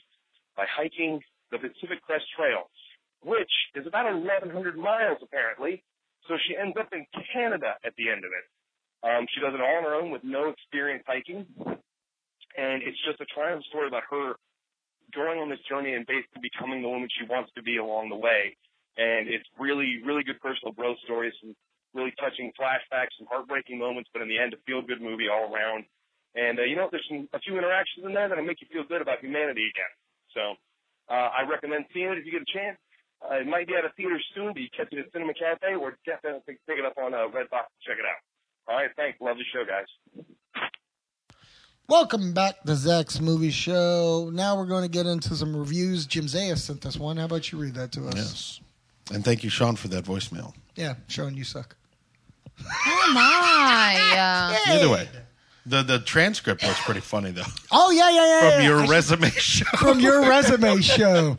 Speaker 9: by hiking the Pacific Crest Trail, which is about 1,100 miles apparently. So she ends up in Canada at the end of it. Um, she does it all on her own with no experience hiking, and it's just a triumph story about her going on this journey and basically becoming the woman she wants to be along the way. And it's really, really good personal growth stories. Some really touching flashbacks and heartbreaking moments, but in the end, a feel good movie all around. And uh, you know, there's some, a few interactions in there that'll make you feel good about humanity again. So uh, I recommend seeing it if you get a chance. Uh, it might be at a theater soon, but you catch it at Cinema Cafe or definitely pick it up on uh, Redbox and check it out. All right, thanks. Lovely show, guys.
Speaker 2: Welcome back to Zach's Movie Show. Now we're going to get into some reviews. Jim Zaya sent us one. How about you read that to us?
Speaker 1: Yes. And thank you, Sean, for that voicemail.
Speaker 2: Yeah, Sean, you suck.
Speaker 3: Oh my! Uh,
Speaker 1: Either way, the the transcript was pretty funny though
Speaker 2: Oh yeah, yeah, yeah.
Speaker 1: from
Speaker 2: yeah.
Speaker 1: your
Speaker 2: I should-
Speaker 1: resume show.
Speaker 2: from your resume show.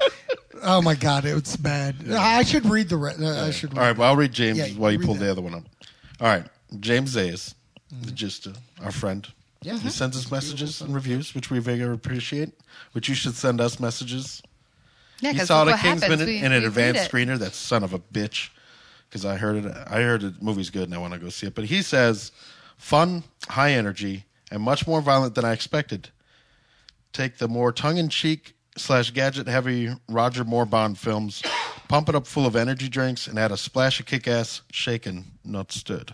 Speaker 2: Oh my god, it's bad. I should read the. Re- uh, I should.
Speaker 1: All right, well, I'll read James
Speaker 2: Yeah, you
Speaker 1: while you
Speaker 2: read
Speaker 1: pull the
Speaker 2: that. Mm-hmm.
Speaker 1: other one up. All right, James Zayas, the gist, uh, our friend.
Speaker 2: Yeah.
Speaker 1: He sends us messages and reviews, which we very appreciate, which you should send us messages.
Speaker 3: yeah,
Speaker 1: He
Speaker 3: 'cause
Speaker 1: saw it
Speaker 3: look
Speaker 1: at
Speaker 3: what happens.
Speaker 1: Kingsman
Speaker 3: We-
Speaker 1: in an
Speaker 3: we
Speaker 1: advanced
Speaker 3: read it.
Speaker 1: screener. That son of a bitch. Because I heard it. I heard the movie's good and I want to go see it. But he says, fun, high energy, and much more violent than I expected. Take the more tongue in cheek slash gadget heavy Roger Moore Bond films, pump it up full of energy drinks, and add a splash of kick ass, shaken, not stood.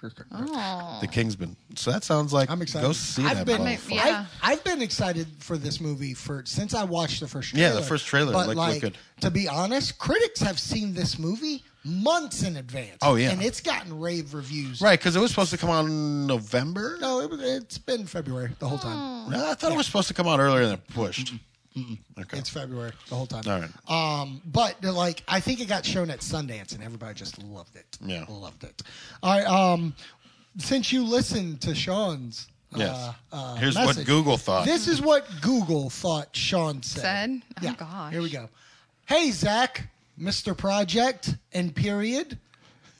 Speaker 1: The Kingsman. So that sounds like
Speaker 2: I'm excited.
Speaker 1: Go see
Speaker 2: I've
Speaker 1: that.
Speaker 2: been-
Speaker 1: motherfucker.
Speaker 3: Yeah.
Speaker 2: I, I've been excited for this movie for since I watched the first
Speaker 1: Yeah,
Speaker 2: trailer.
Speaker 1: the first trailer
Speaker 2: But
Speaker 1: looked- looked
Speaker 2: like,
Speaker 1: good.
Speaker 2: to be honest, critics have seen this movie months in advance.
Speaker 1: Oh, yeah.
Speaker 2: and it's gotten rave reviews.
Speaker 1: Right, because it was supposed to come out in November.
Speaker 2: No, it, was- it's been February the whole time.
Speaker 1: No, I thought it was supposed to come out earlier than it pushed. Okay.
Speaker 2: It's February the whole time.
Speaker 1: All right.
Speaker 2: But they're like, I think it got shown at Sundance, and everybody just loved it.
Speaker 1: Yeah.
Speaker 2: loved it. All right. Um, since you listened to Sean's,
Speaker 1: Yes.
Speaker 2: uh, uh,
Speaker 1: Here's
Speaker 2: message,
Speaker 1: what Google thought.
Speaker 2: This is what Google thought Sean said.
Speaker 3: Said? Oh,
Speaker 2: yeah.
Speaker 3: gosh.
Speaker 2: Here we go. Hey Zach, Mr. Project and period.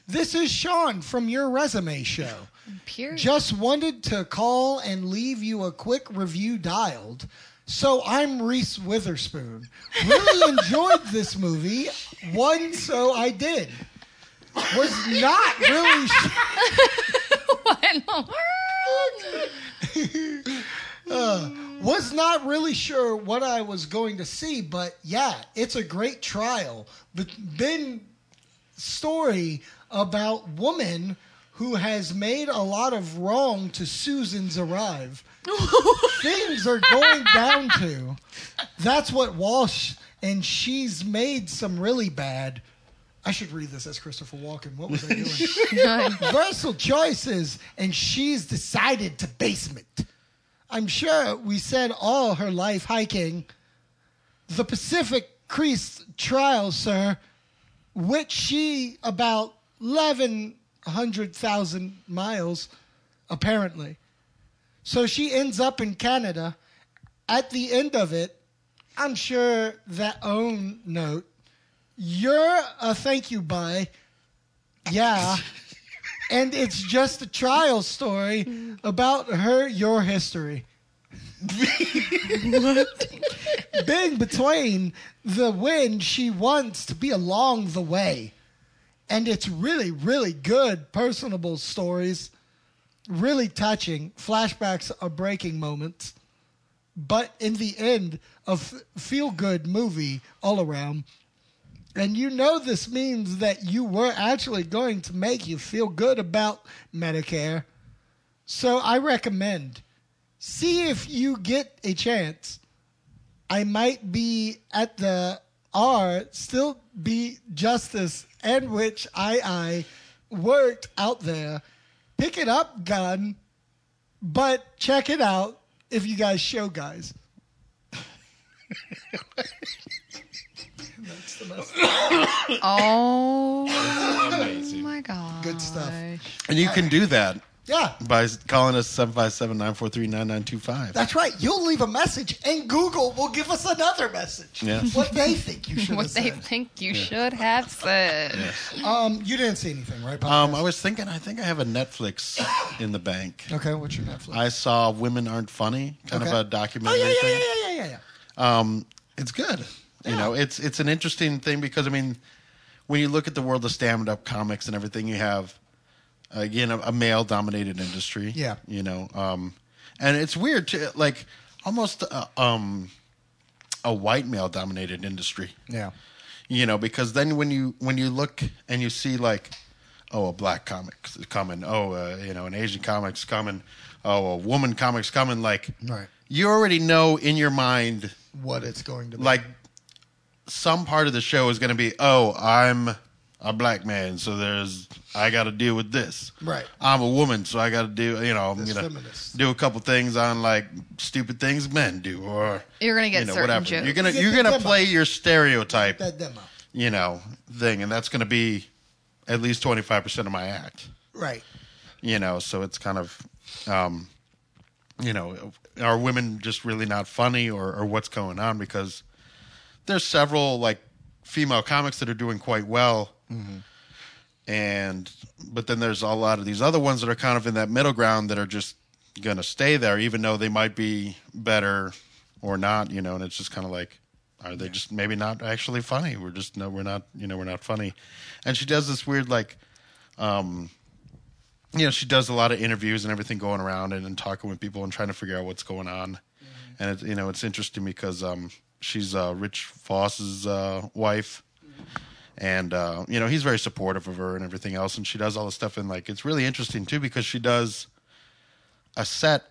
Speaker 2: This is Sean from your resume show.
Speaker 3: Period.
Speaker 2: Just wanted to call and leave you a quick review dialed. So I'm Reese Witherspoon. Really enjoyed this movie. One, so I did. Was not really. Sh-
Speaker 3: what in the world?
Speaker 2: was not really sure what I was going to see, but yeah, it's a great trial. But Ben story about woman who has made a lot of wrong to Susan's arrive. Things are going down to. That's what Walsh and she's made some really bad. I should read this as Christopher Walken. What was I doing? Versatile choices, and she's decided to basement. I'm sure we said all her life hiking. The Pacific Crease trial, sir, which she about 1,100,000 miles, apparently. So she ends up in Canada. At the end of it, I'm sure that own note, you're a thank you bye. Yeah. and it's just a trial story about her your history. Being between the win she wants to be along the way. And it's really, really good personable stories, really touching flashbacks of breaking moments. But in the end, a f- feel good movie all around. And you know this means that you were actually going to make you feel good about Medicare. So I recommend see if you get a chance. I might be at the R, still be justice, and which I I worked out there. Pick it up, gun, but check it out if you guys show guys.
Speaker 3: Oh my god.
Speaker 2: Good stuff.
Speaker 1: and you can do that
Speaker 2: Yeah.
Speaker 1: by calling us 757 943 9925.
Speaker 2: That's right. You'll leave a message, and Google will give us another message.
Speaker 1: Yes.
Speaker 2: What they think you should
Speaker 3: What
Speaker 2: have
Speaker 3: they
Speaker 2: said.
Speaker 3: think you should have said.
Speaker 2: Um, you didn't see anything, right? Papa?
Speaker 1: Um, I was thinking, I think I have a Netflix in the bank.
Speaker 2: okay, what's your Netflix?
Speaker 1: I saw Women Aren't Funny, kind
Speaker 2: Okay.
Speaker 1: of a
Speaker 2: oh
Speaker 1: documentary
Speaker 2: yeah, yeah,
Speaker 1: thing.
Speaker 2: yeah, yeah, yeah, yeah, yeah.
Speaker 1: um, it's good. You know, it's it's an interesting thing because I mean, when you look at the world of stand-up comics and everything, you have again a, a male-dominated industry.
Speaker 2: Yeah.
Speaker 1: you know, um, and it's weird to like almost uh, um, a white male-dominated industry
Speaker 2: Yeah.
Speaker 1: you know because then when you when you look and you see like oh, a black comic's coming. Oh, uh, you know, an Asian comic's coming. Oh, a woman comic's coming. Like,
Speaker 2: Right.
Speaker 1: you already know in your mind,
Speaker 2: What it's going to be.
Speaker 1: like, some part of the show is going to be, oh, I'm a black man, so there's, I got to deal with this.
Speaker 2: Right.
Speaker 1: I'm a woman, so I got to do, you know, I'm
Speaker 2: This
Speaker 1: gonna
Speaker 2: feminist.
Speaker 1: do a couple things on like stupid things men do, or
Speaker 3: You're gonna get
Speaker 1: you know,
Speaker 3: certain
Speaker 1: whatever.
Speaker 3: jokes.
Speaker 1: You're gonna
Speaker 2: You get
Speaker 1: you're
Speaker 2: the
Speaker 1: gonna
Speaker 2: demo.
Speaker 1: play your stereotype,
Speaker 2: that demo.
Speaker 1: you know, thing, and that's gonna be at least twenty five percent of my act,
Speaker 2: Right.
Speaker 1: you know. So it's kind of, um, you know, are women just really not funny, or or what's going on? Because there's several like female comics that are doing quite well and but then there's a lot of these other ones that are kind of in that middle ground that are just going to stay there even though they might be better or not you know and it's just kind of like are they just maybe not actually funny we're just no we're not you know we're not funny and she does this weird like um you know she does a lot of interviews and everything going around and, and talking with people and trying to figure out what's going on and it's you know it's interesting because um she's uh rich foss's uh wife and uh, you know he's very supportive of her and everything else and she does all this stuff and like it's really interesting too because she does a set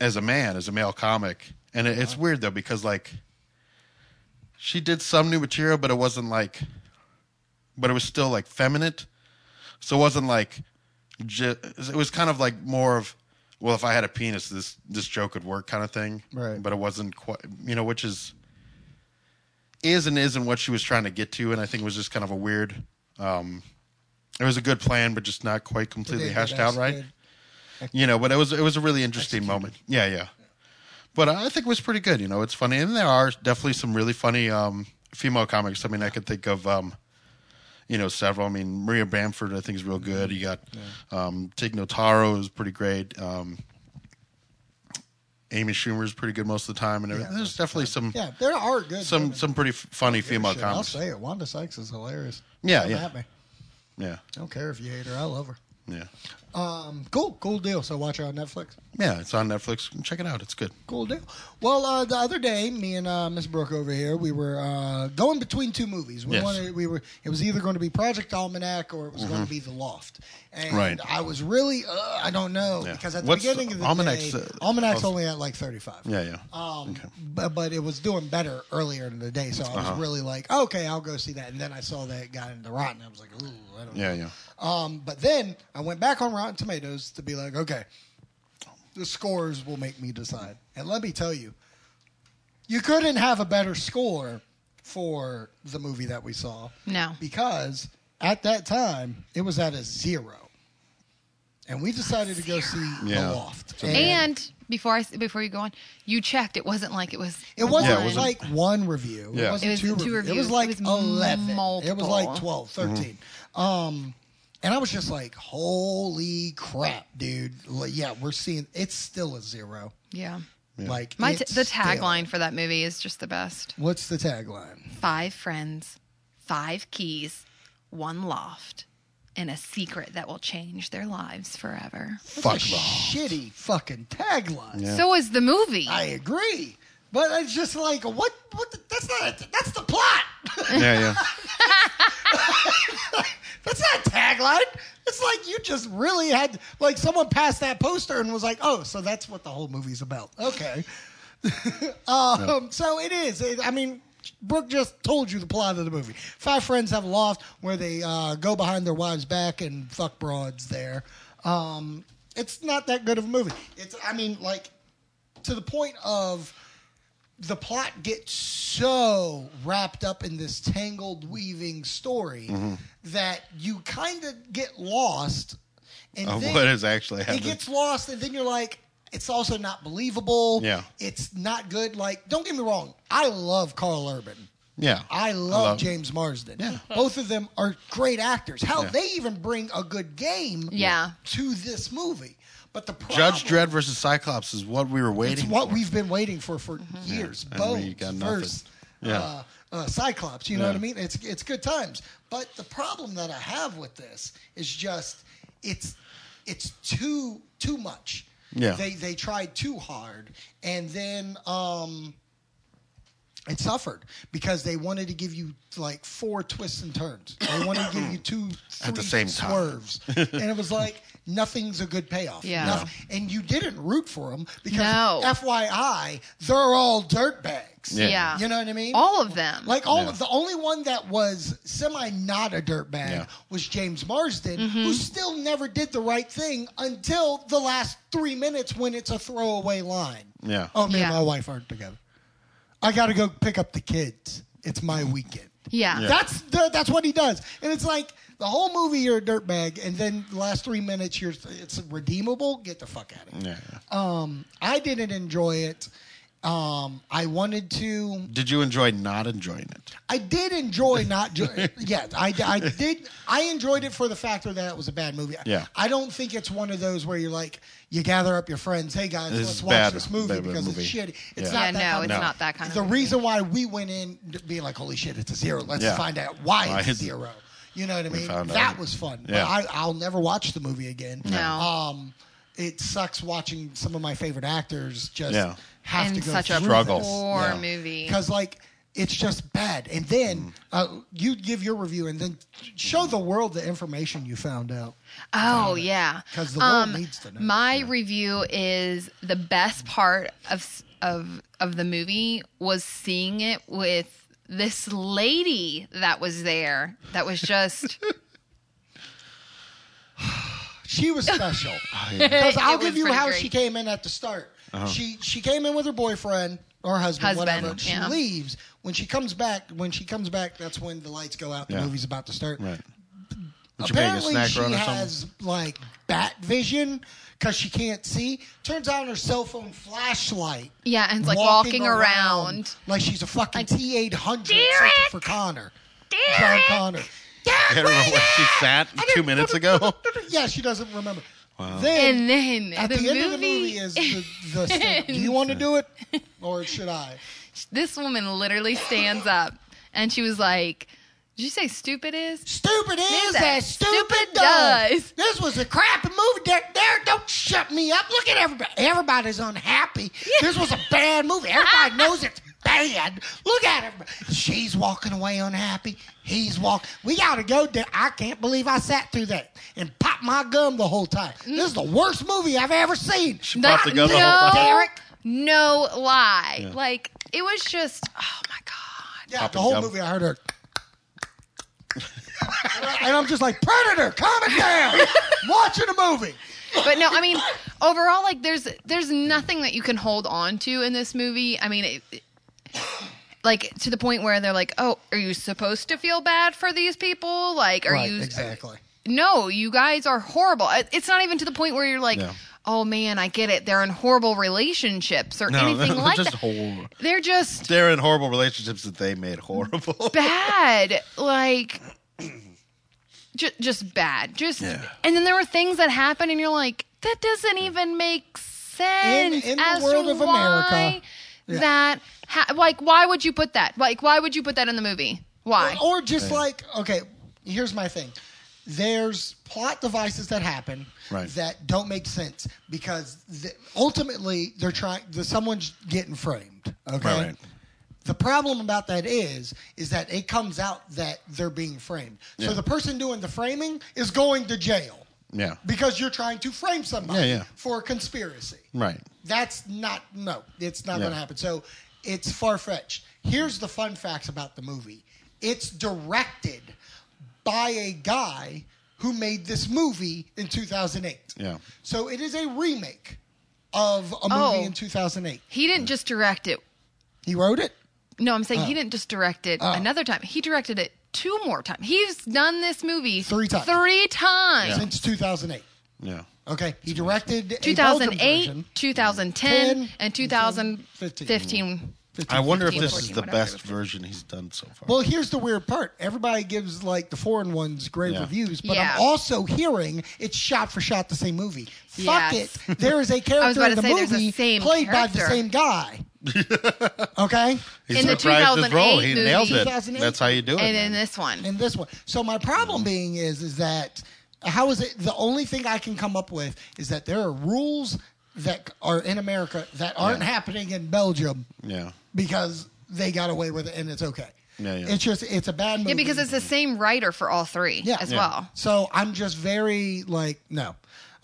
Speaker 1: as a man as a male comic and it, it's weird though because like she did some new material but it wasn't like but it was still like feminine so it wasn't like ju- it was kind of like more of well if i had a penis this this joke would work kind of thing
Speaker 2: Right.
Speaker 1: but it wasn't quite you know which is is and isn't what she was trying to get to, and I think it was just kind of a weird. Um, it was a good plan, but just not quite completely
Speaker 2: They-
Speaker 1: hashed out
Speaker 2: that's
Speaker 1: right.
Speaker 2: good.
Speaker 1: You know, but it was it was a really interesting moment. Yeah, yeah. But I think it was pretty good. You know, it's funny, and there are definitely some really funny um, female comics. I mean, I could think of. Um, you know, several. I mean, Maria Bamford, I think, is real good. You got um, Tig Notaro is pretty great. Um, Amy Schumer is pretty good most of the time, and everything. there's definitely some
Speaker 2: Yeah, there are good.
Speaker 1: some
Speaker 2: women.
Speaker 1: some pretty f- funny female
Speaker 2: Shit, I'll
Speaker 1: comics.
Speaker 2: say it. Wanda Sykes is hilarious.
Speaker 1: Yeah,
Speaker 2: Come
Speaker 1: yeah.
Speaker 2: at me.
Speaker 1: Yeah,
Speaker 2: I don't care if you hate her. I love her.
Speaker 1: yeah,
Speaker 2: Um, cool, cool deal. So watch her on Netflix.
Speaker 1: yeah. It's on Netflix. Check it out. It's good.
Speaker 2: Cool deal. Well, uh, the other day, me and uh, Miss Brooke over here, we were uh, going between two movies. We
Speaker 1: Yes.
Speaker 2: wanted, we were. It was either going to be Project Almanac or it was going to be The Loft. And
Speaker 1: Mm-hmm. Right.
Speaker 2: I was really, uh, I don't know,
Speaker 1: Yeah.
Speaker 2: because at the
Speaker 1: What's
Speaker 2: beginning
Speaker 1: the-
Speaker 2: of the
Speaker 1: Almanac's,
Speaker 2: day,
Speaker 1: uh,
Speaker 2: Almanac's
Speaker 1: of-
Speaker 2: only at like thirty-five.
Speaker 1: Yeah, yeah.
Speaker 2: Um,
Speaker 1: Okay. Uh-huh.
Speaker 2: but, but it was doing better earlier in the day, so I was really like, okay, I'll go see that. And then I saw that it got into Rotten. I was like, ooh, I don't know.
Speaker 1: Yeah, yeah.
Speaker 2: Um, but then I went back on Rotten Tomatoes to be like, okay, the scores will make me decide. And let me tell you, you couldn't have a better score for the movie that we saw.
Speaker 3: No.
Speaker 2: Because at that time, it was at a zero. And we decided to go see
Speaker 1: Yeah.
Speaker 2: The Loft.
Speaker 3: And before I s- before you go on, you checked. It wasn't like it was.
Speaker 2: It wasn't
Speaker 1: Yeah, it wasn't-
Speaker 2: like one review.
Speaker 1: Yeah.
Speaker 2: It wasn't
Speaker 3: It was
Speaker 2: two,
Speaker 3: two
Speaker 2: reviews. It
Speaker 3: reviews.
Speaker 2: was like
Speaker 3: It was
Speaker 2: 11. It was like
Speaker 3: multiple.
Speaker 2: 12,
Speaker 1: Mm-hmm.
Speaker 2: 13. Um, and I was just like, holy crap, dude. Like, yeah, we're seeing it's still a zero.
Speaker 3: Yeah.
Speaker 2: Like,
Speaker 3: My t-
Speaker 2: it's
Speaker 3: the
Speaker 2: still-
Speaker 3: tagline for that movie is just the best.
Speaker 2: What's the tagline?
Speaker 3: Five friends, five keys, one loft, and a secret that will change their lives forever.
Speaker 1: Fuck
Speaker 2: It's a
Speaker 1: off.
Speaker 2: shitty fucking tagline.
Speaker 3: So is the movie.
Speaker 2: I agree. But it's just like, what? What? The, that's not. That's the plot.
Speaker 1: Yeah, yeah.
Speaker 2: That's not a tagline. It's like you just really had like someone passed that poster and was like, "Oh, so that's what the whole movie's about." Okay. um, So it is. It, I mean, Brooke just told you the plot of the movie. Five friends have a loft where they uh, go behind their wives' back and fuck broads there. Um, it's not that good of a movie. It's. I mean, like to the point of the plot gets so wrapped up in this tangled weaving story
Speaker 1: Mm-hmm.
Speaker 2: that you kind of get lost and
Speaker 1: Of
Speaker 2: then
Speaker 1: what is actually happening.
Speaker 2: it gets lost and then you're like it's also not believable
Speaker 1: Yeah.
Speaker 2: it's not good like don't get me wrong i love carl urban
Speaker 1: yeah.
Speaker 2: I love, James Marsden. Both of them are great actors. Hell,
Speaker 1: Yeah.
Speaker 2: they even bring a good game
Speaker 3: Yeah.
Speaker 2: to this movie. But the problem
Speaker 1: Judge Dredd versus Cyclops is what we were waiting.
Speaker 2: it's what
Speaker 1: for. Mm-hmm.
Speaker 2: we've been waiting for for years.
Speaker 1: and we
Speaker 2: Bones
Speaker 1: got nothing.
Speaker 2: versus
Speaker 1: Yeah.
Speaker 2: uh, uh, Cyclops. You know
Speaker 1: Yeah.
Speaker 2: what I mean? It's it's good times. But the problem that I have with this is just it's it's too too much.
Speaker 1: Yeah.
Speaker 2: They they tried too hard, and then um, it suffered because they wanted to give you like four twists and turns. They wanted to give you two three
Speaker 1: At the same time.
Speaker 2: swerves, and it was like nothing's a good payoff.
Speaker 3: Yeah.
Speaker 2: Noth- and you didn't root for them because
Speaker 3: No.
Speaker 2: FYI, they're all dirtbags.
Speaker 1: Yeah.
Speaker 3: Yeah.
Speaker 2: you know what I mean.
Speaker 3: All of them.
Speaker 2: Like all
Speaker 1: Yeah.
Speaker 2: of the only one that was semi not a dirtbag
Speaker 1: Yeah.
Speaker 2: was James Marsden,
Speaker 3: Mm-hmm.
Speaker 2: who still never did the right thing until the last three minutes when it's a throwaway line.
Speaker 1: Yeah.
Speaker 2: Oh, me
Speaker 3: Yeah.
Speaker 2: and my wife aren't together. I got to go pick up the kids. It's my weekend.
Speaker 3: yeah.
Speaker 2: That's the, that's what he does, and it's like the whole movie you're a dirtbag, and then the last three minutes you're it's redeemable. Get the fuck out of here.
Speaker 1: Yeah.
Speaker 2: I didn't enjoy it. Um, I wanted to.
Speaker 1: Did you enjoy not enjoying it?
Speaker 2: I did enjoy not. Jo- yeah, I, I did. I enjoyed it for the factor that it was a bad movie.
Speaker 1: Yeah.
Speaker 2: I don't think it's one of those where you're like you gather up your friends. Hey guys,
Speaker 1: This
Speaker 2: let's
Speaker 1: is
Speaker 2: watch
Speaker 1: bad-
Speaker 2: this movie
Speaker 1: bad
Speaker 2: because
Speaker 1: movie."
Speaker 2: it's shitty. It's
Speaker 1: Yeah.
Speaker 2: not that
Speaker 3: Yeah, no,
Speaker 2: kind of
Speaker 3: it's
Speaker 1: No.
Speaker 3: not that kind of
Speaker 2: the
Speaker 3: movie.
Speaker 2: reason why we went in being like, holy shit, it's a zero. Let's
Speaker 1: Yeah.
Speaker 2: find out why,
Speaker 1: Why
Speaker 2: it's
Speaker 1: is it-
Speaker 2: zero. You know what I mean?
Speaker 1: found
Speaker 2: That
Speaker 1: out.
Speaker 2: was fun.
Speaker 1: Yeah.
Speaker 2: But I, I'll never watch the movie again.
Speaker 3: No.
Speaker 2: Um, it sucks watching some of my favorite actors just
Speaker 1: Yeah.
Speaker 2: have
Speaker 3: and
Speaker 2: to go
Speaker 3: such a
Speaker 2: through
Speaker 1: Struggle.
Speaker 2: this
Speaker 3: poor
Speaker 1: Yeah.
Speaker 3: movie.
Speaker 2: because like it's just bad. And
Speaker 1: Mm.
Speaker 2: then uh, you give your review and then show the world the information you found out.
Speaker 3: Oh yeah, Um,
Speaker 2: 'Cause the world needs to know.
Speaker 3: My review is the best part of of of the movie was seeing it with this lady that was there. That was just
Speaker 2: She was special because I'll
Speaker 3: Oh, It was
Speaker 2: give you
Speaker 3: pretty
Speaker 2: how
Speaker 3: great.
Speaker 2: she came in at the start.
Speaker 1: Uh-huh.
Speaker 2: She she came in with her boyfriend or husband,
Speaker 3: Husband,
Speaker 2: whatever. She
Speaker 3: yeah.
Speaker 2: leaves when she comes back. When she comes back, that's when the lights go out. The
Speaker 1: Yeah.
Speaker 2: movie's about to start.
Speaker 1: Right. Would you make a
Speaker 2: Apparently,
Speaker 1: snack
Speaker 2: she
Speaker 1: run or
Speaker 2: has
Speaker 1: something?
Speaker 2: like bat vision because she can't see. Turns on her cell phone flashlight.
Speaker 3: yeah, and it's like walking, around.
Speaker 2: like she's a fucking T eight hundred
Speaker 3: Derek!
Speaker 2: for Connor, John Connor.
Speaker 1: I don't know where she sat two minutes ago.
Speaker 2: Yeah, she doesn't remember.
Speaker 3: And
Speaker 2: Then
Speaker 3: then
Speaker 2: at
Speaker 3: the,
Speaker 2: the, end
Speaker 3: movie,
Speaker 2: of the movie is the, the stand. Do you want to do it, or should I?
Speaker 3: this woman literally stands up and she was like, "Did you say stupid is?"
Speaker 2: Stupid is
Speaker 3: Is
Speaker 2: that
Speaker 3: that
Speaker 2: stupid,
Speaker 3: stupid
Speaker 2: does.
Speaker 3: does.
Speaker 2: This was a crappy movie. Derek, Derek, don't shut me up. Look at everybody. Everybody's unhappy. This was a bad movie. Everybody knows it's bad. Look at everybody. She's walking away unhappy. He's walking. We got to go. Derek. I can't believe I sat through that and popped my gum the whole time.
Speaker 3: Mm.
Speaker 2: This is the worst movie I've ever seen.
Speaker 1: Popped the
Speaker 3: no,
Speaker 1: gun the whole time.
Speaker 2: Derek.
Speaker 3: no lie. Like it was just, oh my god.
Speaker 2: Yeah, the
Speaker 1: Popping
Speaker 2: whole
Speaker 1: gum.
Speaker 2: movie I heard her. and I'm just like, Predator, calm it down. I'm watching a movie.
Speaker 3: but no, I mean, overall, like there's there's nothing that you can hold on to in this movie. I mean, it, it- like to the point where they're like, "Oh, are you supposed to feel bad for these people? Like, are
Speaker 2: right,
Speaker 3: you
Speaker 2: exactly.
Speaker 3: no? You guys are horrible. It- It's not even to the point where you're like."
Speaker 1: Yeah.
Speaker 3: Oh man, I get it. They're in horrible relationships or
Speaker 1: No,
Speaker 3: anything
Speaker 1: they're
Speaker 3: like
Speaker 1: just
Speaker 3: that.
Speaker 1: horrible.
Speaker 3: They're just
Speaker 1: They're in horrible relationships that they made horrible.
Speaker 3: bad like ju- just bad just
Speaker 1: Yeah.
Speaker 3: and then there were things that happened and you're like that doesn't even make sense
Speaker 2: In- in the
Speaker 3: as
Speaker 2: world
Speaker 3: to
Speaker 2: of America.
Speaker 3: why that ha- like why would you put that like why would you put that in the movie why
Speaker 2: Or just like, okay, here's my thing. There's plot devices that happen
Speaker 1: Right.
Speaker 2: that don't make sense because the, ultimately they're trying. The, someone's getting framed. Okay.
Speaker 1: Right, right.
Speaker 2: The problem about that is, is that it comes out that they're being framed. So
Speaker 1: Yeah.
Speaker 2: the person doing the framing is going to jail.
Speaker 1: Yeah.
Speaker 2: Because you're trying to frame somebody
Speaker 1: Yeah, yeah.
Speaker 2: for conspiracy.
Speaker 1: Right.
Speaker 2: That's not no, it's not
Speaker 1: Yeah.
Speaker 2: going to happen. So it's far fetched. Here's the fun facts about the movie. It's directed by a guy who made this movie in 2008.
Speaker 1: Yeah.
Speaker 2: So it is a remake of a movie
Speaker 3: Oh.
Speaker 2: in 2008.
Speaker 3: he didn't just direct it
Speaker 2: He wrote it.
Speaker 3: no i'm saying
Speaker 2: Oh.
Speaker 3: he didn't just direct it another time he directed it two more times he's done this movie
Speaker 2: Three times.
Speaker 3: three times
Speaker 2: since 2008.
Speaker 1: Yeah.
Speaker 2: Okay, he directed a Belgian
Speaker 3: 2008
Speaker 2: version.
Speaker 3: 2010
Speaker 2: 10,
Speaker 3: and 2015
Speaker 1: I wonder if
Speaker 3: 15,
Speaker 1: this is
Speaker 3: 14,
Speaker 1: the
Speaker 3: whatever
Speaker 1: best
Speaker 3: it was.
Speaker 1: version he's done so far.
Speaker 2: Well, here's the weird part. Everybody gives like the foreign ones great
Speaker 1: Yeah.
Speaker 2: reviews, but
Speaker 3: Yeah.
Speaker 2: I'm also hearing it's shot for shot the same movie. Fuck
Speaker 3: Yes.
Speaker 2: it. There is a character
Speaker 3: about
Speaker 2: in
Speaker 3: to
Speaker 2: the
Speaker 3: say, there's a
Speaker 2: movie
Speaker 3: same
Speaker 2: played by the
Speaker 3: character.
Speaker 2: same guy. okay?
Speaker 1: He's
Speaker 3: in the
Speaker 1: reprised his role. He
Speaker 3: 2008 movie.
Speaker 1: nailed it.
Speaker 2: 2008.
Speaker 1: That's how you do it.
Speaker 3: and
Speaker 1: man.
Speaker 3: in this one
Speaker 2: In this one. So my problem being is is that how is it the only thing I can come up with is that there are rules that are in America that aren't happening in Belgium
Speaker 1: yeah.
Speaker 2: because they got away with it and it's okay.
Speaker 1: Yeah, yeah.
Speaker 2: It's just it's a bad movie.
Speaker 3: Yeah, because it's the same writer for all three
Speaker 2: Yeah.
Speaker 3: as
Speaker 2: Yeah.
Speaker 3: well.
Speaker 2: So I'm just very like no.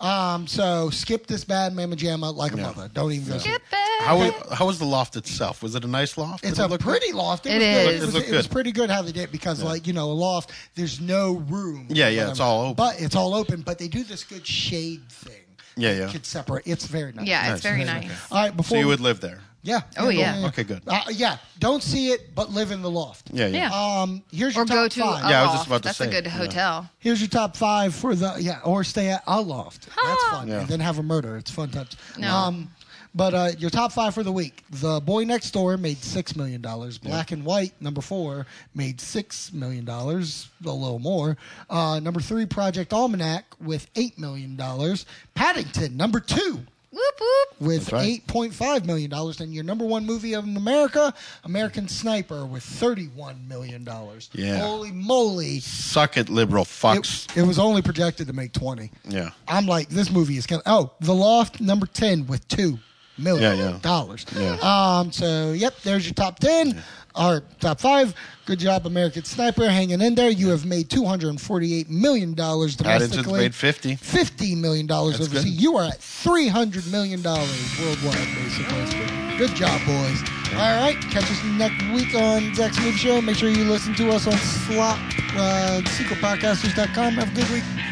Speaker 2: Um, so skip this bad mamma jamma like a mother. Don't even go. see it.
Speaker 3: Skip it.
Speaker 1: How was, how was the loft itself? Was it a nice loft?
Speaker 2: It's
Speaker 1: Did it
Speaker 2: a
Speaker 1: look
Speaker 2: pretty
Speaker 1: good?
Speaker 2: loft.
Speaker 3: It
Speaker 2: was good.
Speaker 3: is.
Speaker 2: It was,
Speaker 1: It looked
Speaker 2: it was
Speaker 1: good.
Speaker 2: pretty good how they did it because, like you know, a loft. There's no room.
Speaker 1: Yeah, yeah, it's
Speaker 2: Whatever.
Speaker 1: all open.
Speaker 2: But it's all open. But they do this good shade thing.
Speaker 1: Yeah,
Speaker 2: that
Speaker 1: yeah.
Speaker 2: Could separate. It's very nice.
Speaker 3: Yeah, it's very nice.
Speaker 2: All right, before
Speaker 1: So you
Speaker 2: we-
Speaker 1: would live there?
Speaker 2: yeah.
Speaker 3: Oh, yeah.
Speaker 1: Okay, good.
Speaker 2: Uh, yeah, don't see it, but live in the loft.
Speaker 1: Yeah, yeah.
Speaker 3: Yeah.
Speaker 2: Um, here's your
Speaker 3: Or
Speaker 2: top
Speaker 3: go to
Speaker 2: five.
Speaker 3: a
Speaker 1: Yeah, I was just
Speaker 3: loft.
Speaker 1: about to
Speaker 3: That's
Speaker 1: say,
Speaker 3: a good
Speaker 1: yeah.
Speaker 3: hotel.
Speaker 2: Here's your top five for the yeah, or stay at a loft. That's fun.
Speaker 1: Yeah.
Speaker 2: And then have a murder. It's fun times.
Speaker 3: No.
Speaker 2: Um, but uh, your top five for the week: The Boy Next Door made six million dollars. Black and White, number four, made six million dollars, a little more. Uh, number three, Project Almanac with eight million dollars. Paddington, number two,
Speaker 3: Whoop whoop.
Speaker 2: with
Speaker 1: That's right.
Speaker 2: $8.5 million. And your number one movie in America, American Sniper, with $31 million.
Speaker 1: Yeah.
Speaker 2: Holy moly.
Speaker 1: Suck it, liberal
Speaker 2: It,
Speaker 1: fucks.
Speaker 2: it was only projected to make 20.
Speaker 1: Yeah.
Speaker 2: I'm like, this movie is kind of. Oh, The Loft, number 10, with $2 million.
Speaker 1: Yeah, yeah.
Speaker 2: Dollars. Um, so, yep, there's your top 10. Or top five. Good job, American Sniper, hanging in there. You have made two hundred and forty-eight million dollars
Speaker 1: Paddington's
Speaker 2: domestically.
Speaker 1: made 50.
Speaker 2: Fifty million dollars
Speaker 1: That's
Speaker 2: overseas.
Speaker 1: good.
Speaker 2: You are at three hundred million dollars worldwide, basically. Good job, boys. All right, catch us next week on Zach's Movie Show. Make sure you listen to us on Slop, uh, sequelpodcasters.com. Have a good week.